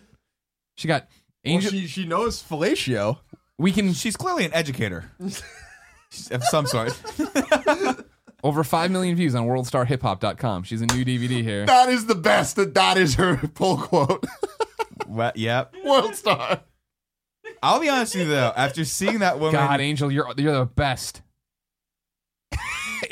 Speaker 1: She got
Speaker 4: Well,
Speaker 1: Angel.
Speaker 4: she she knows fellatio.
Speaker 1: we can
Speaker 2: She's clearly an educator She's of some sort.
Speaker 1: over five million views on WorldStarHipHop.com. She's a new DVD here.
Speaker 3: That is the best. That that is her pull quote.
Speaker 2: Well, yep.
Speaker 3: World star.
Speaker 2: I'll be honest with you though. After seeing that woman,
Speaker 1: God, Angel, you're you're the best.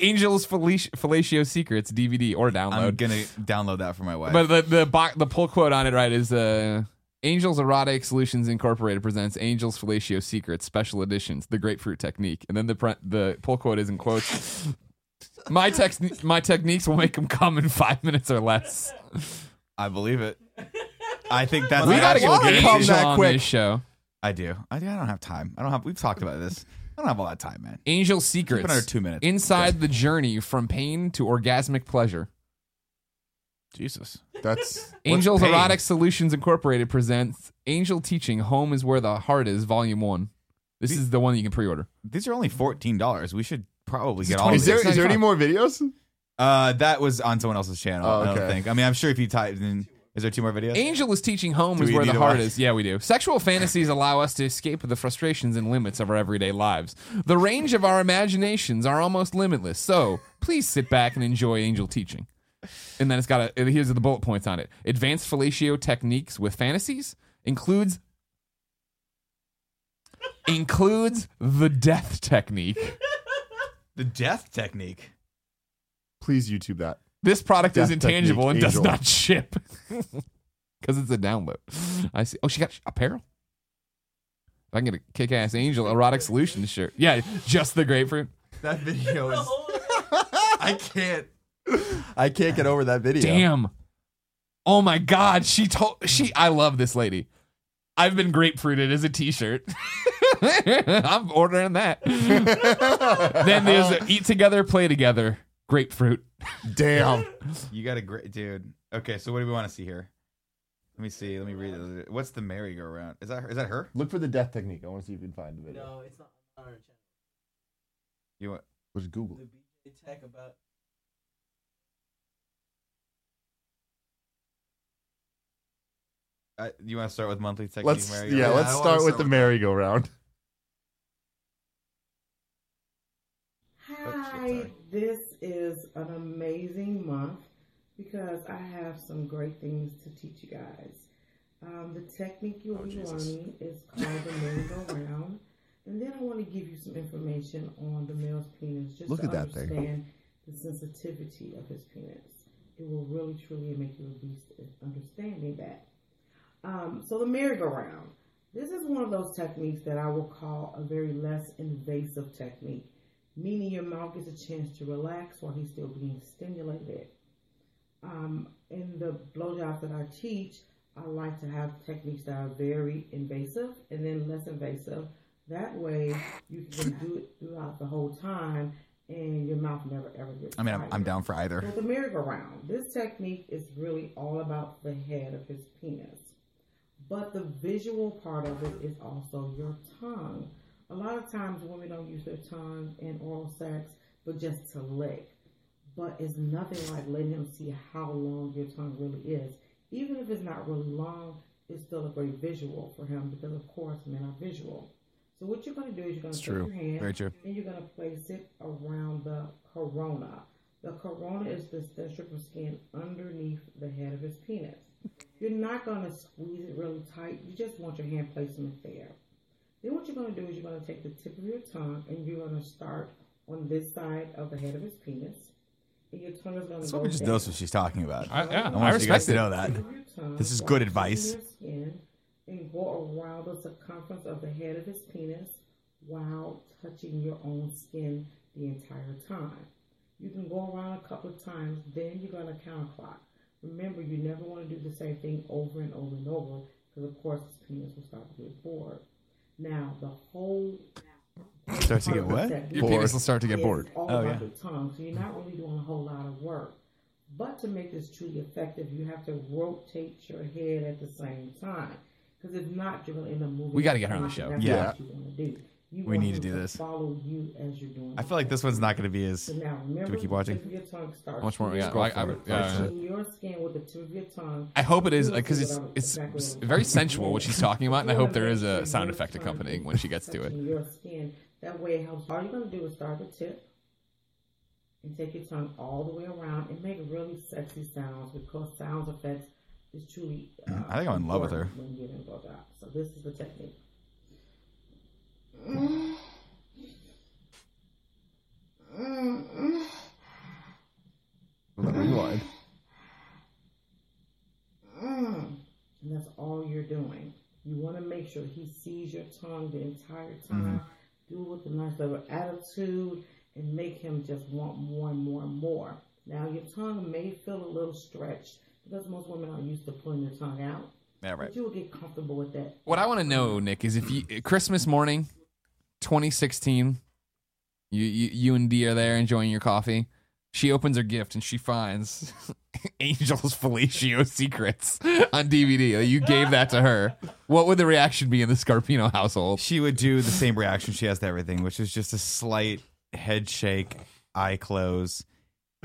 Speaker 1: Angel's Fellatio, fellatio Secrets DVD or download.
Speaker 2: I'm gonna download that for my wife.
Speaker 1: But the the bo- the pull quote on it right is uh, Angels Erotic Solutions Incorporated presents Angels Fellatio Secrets Special Editions: The Grapefruit Technique, and then the pre- the pull quote is in quotes. My tex- my techniques will make them come in five minutes or less.
Speaker 2: I believe it. I think that's.
Speaker 4: We
Speaker 2: the
Speaker 4: gotta
Speaker 2: actual
Speaker 4: go get
Speaker 2: game.
Speaker 4: Come that
Speaker 1: on
Speaker 4: quick.
Speaker 1: this show.
Speaker 2: I do. I do. I don't have time. I don't have. We've talked about this. I don't have all that time, man.
Speaker 1: Angel Secrets.
Speaker 2: Keep it under two minutes.
Speaker 1: Inside the journey from pain to orgasmic pleasure.
Speaker 2: Jesus.
Speaker 3: That's
Speaker 1: Angels
Speaker 2: pain?
Speaker 1: Erotic Solutions Incorporated presents Angel Teaching Home is Where the Heart Is, Volume 1. This is the one you can pre order.
Speaker 2: These are only fourteen dollars. We should probably get all.
Speaker 1: $26.
Speaker 2: Of
Speaker 3: is there
Speaker 2: this.
Speaker 3: is there any more videos?
Speaker 2: Uh, that was on someone else's channel.
Speaker 3: Oh,
Speaker 2: I don't
Speaker 3: okay.
Speaker 2: think. I mean, I'm sure if you typed in, is there two more videos?
Speaker 1: Angel is teaching home is
Speaker 2: we
Speaker 1: where the
Speaker 2: need to
Speaker 1: heart
Speaker 2: watch-
Speaker 1: is. Yeah, we do. Sexual fantasies allow us to escape the frustrations and limits of our everyday lives. The range of our imaginations are almost limitless. So please sit back and enjoy Angel teaching. And then it's got a here's the bullet points on it. Advanced fellatio techniques with fantasies includes includes the death technique.
Speaker 2: The death technique.
Speaker 3: Please YouTube that.
Speaker 1: This product is
Speaker 3: Death
Speaker 1: intangible and
Speaker 3: technique,
Speaker 1: does
Speaker 3: Angel.
Speaker 1: not ship. Because it's a download. I see. Oh, she got apparel. If I can get a kick ass angel erotic solutions shirt. Yeah, just the grapefruit.
Speaker 4: That video is. I can't. I can't get over that video.
Speaker 1: Damn. Oh my god, she told she I love this lady. I've been grapefruited as a t-shirt. I'm ordering that. then there's a eat together, play together, grapefruit.
Speaker 3: Damn.
Speaker 2: You got a great dude. Okay, so what do we want to see here? Let me see. Let me read it. What's the merry-go-round? Is that her? Is that her?
Speaker 3: Look for the death technique. I want to see if you can find the
Speaker 5: No, it's not on our channel.
Speaker 2: You want?
Speaker 3: Just Google. it.
Speaker 5: The BJ Tech about.
Speaker 2: Uh, you want to start with monthly technique?
Speaker 3: Let's
Speaker 2: merry-go-round?
Speaker 3: yeah,
Speaker 7: Yeah,
Speaker 3: let's
Speaker 7: I wanna
Speaker 3: start with
Speaker 7: start
Speaker 3: the
Speaker 7: with-
Speaker 3: merry-go-round.
Speaker 6: Hi, this is an amazing month because I have some great things to teach you
Speaker 3: Oh,
Speaker 6: guys. Um, the technique you'll be learning is called the merry-go-round. And then I want to give you some information on the male's penis, just
Speaker 3: Look
Speaker 6: to
Speaker 3: at that thing.
Speaker 6: understand the sensitivity of his penis. It will really truly make you a beast at understanding that. Um, so the merry-go-round. This is one of those techniques that I will call a very less invasive technique, meaning your mouth gets a chance to relax while he's still being stimulated um, in the blowjobs that I teach, I like to have techniques that are very invasive and then less invasive. That way, you can do it throughout the whole time, and your mouth never ever gets.
Speaker 2: I mean, I'm, I'm
Speaker 6: tired.
Speaker 2: down for either.
Speaker 6: With the merry-go-round, this technique is really all about the head of his penis. But the visual part of it is also your tongue. A lot of times women don't use their tongue in oral sex, but just to lick. But it's nothing like letting him see how long your tongue really is. Even if it's not really long, it's still a great visual for him because, of course, men are visual. So what you're going to do is you're going to take
Speaker 2: true.
Speaker 6: your hand
Speaker 2: Very true.
Speaker 6: and you're going to place it around the corona. The corona is the thin strip of skin underneath the head of his penis. You're not going to squeeze it really tight. You just want your hand placement there. Then what you're going to do is you're going to take the tip of your tongue and you're going to start on this side of the head of his penis. And your tongue is going to
Speaker 2: So
Speaker 6: go
Speaker 2: we just
Speaker 6: down.
Speaker 2: knows what she's talking about.
Speaker 1: I, yeah,
Speaker 2: I
Speaker 1: I
Speaker 2: want you guys
Speaker 1: respect
Speaker 2: to
Speaker 1: it.
Speaker 2: know that. This is good advice.
Speaker 6: Skin and go around the circumference of the head of his penis while touching your own skin the entire time. You can go around a couple of times, then you're going to counterclock. Remember, you never want to do the same thing over and over and over because, of course, his penis will start to get bored. Now, the whole
Speaker 2: Start to get
Speaker 6: part of the
Speaker 2: what?
Speaker 6: technique-
Speaker 1: Your penis will start to get
Speaker 6: is
Speaker 1: bored.
Speaker 6: All
Speaker 2: Oh,
Speaker 6: about
Speaker 2: yeah.
Speaker 6: the tongue, so you're not really doing a whole lot of work. But to make this truly effective, you have to rotate your head at the same time. Because if not, you're going to end up moving.
Speaker 1: We gotta get her on the show.
Speaker 6: That's
Speaker 2: Yeah.
Speaker 6: what you wanna do.
Speaker 2: We
Speaker 6: You want
Speaker 2: need to
Speaker 6: him
Speaker 2: do this.
Speaker 6: Follow you as you're doing.
Speaker 2: I feel like this one's not going to be as.
Speaker 6: So now remember,
Speaker 2: keep watching?
Speaker 6: The tip of your tongue starts
Speaker 1: How much more we got?
Speaker 6: to-
Speaker 1: Like, I- I- yeah.
Speaker 6: touching your skin with the tip of your tongue.
Speaker 1: I hope it is because it's it's very sensual what she's talking about, and I hope there is a sound effect accompanying when she gets to it.
Speaker 6: Touching Your skin. That way it helps. All you're gonna do is start the tip and take your tongue all the way around and make really sexy sounds because sound effects is truly. Uh,
Speaker 2: I think I'm in love with her.
Speaker 6: important When giving blowjobs. So this is the technique.
Speaker 8: Let me rewind.
Speaker 6: Mm. And that's all you're doing. You want to make sure he sees your tongue the entire time. Do it with a nice little attitude and make him just want more and more and more. Now, your tongue may feel a little stretched because most women are used to pulling their tongue out.
Speaker 2: Yeah, right.
Speaker 6: But you will get comfortable with that.
Speaker 1: What I want to know, Nick, is if you uh, Christmas morning, 2016, you you, you and Dee are there enjoying your coffee. She opens her gift and she finds Angel's Fellatio Secrets on DVD. You gave that to her. What would the reaction be in the Scarpino household?
Speaker 2: She would do the same reaction she has to everything, which is just a slight head shake, eye close,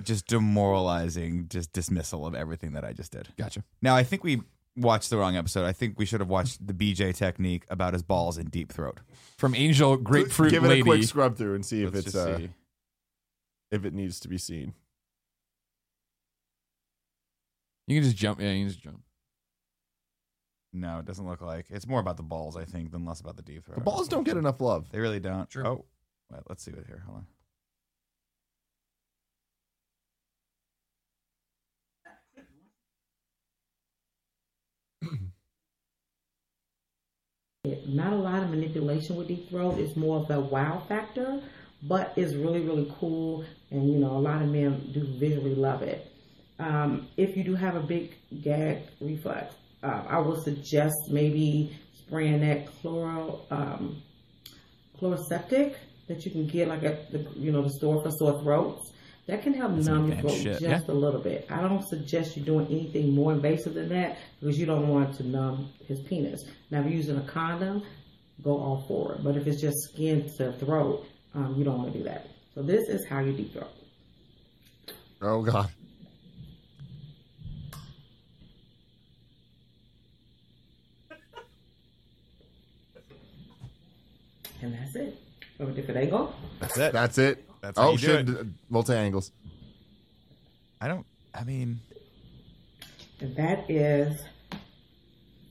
Speaker 2: just demoralizing, just dismissal of everything that I just did.
Speaker 1: Gotcha.
Speaker 2: Now, I think we watched the wrong episode. I think we should have watched the BJ technique about his balls and deep throat.
Speaker 1: From Angel Grapefruit
Speaker 3: Give it
Speaker 1: Lady.
Speaker 3: a quick scrub through and see if
Speaker 2: Let's
Speaker 3: it's
Speaker 2: just
Speaker 3: uh,
Speaker 2: see.
Speaker 3: if it needs to be seen.
Speaker 1: you can just jump. Yeah, you can just jump.
Speaker 2: No, it doesn't look like. It's more about the balls, I think, than less about the deep throat.
Speaker 3: The balls don't get enough love.
Speaker 2: They really don't.
Speaker 1: True.
Speaker 2: Oh, wait, let's see it here. Hold on.
Speaker 6: It- Not a lot of manipulation with deep throat. It's more of the wow factor, but it's really, really cool. And, you know, a lot of men do visually love it. Um, if you do have a big gag reflex, uh, I would suggest maybe spraying that chloral, um, chloroseptic that you can get like at the, you know, the store for sore throats. That can help numb your
Speaker 2: damn
Speaker 6: throat
Speaker 2: shit,
Speaker 6: just
Speaker 2: yeah.
Speaker 6: a little bit. I don't suggest you doing anything more invasive than that because you don't want to numb his penis. Now, if you're using a condom, go all for it. But if it's just skin to throat, um, you don't want to do that. So this is how you deep throat.
Speaker 3: Oh God.
Speaker 6: And that's it. From a different angle.
Speaker 2: That's it.
Speaker 3: That's it.
Speaker 2: That's how
Speaker 3: oh
Speaker 2: you do
Speaker 3: shit.
Speaker 2: it.
Speaker 3: d- Multi angles.
Speaker 2: I don't. I mean,
Speaker 6: And that is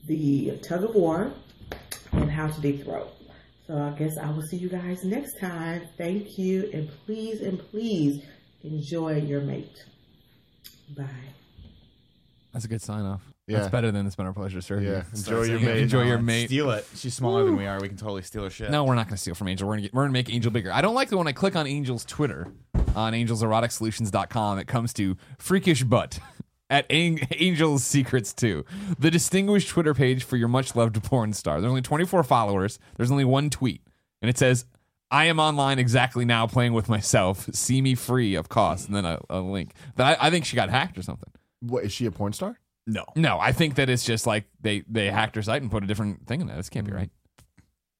Speaker 6: the tug of war and how to deep throat.
Speaker 9: So I guess I will see you guys next time. Thank you, and please and please enjoy your mate. Bye.
Speaker 1: That's a good sign off.
Speaker 3: Yeah.
Speaker 1: That's better than it's been our pleasure to serve you.
Speaker 3: Yeah.
Speaker 1: Start
Speaker 3: Enjoy your
Speaker 1: singing,
Speaker 3: mate.
Speaker 1: Enjoy
Speaker 2: No,
Speaker 1: your
Speaker 2: I'd
Speaker 1: mate.
Speaker 2: Steal it. She's smaller than we are. We can totally steal her shit.
Speaker 1: No, we're not going to steal from Angel. We're going to we're going to make Angel bigger. I don't like that when I click on Angel's Twitter on angelseroticsolutions.com, it comes to freakish butt at Ang- Angel's Secrets 2, the distinguished Twitter page for your much loved porn star. There's only 24 followers. There's only one tweet, and it says, "I am online exactly now, playing with myself. See me free of cost." And then a, a link that I, I think she got hacked or something.
Speaker 3: What is she a porn star?
Speaker 2: No.
Speaker 1: No, I think that it's just like they they hacked her site and put a different thing in there. This can't
Speaker 2: Mm.
Speaker 1: be right.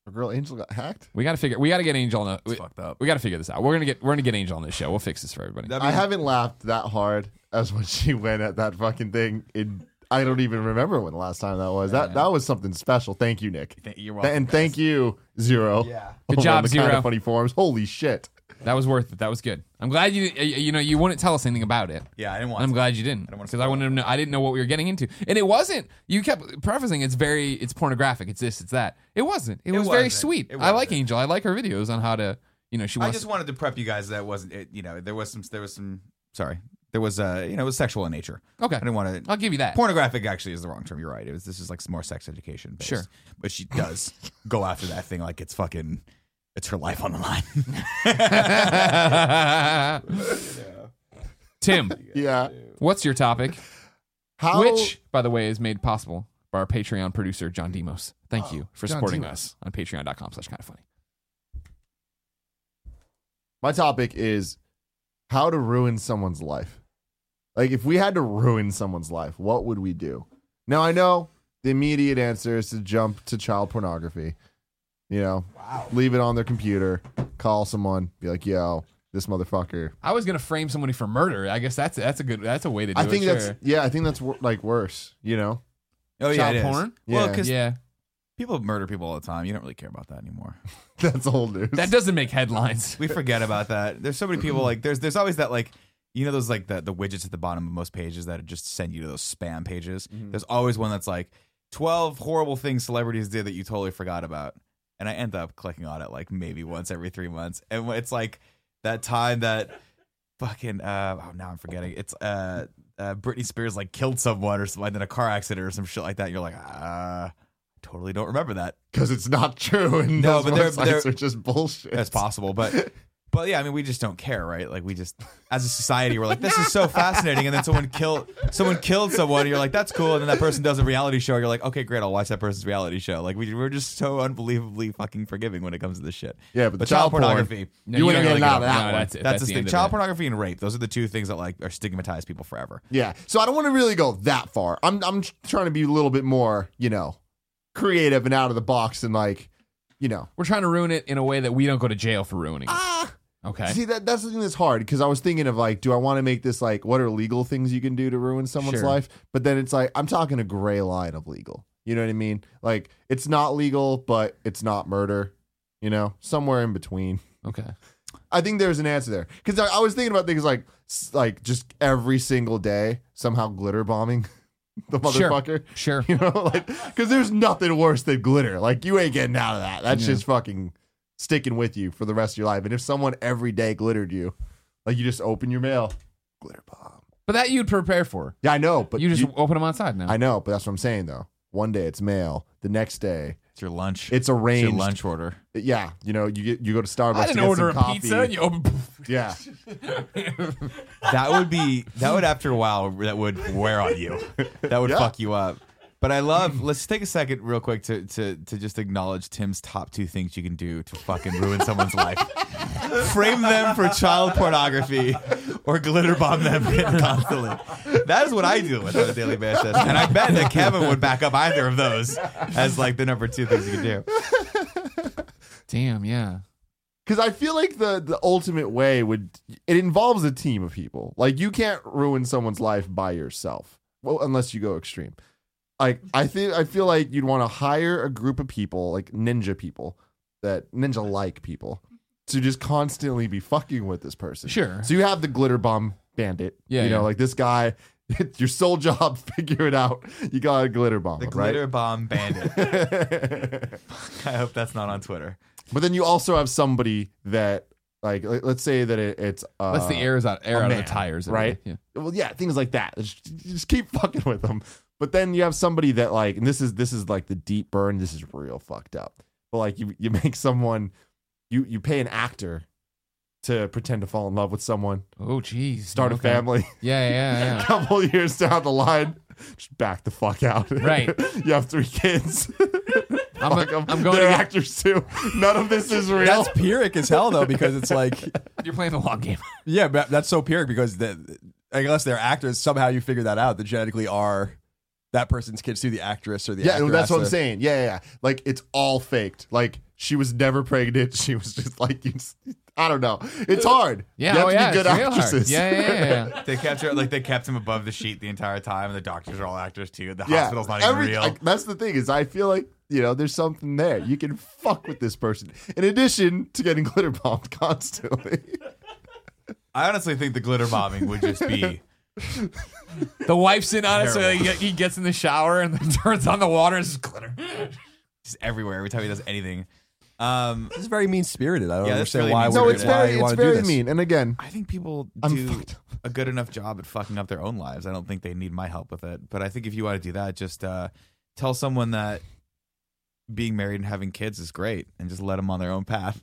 Speaker 3: A girl angel got hacked.
Speaker 1: We got to figure. We got to get Angel on. A, we,
Speaker 2: fucked up.
Speaker 1: We got to figure this out. We're gonna get. We're gonna get Angel on this show. We'll fix this for everybody.
Speaker 2: That'd be-
Speaker 3: I haven't laughed that hard as when she went at that fucking thing. In I don't even remember when the last time that was. That that was something special. Thank you, Nick.
Speaker 2: Th- you're welcome,
Speaker 3: And thank you, Zero.
Speaker 2: Yeah.
Speaker 1: Good
Speaker 3: over
Speaker 1: job,
Speaker 3: on the Kinda
Speaker 1: Zero.
Speaker 3: funny forums. Holy shit.
Speaker 1: That was worth it. That was good. I'm glad you. uh, You know, you wouldn't tell us anything about it.
Speaker 2: Yeah, I didn't want.
Speaker 1: I'm
Speaker 2: to.
Speaker 1: glad you didn't
Speaker 2: I don't wanna
Speaker 1: because I wanted to know. I didn't know what we were getting into, and it wasn't. You kept prefacing it's very, it's pornographic. It's this, it's that. It wasn't. It, was very
Speaker 2: wasn't.
Speaker 1: sweet.
Speaker 2: It
Speaker 1: I like
Speaker 2: wasn't.
Speaker 1: Angel. I like her videos on how to. You know, she
Speaker 2: I
Speaker 1: wants.
Speaker 2: just wanted to prep you guys. That wasn't. It, you know, there was some. There was some. Sorry. There was. Uh, you know, it was sexual in nature.
Speaker 1: Okay.
Speaker 2: I didn't want to.
Speaker 1: I'll give you that.
Speaker 2: Pornographic actually is the wrong term. You're right. It was. This is like some more sex education. Based.
Speaker 1: Sure.
Speaker 2: But she does go after that thing like it's fucking. It's her life on the line.
Speaker 1: Tim,
Speaker 3: Yeah.
Speaker 1: what's your topic?
Speaker 3: How
Speaker 1: Which, by the way, is made possible by our Patreon producer, John Demos. Thank you for
Speaker 3: John
Speaker 1: supporting
Speaker 3: Demos.
Speaker 1: us on patreon.com slash kind of funny.
Speaker 3: my topic is how to ruin someone's life. Like if we had to ruin someone's life, what would we do? Now I know the immediate answer is to jump to child pornography. You know, leave it on their computer, call someone, be like, "Yo, this motherfucker."
Speaker 1: I was gonna frame somebody for murder. I guess that's that's a good that's a way to do
Speaker 3: I
Speaker 1: it.
Speaker 3: think
Speaker 1: sure.
Speaker 3: that's yeah. I think that's wor- like worse. You know,
Speaker 2: oh
Speaker 1: Child
Speaker 2: it is.
Speaker 1: porn?
Speaker 2: Well,
Speaker 3: Yeah.
Speaker 2: because
Speaker 1: yeah.
Speaker 2: people murder people all the time. You don't really care about that anymore.
Speaker 3: that's old news.
Speaker 1: That doesn't make headlines.
Speaker 2: we forget about that. There's so many people like there's there's always that like you know those like the the widgets at the bottom of most pages that just send you to those spam pages. There's always one that's like twelve horrible things celebrities did that you totally forgot about, and I end up clicking on it like maybe once every three months, and when it's like that time that fucking uh oh now I'm forgetting it's uh. Uh, Britney Spears like killed someone or something in a car accident or some shit like that. And you're like, ah, uh, totally don't remember that.
Speaker 3: because it's not true, and
Speaker 2: No,
Speaker 3: those
Speaker 2: but they're-
Speaker 3: websites
Speaker 2: they're-
Speaker 3: are just bullshit.
Speaker 2: That's possible, but but yeah, I mean, we just don't care, right? Like we just, as a society, we're like, this is so fascinating, and then someone killed someone killed someone, and you're like, that's cool, and then that person does a reality show, you're like, okay, great, I'll watch that person's reality show. Like we, we're just so unbelievably fucking forgiving when it comes to this shit.
Speaker 3: Yeah, but the child porn-
Speaker 2: pornography.
Speaker 1: No,
Speaker 3: You wouldn't
Speaker 1: don't
Speaker 3: get
Speaker 1: really
Speaker 3: out of
Speaker 1: go-
Speaker 3: that
Speaker 1: no,
Speaker 3: one.
Speaker 1: That's it.
Speaker 2: That's,
Speaker 1: the
Speaker 2: the thing.
Speaker 1: end of
Speaker 2: Child
Speaker 1: it.
Speaker 2: pornography and rape. Those are the two things that like are stigmatized people forever.
Speaker 3: Yeah. So I don't want to really go that far. I'm I'm trying to be a little bit more, you know, creative and out of the box and like, you know.
Speaker 1: We're trying to ruin it in a way that we don't go to jail for ruining it.
Speaker 3: Ah,
Speaker 1: Okay.
Speaker 3: see that that's the thing that's hard because I was thinking of like, do I want to make this like what are legal things you can do to ruin someone's
Speaker 1: Sure.
Speaker 3: life? But then it's like I'm talking a gray line of legal. You know what I mean? Like it's not legal, but it's not murder. You know, somewhere in between.
Speaker 1: Okay.
Speaker 3: I think there's an answer there because I, I was thinking about things like s- like just every single day somehow glitter bombing the
Speaker 1: Sure.
Speaker 3: motherfucker.
Speaker 1: Sure.
Speaker 3: You know, like, because there's nothing worse than glitter. Like, you ain't getting out of that. That's just fucking sticking with you for the rest of your life. And if someone every day glittered you, like, you just open your mail, glitter bomb.
Speaker 1: But that you'd prepare for.
Speaker 3: Yeah, I know, but
Speaker 1: you just open them outside now.
Speaker 3: I know, but that's what I'm saying, though. One day it's mail, the next day
Speaker 2: It's your lunch.
Speaker 3: it's
Speaker 2: It's
Speaker 3: arranged.
Speaker 2: your lunch order.
Speaker 3: Yeah, you know, you get you go to Starbucks.
Speaker 1: I didn't
Speaker 3: to get
Speaker 1: order
Speaker 3: some
Speaker 1: a
Speaker 3: coffee.
Speaker 1: pizza. and You open.
Speaker 3: Yeah,
Speaker 2: that would be that would after a while that would wear on you. That would
Speaker 3: Yeah.
Speaker 2: fuck you up. But I love. Let's take a second, real quick, to to to just acknowledge Tim's top two things you can do to fucking ruin someone's life. Frame them for child pornography, or glitter bomb them constantly. That is what I do with on a daily basis, and I bet that Kevin would back up either of those as like the number two things you can do.
Speaker 1: Damn. Yeah.
Speaker 3: because I feel like the the ultimate way would it involves a team of people. Like you can't ruin someone's life by yourself, well, unless you go extreme. Like I think I feel like you'd want to hire a group of people, like ninja people, that ninja like people, to just constantly be fucking with this person.
Speaker 1: Sure.
Speaker 3: So you have the glitter bomb bandit.
Speaker 1: Yeah,
Speaker 3: You know,
Speaker 1: yeah.
Speaker 3: like this guy. It's your sole job. Figure it out. You got a glitter bomb.
Speaker 2: The
Speaker 3: him,
Speaker 2: glitter bomb bandit. I
Speaker 3: Right?
Speaker 2: hope that's not on Twitter.
Speaker 3: But then you also have somebody that, like, let- let's say that it, it's uh,
Speaker 1: That's the air is out, air
Speaker 3: a
Speaker 1: out of the
Speaker 3: man,
Speaker 1: tires, I
Speaker 3: right?
Speaker 1: mean,
Speaker 3: well yeah things like that just, just keep fucking with them but then you have somebody that like and this is this is like the deep burn this is real fucked up but like you you make someone you you pay an actor to pretend to fall in love with someone
Speaker 1: Yeah. Oh, jeez.
Speaker 3: start
Speaker 1: Okay.
Speaker 3: a family
Speaker 1: Yeah, yeah,
Speaker 3: a
Speaker 1: yeah.
Speaker 3: couple years down the line just back the fuck out
Speaker 1: Right.
Speaker 3: you have three kids
Speaker 1: I'm,
Speaker 3: Fuck 'em.
Speaker 1: I'm going.
Speaker 3: they're
Speaker 1: To get,
Speaker 3: actors too none of this is real
Speaker 4: That's Pyrrhic as hell though, because it's like,
Speaker 1: you're playing the long game.
Speaker 4: yeah, but that's so Pyrrhic because the, unless they're actors, somehow you figure that out that genetically are that person's kids through the actress or the
Speaker 3: Yeah,
Speaker 4: actor
Speaker 3: no, that's
Speaker 4: has
Speaker 3: what I'm
Speaker 4: to-
Speaker 3: saying. Yeah, yeah, yeah. Like it's all faked. Like she was never pregnant. She was just like you. just- I don't know. It's hard.
Speaker 1: Yeah,
Speaker 3: you have
Speaker 1: oh,
Speaker 3: to
Speaker 1: yeah.
Speaker 3: be good
Speaker 1: it's real hard.
Speaker 3: actresses.
Speaker 1: Yeah, yeah, yeah. yeah.
Speaker 2: They kept her like they kept him above the sheet the entire time, and the doctors are all actors too. The
Speaker 3: Yeah.
Speaker 2: hospital's not even
Speaker 3: Every-
Speaker 2: real.
Speaker 3: I- that's the thing is, I feel like you know, there's something there. You can fuck with this person. In addition to getting glitter bombed constantly.
Speaker 2: I honestly think the glitter bombing would just be
Speaker 1: The wife's in on it, so
Speaker 2: Terrible.
Speaker 1: he, he gets in the shower and then turns on the water and it's just glitter.
Speaker 2: just everywhere every time he does anything. Um,
Speaker 4: This is very mean spirited. I don't
Speaker 2: Yeah, that's
Speaker 4: understand
Speaker 2: really
Speaker 4: why.
Speaker 2: mean.
Speaker 4: we're-
Speaker 3: no, it's
Speaker 4: why
Speaker 3: very,
Speaker 4: you
Speaker 3: it's
Speaker 4: wanna do
Speaker 3: very
Speaker 4: this.
Speaker 3: mean. And again,
Speaker 2: I think people
Speaker 3: I'm
Speaker 2: do
Speaker 3: fucked
Speaker 2: a good enough job at fucking up their own lives. I don't think they need my help with it. But I think if you want to do that, just uh, tell someone that being married and having kids is great, and just let them on their own path.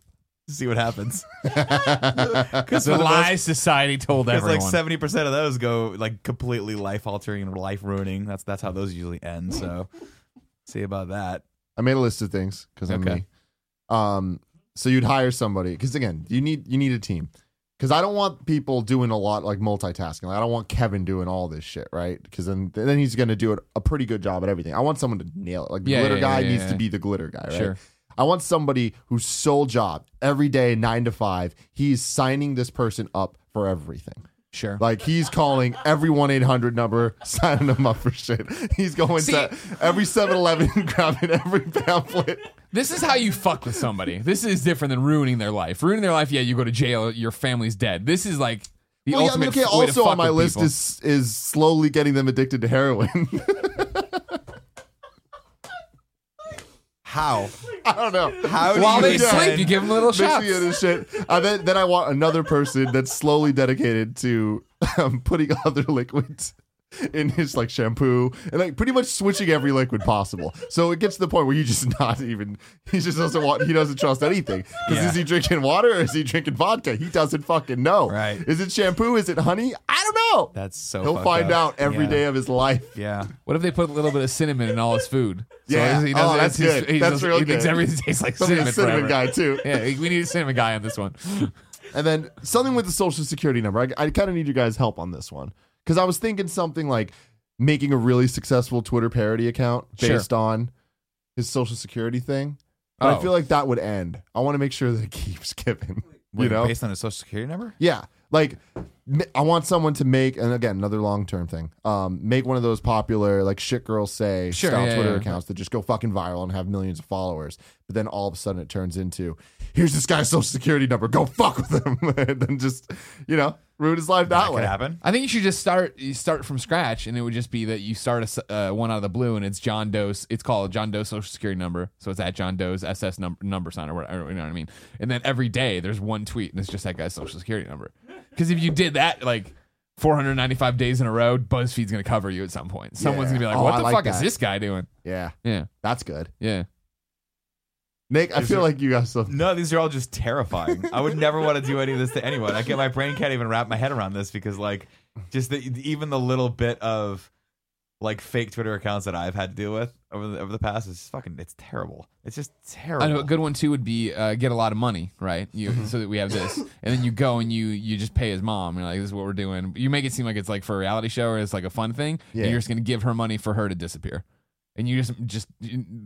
Speaker 2: See what happens. Because
Speaker 1: The lie society told
Speaker 2: Because
Speaker 1: everyone.
Speaker 2: like seventy percent of those go like completely life altering and life ruining. That's that's how those usually end. So see about that.
Speaker 3: I made a list of things because I'm
Speaker 2: Okay.
Speaker 3: me. Um, so you'd hire somebody because again, you need you need a team. Because I don't want people doing a lot like multitasking. Like, I don't want Kevin doing all this shit, right? Because then then he's gonna do it, a pretty good job at everything. I want someone to nail it. Like the
Speaker 1: Yeah,
Speaker 3: glitter
Speaker 1: yeah,
Speaker 3: guy
Speaker 1: yeah,
Speaker 3: needs
Speaker 1: yeah.
Speaker 3: to be the glitter guy, right?
Speaker 1: Sure.
Speaker 3: I want somebody whose sole job every day, nine to five, he's signing this person up for everything.
Speaker 1: sure.
Speaker 3: Like he's calling every one eight hundred number, signing them up for shit. He's going to every 7-Eleven, grabbing every pamphlet.
Speaker 1: This is how you fuck with somebody. This is different than ruining their life. Ruining their life, yeah, you go to jail, your family's dead. This is like the
Speaker 3: Well, yeah, I
Speaker 1: ultimate
Speaker 3: mean, okay,
Speaker 1: f- way to
Speaker 3: also
Speaker 1: fuck
Speaker 3: on my
Speaker 1: with
Speaker 3: list
Speaker 1: people.
Speaker 3: is is slowly getting them addicted to heroin.
Speaker 2: How?
Speaker 3: I don't know.
Speaker 2: How do
Speaker 1: While
Speaker 2: you
Speaker 1: they
Speaker 2: then-
Speaker 1: sleep, you give them little shots.
Speaker 3: Mixing it and shit. Uh, then, then I want another person that's slowly dedicated to um, putting other liquids in his like shampoo and like pretty much switching every liquid possible. So it gets to the point where you just not even he just doesn't want he doesn't trust anything. Because
Speaker 2: Yeah.
Speaker 3: is he drinking water or is he drinking vodka? He doesn't fucking know.
Speaker 2: Right.
Speaker 3: Is it shampoo? Is it honey? I don't know.
Speaker 2: That's so.
Speaker 3: He'll
Speaker 2: fucked
Speaker 3: find
Speaker 2: up.
Speaker 3: out every day
Speaker 2: yeah.
Speaker 3: of his life.
Speaker 2: Yeah.
Speaker 1: What if they put a little bit of cinnamon in all his food?
Speaker 3: Yeah.
Speaker 1: he
Speaker 3: Oh,
Speaker 1: doesn't-
Speaker 3: that's
Speaker 1: he's-
Speaker 3: good.
Speaker 1: He
Speaker 3: That's
Speaker 1: doesn't-
Speaker 3: real
Speaker 1: He thinks
Speaker 3: good.
Speaker 1: everything tastes like
Speaker 3: Something
Speaker 1: cinnamon.
Speaker 3: a cinnamon
Speaker 1: forever.
Speaker 3: guy too.
Speaker 1: Yeah, we need a cinnamon guy on this one.
Speaker 3: And then something with the social security number. I, I kind of need you guys' help on this one because I was thinking something like making a really successful Twitter parody account
Speaker 1: Sure.
Speaker 3: based on his social security thing. But
Speaker 1: Oh.
Speaker 3: I feel like that would end. I want to make sure that it keeps giving.
Speaker 2: Wait,
Speaker 3: you know,
Speaker 2: based on his social security number.
Speaker 3: yeah. Like, m- I want someone to make, and again, another long term thing. Um, make one of those popular, like shit girls say
Speaker 1: Sure,
Speaker 3: style
Speaker 1: yeah,
Speaker 3: Twitter
Speaker 1: yeah.
Speaker 3: accounts that just go fucking viral and have millions of followers. But then all of a sudden, it turns into, here's this guy's social security number. Go fuck with him, and then just, you know, ruin his life that,
Speaker 2: That
Speaker 3: way.
Speaker 2: could happen.
Speaker 1: I think you should just start you start from scratch, and it would just be that you start a s uh, one out of the blue, and it's John Doe's. It's called John Doe's social security number, so it's at John Doe's SS number number sign or whatever. You know what I mean? And then every day there's one tweet, and it's just that guy's social security number. Because if you did that, like. 495 days in a row, BuzzFeed's gonna cover you at some point. Someone's gonna
Speaker 3: Yeah.
Speaker 1: be like,
Speaker 3: Oh,
Speaker 1: "What
Speaker 3: I
Speaker 1: the
Speaker 3: like
Speaker 1: fuck is
Speaker 3: that.
Speaker 1: this guy doing?"
Speaker 3: Yeah,
Speaker 1: Yeah,
Speaker 3: that's good.
Speaker 1: yeah.
Speaker 3: Nick, I
Speaker 2: Is
Speaker 3: feel
Speaker 2: there-
Speaker 3: like you got something.
Speaker 2: No, these are all just terrifying. I would never want to do any of this to anyone. I get my brain can't even wrap my head around this because like just the, even the little bit of like fake Twitter accounts that I've had to deal with over the, over the past is fucking it's terrible. It's just terrible.
Speaker 1: I know a good one too would be uh, get a lot of money, right? You so that we have this, and then you go and you you just pay his mom. You're like, this is what we're doing. You make it seem like it's like for a reality show or it's like a fun thing. and
Speaker 3: Yeah.
Speaker 1: you're just gonna give her money for her to disappear, and you just just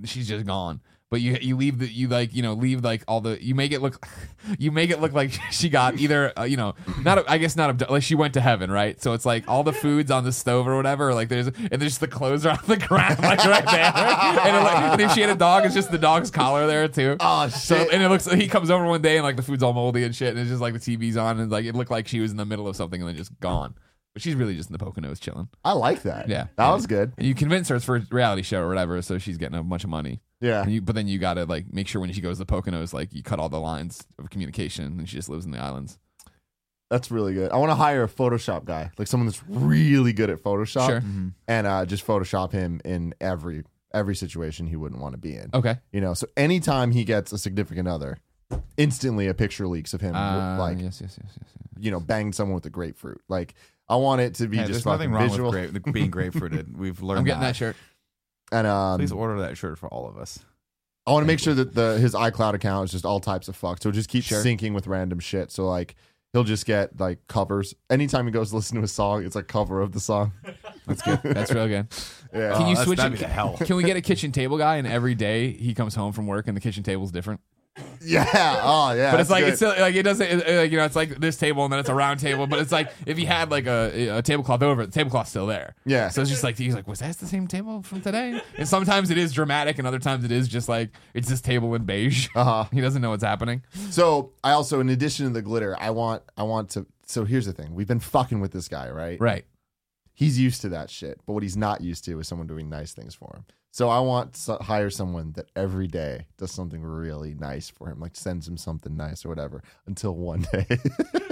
Speaker 1: she's just gone. But you you leave the you like you know leave like all the you make it look you make it look like she got either uh, you know not a, I guess not abdu- like she went to heaven right so it's like all the foods on the stove or whatever like there's and there's the clothes are on the ground like right there and, it, like, and if she had a dog it's just the dog's collar there too
Speaker 3: Oh
Speaker 1: so
Speaker 3: shit!
Speaker 1: and it looks he comes over one day and like the food's all moldy and shit and it's just like the TV's on and like it looked like she was in the middle of something and then just gone. But she's really just in the Poconos chilling.
Speaker 3: I like that.
Speaker 1: Yeah.
Speaker 3: that was good.
Speaker 1: And you convince her it's for a reality show or whatever, so she's getting a bunch of money.
Speaker 3: Yeah,
Speaker 1: And you, but then you got to like make sure when she goes to the Poconos, like you cut all the lines of communication, and she just lives in the islands.
Speaker 3: that's really good. I want to hire a Photoshop guy, like someone that's really good at Photoshop,
Speaker 1: Sure.
Speaker 3: and uh, just Photoshop him in every every situation he wouldn't want to be in.
Speaker 1: Okay.
Speaker 3: You know, so anytime he gets a significant other, instantly a picture leaks of him
Speaker 1: Uh,
Speaker 3: like
Speaker 1: yes, yes, yes, yes. yes.
Speaker 3: you know banging someone with a grapefruit. Like I want it to be
Speaker 2: Hey,
Speaker 3: just
Speaker 2: there's nothing
Speaker 3: fucking
Speaker 2: wrong
Speaker 3: visual.
Speaker 2: with grape, being grapefruited. We've learned
Speaker 1: I'm getting that
Speaker 2: that.
Speaker 1: shirt.
Speaker 3: And um,
Speaker 2: Please order that shirt for all of us.
Speaker 3: I want to make sure that the his iCloud account is just all types of fuck. So it just keeps
Speaker 1: Sure.
Speaker 3: syncing with random shit. So like he'll just get like covers. Anytime he goes to listen to a song, it's a cover of the song.
Speaker 1: That's good. That's real good.
Speaker 3: Yeah.
Speaker 1: Can you
Speaker 2: that's-
Speaker 1: switch
Speaker 2: that'd
Speaker 1: it?
Speaker 2: be the hell.
Speaker 1: Can we get a kitchen table guy and every day he comes home from work and the kitchen table's different?
Speaker 3: yeah. Oh yeah.
Speaker 1: But it's
Speaker 3: that's
Speaker 1: like
Speaker 3: good.
Speaker 1: it's still, like it doesn't it- it- like you know it's like this table and then it's a round table, but it's like if you had like a, a tablecloth over, it, the tablecloth's still there.
Speaker 3: Yeah.
Speaker 1: So it's just like he's like, was that the same table from today? And sometimes it is dramatic, and other times it is just like it's this table in beige.
Speaker 3: Uh-huh.
Speaker 1: He doesn't know what's happening.
Speaker 3: so I also in addition to the glitter, I want I want to so here's the thing. We've been fucking with this guy, right?
Speaker 1: Right.
Speaker 3: He's used to that shit. But what he's not used to is someone doing nice things for him. So I want to hire someone that every day does something really nice for him, like sends him something nice or whatever, until one day.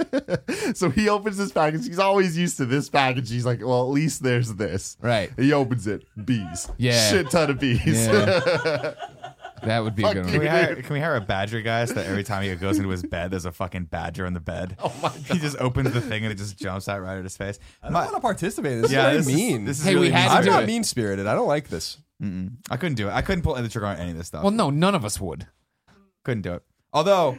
Speaker 3: so he opens this package. He's always used to this package. He's like, well, at least there's this.
Speaker 1: Right.
Speaker 3: He opens it. Bees.
Speaker 1: Yeah.
Speaker 3: Shit ton of bees.
Speaker 1: That would be a good
Speaker 3: Fuck
Speaker 1: one.
Speaker 2: Can we, hire, can we hire a badger guy so that every time he goes into his bed, there's a fucking badger in the bed? Oh my god! He just opens the thing and it just jumps out right at his face.
Speaker 4: I don't want to participate in this.
Speaker 2: yeah,
Speaker 4: Yeah,
Speaker 2: this
Speaker 4: is
Speaker 2: is-
Speaker 4: very mean.
Speaker 2: this is
Speaker 1: Hey, we
Speaker 2: really
Speaker 1: had to
Speaker 2: mean.
Speaker 4: I'm
Speaker 1: do
Speaker 4: not
Speaker 1: it.
Speaker 4: mean spirited. I don't like this.
Speaker 2: I couldn't do it. I couldn't pull the trigger on any of this stuff.
Speaker 1: Well, no, none of us would.
Speaker 2: Couldn't do it. Although,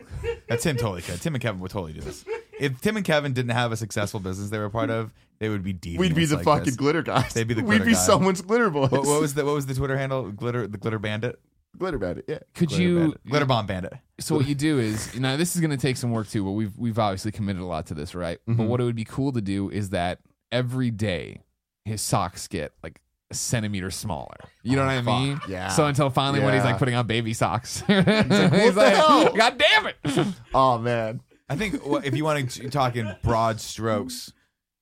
Speaker 2: uh, Tim totally could. Tim and Kevin would totally do this. If Tim and Kevin didn't have a successful business they were a part of, they would be deviants
Speaker 3: We'd be the
Speaker 2: like
Speaker 3: fucking
Speaker 2: this.
Speaker 3: glitter guys.
Speaker 2: They'd be the
Speaker 3: We'd
Speaker 2: glitter
Speaker 3: be
Speaker 2: guy.
Speaker 3: someone's glitter boys.
Speaker 2: What, what was the What was the Twitter handle? Glitter the Glitter Bandit.
Speaker 3: glitter bandit? Yeah.
Speaker 1: Could
Speaker 2: Glitter
Speaker 1: you?
Speaker 2: Bandit. Glitter Bomb Bandit?
Speaker 1: So what you do is now this is going to take some work too, but we've we've obviously committed a lot to this, right?
Speaker 3: Mm-hmm.
Speaker 1: But what it would be cool to do is that every day his socks get like a centimeter smaller. You know what I mean?
Speaker 3: Oh, Yeah.
Speaker 1: So until finally when he's
Speaker 3: Yeah.
Speaker 1: like putting on baby socks, he's like, he's
Speaker 3: the
Speaker 1: like,
Speaker 3: hell?"
Speaker 1: God damn it!
Speaker 3: Oh man.
Speaker 2: I think well, if you want to talk in broad strokes,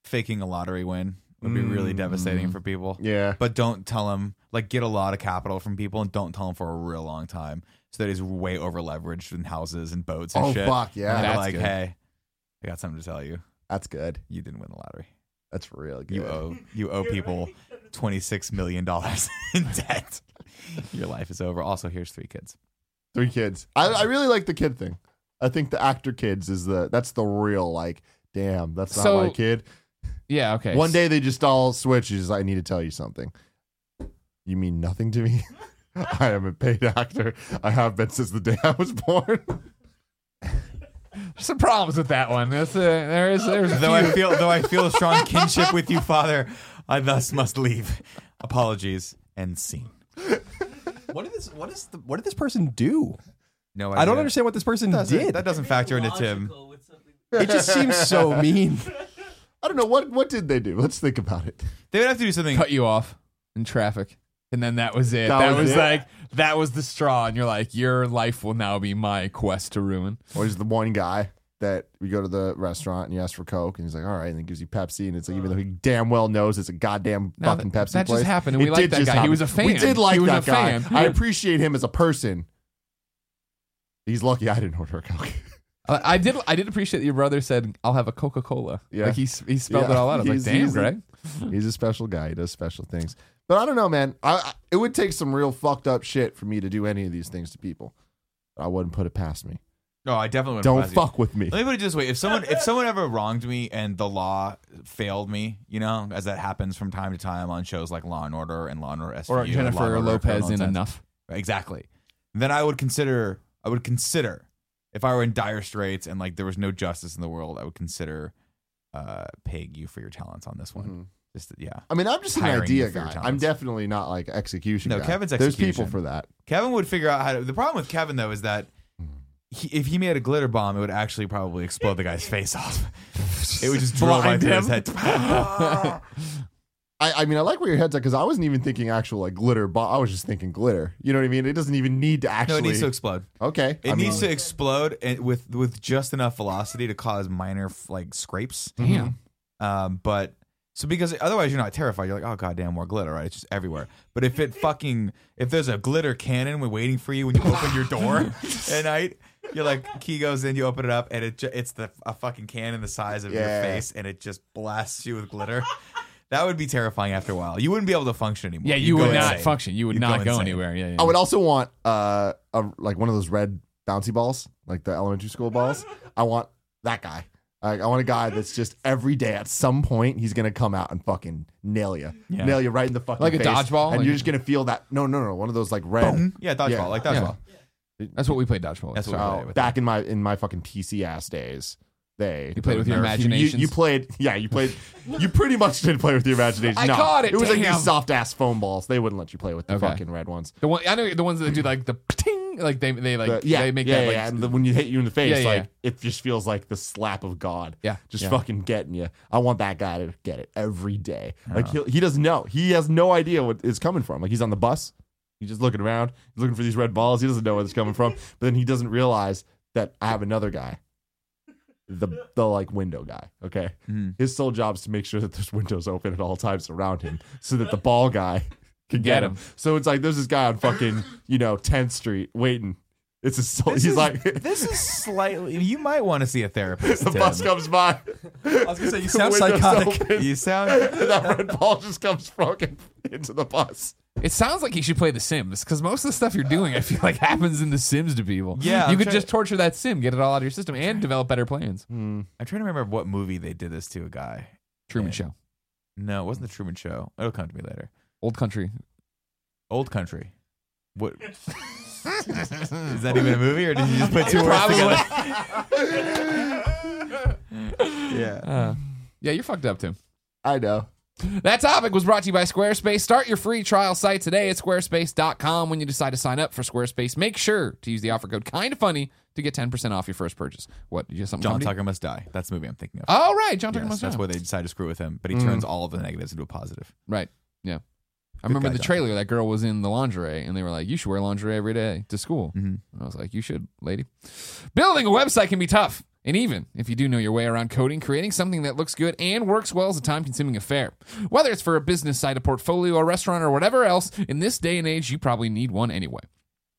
Speaker 2: faking a lottery win would be really
Speaker 3: Mm-hmm.
Speaker 2: devastating for people.
Speaker 3: Yeah.
Speaker 2: But don't tell them, like, get a lot of capital from people and don't tell them for a real long time. So that is way over leveraged in houses and boats and
Speaker 3: Oh,
Speaker 2: shit.
Speaker 3: fuck, yeah.
Speaker 2: And they're
Speaker 1: That's
Speaker 2: like,
Speaker 1: good.
Speaker 2: hey, I got something to tell you.
Speaker 3: That's good.
Speaker 2: You didn't win the lottery.
Speaker 3: That's real good.
Speaker 2: You owe you owe people twenty six million dollars in debt. Your life is over. Also, here's three kids.
Speaker 3: Three kids. I, I really like the kid thing. I think the actor kids is the that's the real like. Damn, that's not
Speaker 1: So-
Speaker 3: my kid.
Speaker 1: Yeah. Okay.
Speaker 3: One day they just all switch. He's like, I need to tell you something. You mean nothing to me. I am a paid actor. I have been since the day I was born.
Speaker 1: There's some problems with that one. That's a, there is there's
Speaker 2: Though I feel though I feel a strong kinship with you, Father, I thus must leave. Apologies and scene.
Speaker 4: What did this? What is? The, what did this person do?
Speaker 2: No,
Speaker 4: I don't understand what this person did.
Speaker 2: That doesn't factor into Tim.
Speaker 5: Logical with something-
Speaker 4: It just seems so mean.
Speaker 3: I don't know what what did they do. Let's think about it.
Speaker 2: They would have to do something.
Speaker 1: cut you off in traffic. And then that was it. That,
Speaker 3: That was
Speaker 1: was,
Speaker 3: it?
Speaker 1: like that was the straw, and you're like, your life will now be my quest to ruin.
Speaker 3: Or is the one guy that we go to the restaurant and you ask for Coke and he's like, all right, and he gives you Pepsi. And it's like, even though he damn well knows it's a goddamn
Speaker 1: No,
Speaker 3: fucking
Speaker 1: that-
Speaker 3: Pepsi
Speaker 1: that just
Speaker 3: place,
Speaker 1: happened and we
Speaker 3: it
Speaker 1: liked
Speaker 3: did
Speaker 1: that
Speaker 3: just
Speaker 1: guy. He
Speaker 3: happen.
Speaker 1: was a fan.
Speaker 3: We did like
Speaker 1: He was
Speaker 3: that
Speaker 1: a
Speaker 3: guy.
Speaker 1: fan.
Speaker 3: I appreciate him as a person. He's lucky I didn't order a Coke.
Speaker 1: I, I did. I did appreciate that your brother said, "I'll have a Coca Cola."
Speaker 3: Yeah.
Speaker 1: like he s- he spelled
Speaker 3: Yeah.
Speaker 1: it all out. I was like,
Speaker 3: He's-
Speaker 1: "Damn,
Speaker 3: he's-
Speaker 1: Greg."
Speaker 3: He's a special guy. He does special things. But I don't know, man. I, I it would take some real fucked up shit for me to do any of these things to people. I wouldn't put it past me.
Speaker 2: No, Oh, I definitely wouldn't
Speaker 3: Don't
Speaker 2: advise you.
Speaker 3: fuck with me.
Speaker 2: Let me put it this way: if someone if someone ever wronged me and the law failed me, you know, as that happens from time to time on shows like Law and Order and Law and Order SVU,
Speaker 1: Or
Speaker 2: and Law and
Speaker 1: Jennifer
Speaker 2: Order
Speaker 1: Lopez
Speaker 2: Criminal
Speaker 1: in
Speaker 2: Intent.
Speaker 1: enough.
Speaker 2: exactly. Then I would consider. I would consider if I were in dire straits and like there was no justice in the world, I would consider uh paying you for your talents on this one.
Speaker 1: Mm-hmm.
Speaker 2: Just yeah,
Speaker 3: I mean, I'm just an
Speaker 2: Hiring you
Speaker 3: idea
Speaker 2: for your
Speaker 3: guy. I'm
Speaker 2: talents.
Speaker 3: definitely not like execution.
Speaker 2: No,
Speaker 3: guy.
Speaker 2: Kevin's
Speaker 3: There's people
Speaker 2: execution.
Speaker 3: for that.
Speaker 2: Kevin would figure out how to. The problem with Kevin though is that he, if he made a glitter bomb, it would actually probably explode the guy's face off. It would just blow right
Speaker 1: Blind
Speaker 2: through his
Speaker 1: him.
Speaker 2: head.
Speaker 3: I, I mean, I like where your head's at because I wasn't even thinking actual like glitter, but I was just thinking glitter. You know what I mean? It doesn't even need to
Speaker 2: No,
Speaker 3: actually.
Speaker 2: it needs to explode.
Speaker 3: okay.
Speaker 2: It
Speaker 3: I mean,
Speaker 2: needs to explode and
Speaker 3: Mm-hmm.
Speaker 2: with with just enough velocity to cause minor f- like scrapes.
Speaker 1: Damn.
Speaker 2: Um, but So because otherwise you're not terrified. You're like, oh goddamn, more glitter, right? It's just everywhere. But if it fucking if there's a glitter cannon waiting for you when you open your door at night, you're like key goes in, you open it up, and it ju- it's the a fucking cannon the size of your
Speaker 3: Yeah.
Speaker 2: face, and it just blasts you with glitter. That would be terrifying after a while. You wouldn't be able to function anymore.
Speaker 1: Yeah,
Speaker 2: You'd
Speaker 1: you, would
Speaker 2: go
Speaker 1: not
Speaker 2: insane.
Speaker 1: function. You would
Speaker 2: You'd
Speaker 1: not go,
Speaker 2: insane.
Speaker 1: anywhere. Yeah, yeah.
Speaker 3: I would also want uh a, like one of those red bouncy balls, like the elementary school balls. I want that guy. I, I want a guy that's just every day at some point he's gonna come out and fucking nail you,
Speaker 2: Yeah.
Speaker 3: nail you right in the fucking
Speaker 1: Like a
Speaker 3: face,
Speaker 1: dodgeball?
Speaker 3: and
Speaker 1: Like-
Speaker 3: you're just gonna feel that. No, no, no, one of those like red.
Speaker 2: Boom. Yeah, dodgeball,
Speaker 3: Yeah.
Speaker 2: like
Speaker 1: Yeah.
Speaker 2: dodgeball.
Speaker 1: That's what we played dodgeball.
Speaker 2: That's
Speaker 1: That's
Speaker 2: what
Speaker 1: what
Speaker 2: we-
Speaker 3: Oh,
Speaker 2: play with
Speaker 3: back in my in my fucking PC ass days, they
Speaker 1: you played with your
Speaker 2: Nerf.
Speaker 3: you, you,
Speaker 1: imagination.
Speaker 3: you played yeah you played you pretty much did play with your imagination.
Speaker 1: I
Speaker 3: no,
Speaker 1: caught it,
Speaker 3: It was like
Speaker 1: damn.
Speaker 3: these soft ass foam balls. They wouldn't let you play with the
Speaker 1: Okay.
Speaker 3: fucking red ones.
Speaker 1: the one I know the ones that do like the ting, like they they like
Speaker 3: The- yeah,
Speaker 1: they make
Speaker 3: yeah,
Speaker 1: that
Speaker 3: yeah,
Speaker 1: like
Speaker 3: yeah. And the- when you hit you in the face,
Speaker 1: Yeah, yeah,
Speaker 3: like it just feels like the slap of God.
Speaker 1: Yeah,
Speaker 3: just
Speaker 1: yeah.
Speaker 3: fucking getting you. I want that guy to get it every day. Like he'll, he doesn't know. He has no idea what it's coming from. Like he's on the bus. He's just looking around. He's looking for these red balls. He doesn't know where it's coming from. But then he doesn't realize that I have another guy. The the like window guy. Okay.
Speaker 1: Hmm.
Speaker 2: Mhm.
Speaker 3: His sole job is to make sure that there's windows open at all times around him so that the ball guy can get,
Speaker 1: Get
Speaker 3: him.
Speaker 1: him.
Speaker 3: So it's like there's this guy on fucking, you know, 10th Street waiting. It's his sole,
Speaker 2: This
Speaker 3: he's
Speaker 2: is-
Speaker 3: like
Speaker 2: this is slightly. You might want to see a therapist.
Speaker 3: the
Speaker 2: Tim.
Speaker 3: bus comes by.
Speaker 4: I was gonna say you sound
Speaker 3: windows
Speaker 4: psychotic.
Speaker 3: open,
Speaker 2: You sound.
Speaker 3: and that red ball just comes fucking into the bus.
Speaker 1: It sounds like you should play The Sims because most of the stuff you're doing, I feel like, happens in The Sims to people.
Speaker 2: Yeah,
Speaker 1: you
Speaker 2: I'm
Speaker 1: could
Speaker 2: try- Hmm.
Speaker 1: just torture that sim, get it all out of your system, and develop better plans.
Speaker 2: I'm trying to remember what movie they did this to a guy.
Speaker 1: Truman
Speaker 2: Yeah.
Speaker 1: Show,
Speaker 2: No, it wasn't the Truman Show. It'll come to me later.
Speaker 1: Old Country.
Speaker 2: Old Country. What is that even a movie, or did you just put two words together? yeah.
Speaker 1: Uh, yeah, you're fucked up, Tim.
Speaker 3: I know.
Speaker 1: That topic was brought to you by Squarespace. Start your free trial site today at squarespace.com. When you decide to sign up for Squarespace, make sure to use the offer code Kinda Funny to get 10% off your first purchase. What? You have something
Speaker 2: John
Speaker 1: comedy?
Speaker 2: Tucker Must Die. That's the movie I'm thinking of.
Speaker 1: Oh, right. John Tucker
Speaker 2: Yes,
Speaker 1: must
Speaker 2: that's
Speaker 1: Die.
Speaker 2: where they decide to screw with him, but he turns all of the negatives into a positive.
Speaker 1: Right. Yeah. I remember
Speaker 2: guy,
Speaker 1: the
Speaker 2: John.
Speaker 1: trailer. That girl was in the lingerie, and they were like, "You should wear lingerie every day to school." And I was like, "You should, lady." Building a website can be tough, and even if you do know your way around coding, creating something that looks good and works well is a time-consuming affair. Whether it's for a business site, a portfolio, a restaurant, or whatever else, in this day and age, you probably need one anyway.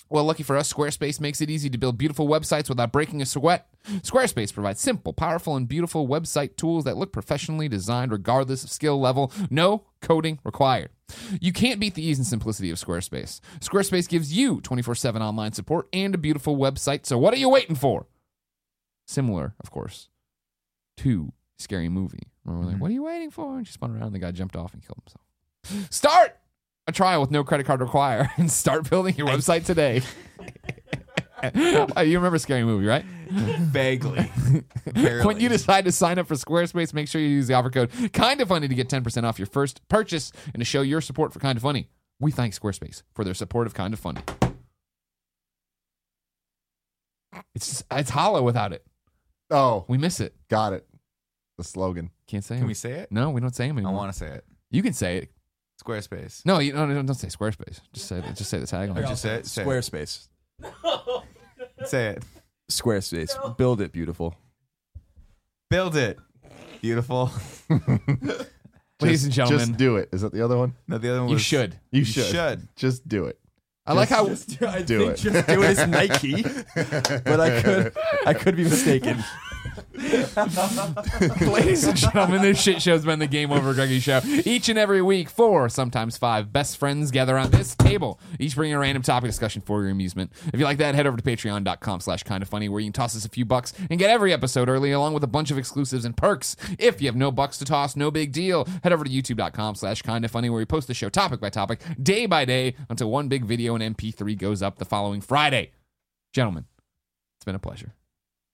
Speaker 1: Well, lucky for us, Squarespace makes it easy to build beautiful websites without breaking a sweat. Squarespace provides simple, powerful, and beautiful website tools that look professionally designed regardless of skill level. No coding required. You can't beat the ease and simplicity of Squarespace. Squarespace gives you 24 7 online support and a beautiful website, so what are you waiting for? Similar, of course, to Scary Movie. Remember, like, what are you waiting for? And she spun around, and the guy jumped off and killed himself. Start! a trial with no credit card required and start building your website today. Oh, you remember Scary Movie, right?
Speaker 2: Vaguely.
Speaker 1: When you decide to sign up for Squarespace, make sure you use the offer code Kinda Funny to get 10% off your first purchase and to show your support for Kinda Funny. We thank Squarespace for their support of Kinda Funny. It's just, it's hollow without it.
Speaker 3: Oh,
Speaker 1: We miss it.
Speaker 3: got it. The slogan.
Speaker 1: Can't say
Speaker 2: Can
Speaker 1: it.
Speaker 2: we say it?
Speaker 1: no, we don't say them
Speaker 2: I
Speaker 1: anymore.
Speaker 2: want to say it.
Speaker 1: you can say it.
Speaker 2: Squarespace.
Speaker 1: No, you no, no, don't say Squarespace. Just say the, just say the tagline.
Speaker 2: Just say it. Say it.
Speaker 4: Squarespace.
Speaker 2: Say it.
Speaker 4: Squarespace. Build it beautiful.
Speaker 2: Build it. Beautiful.
Speaker 1: Ladies and gentlemen,
Speaker 3: Just do it. Is that the other one?
Speaker 2: No, the other one
Speaker 1: you
Speaker 2: was-
Speaker 1: should.
Speaker 3: You
Speaker 2: You
Speaker 3: should.
Speaker 2: should.
Speaker 3: Just do it.
Speaker 1: I like how
Speaker 4: I
Speaker 3: Do think it.
Speaker 4: Just do it is Nike, but I could I could be mistaken.
Speaker 1: Ladies and gentlemen, this shit show's been the Game Over Greggy Show. Each and every week, four, sometimes five, best friends gather on this table, each bringing a random topic discussion for your amusement. If you like that, head over to patreon.com slash kind of funny, where you can toss us a few bucks and get every episode early, along with a bunch of exclusives and perks. If you have no bucks to toss, no big deal. Head over to youtube.com slash kind of funny, where we post the show topic by topic, day by day, until one big video and MP3 goes up the following Friday. Gentlemen, it's been a pleasure.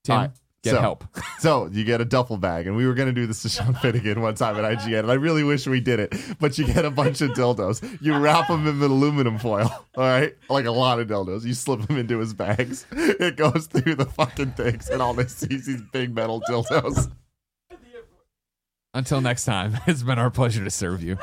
Speaker 1: Tim,
Speaker 3: All right,
Speaker 1: get
Speaker 3: so-
Speaker 1: help.
Speaker 3: So you get a duffel bag, and we were gonna do this to Sean Finnegan one time at IGN, and I really wish we did it. But you get a bunch of dildos, you wrap them in aluminum foil, all right, like a lot of dildos. You slip them into his bags. It goes through the fucking things, and all they see is these big metal dildos.
Speaker 1: Until next time, it's been our pleasure to serve you.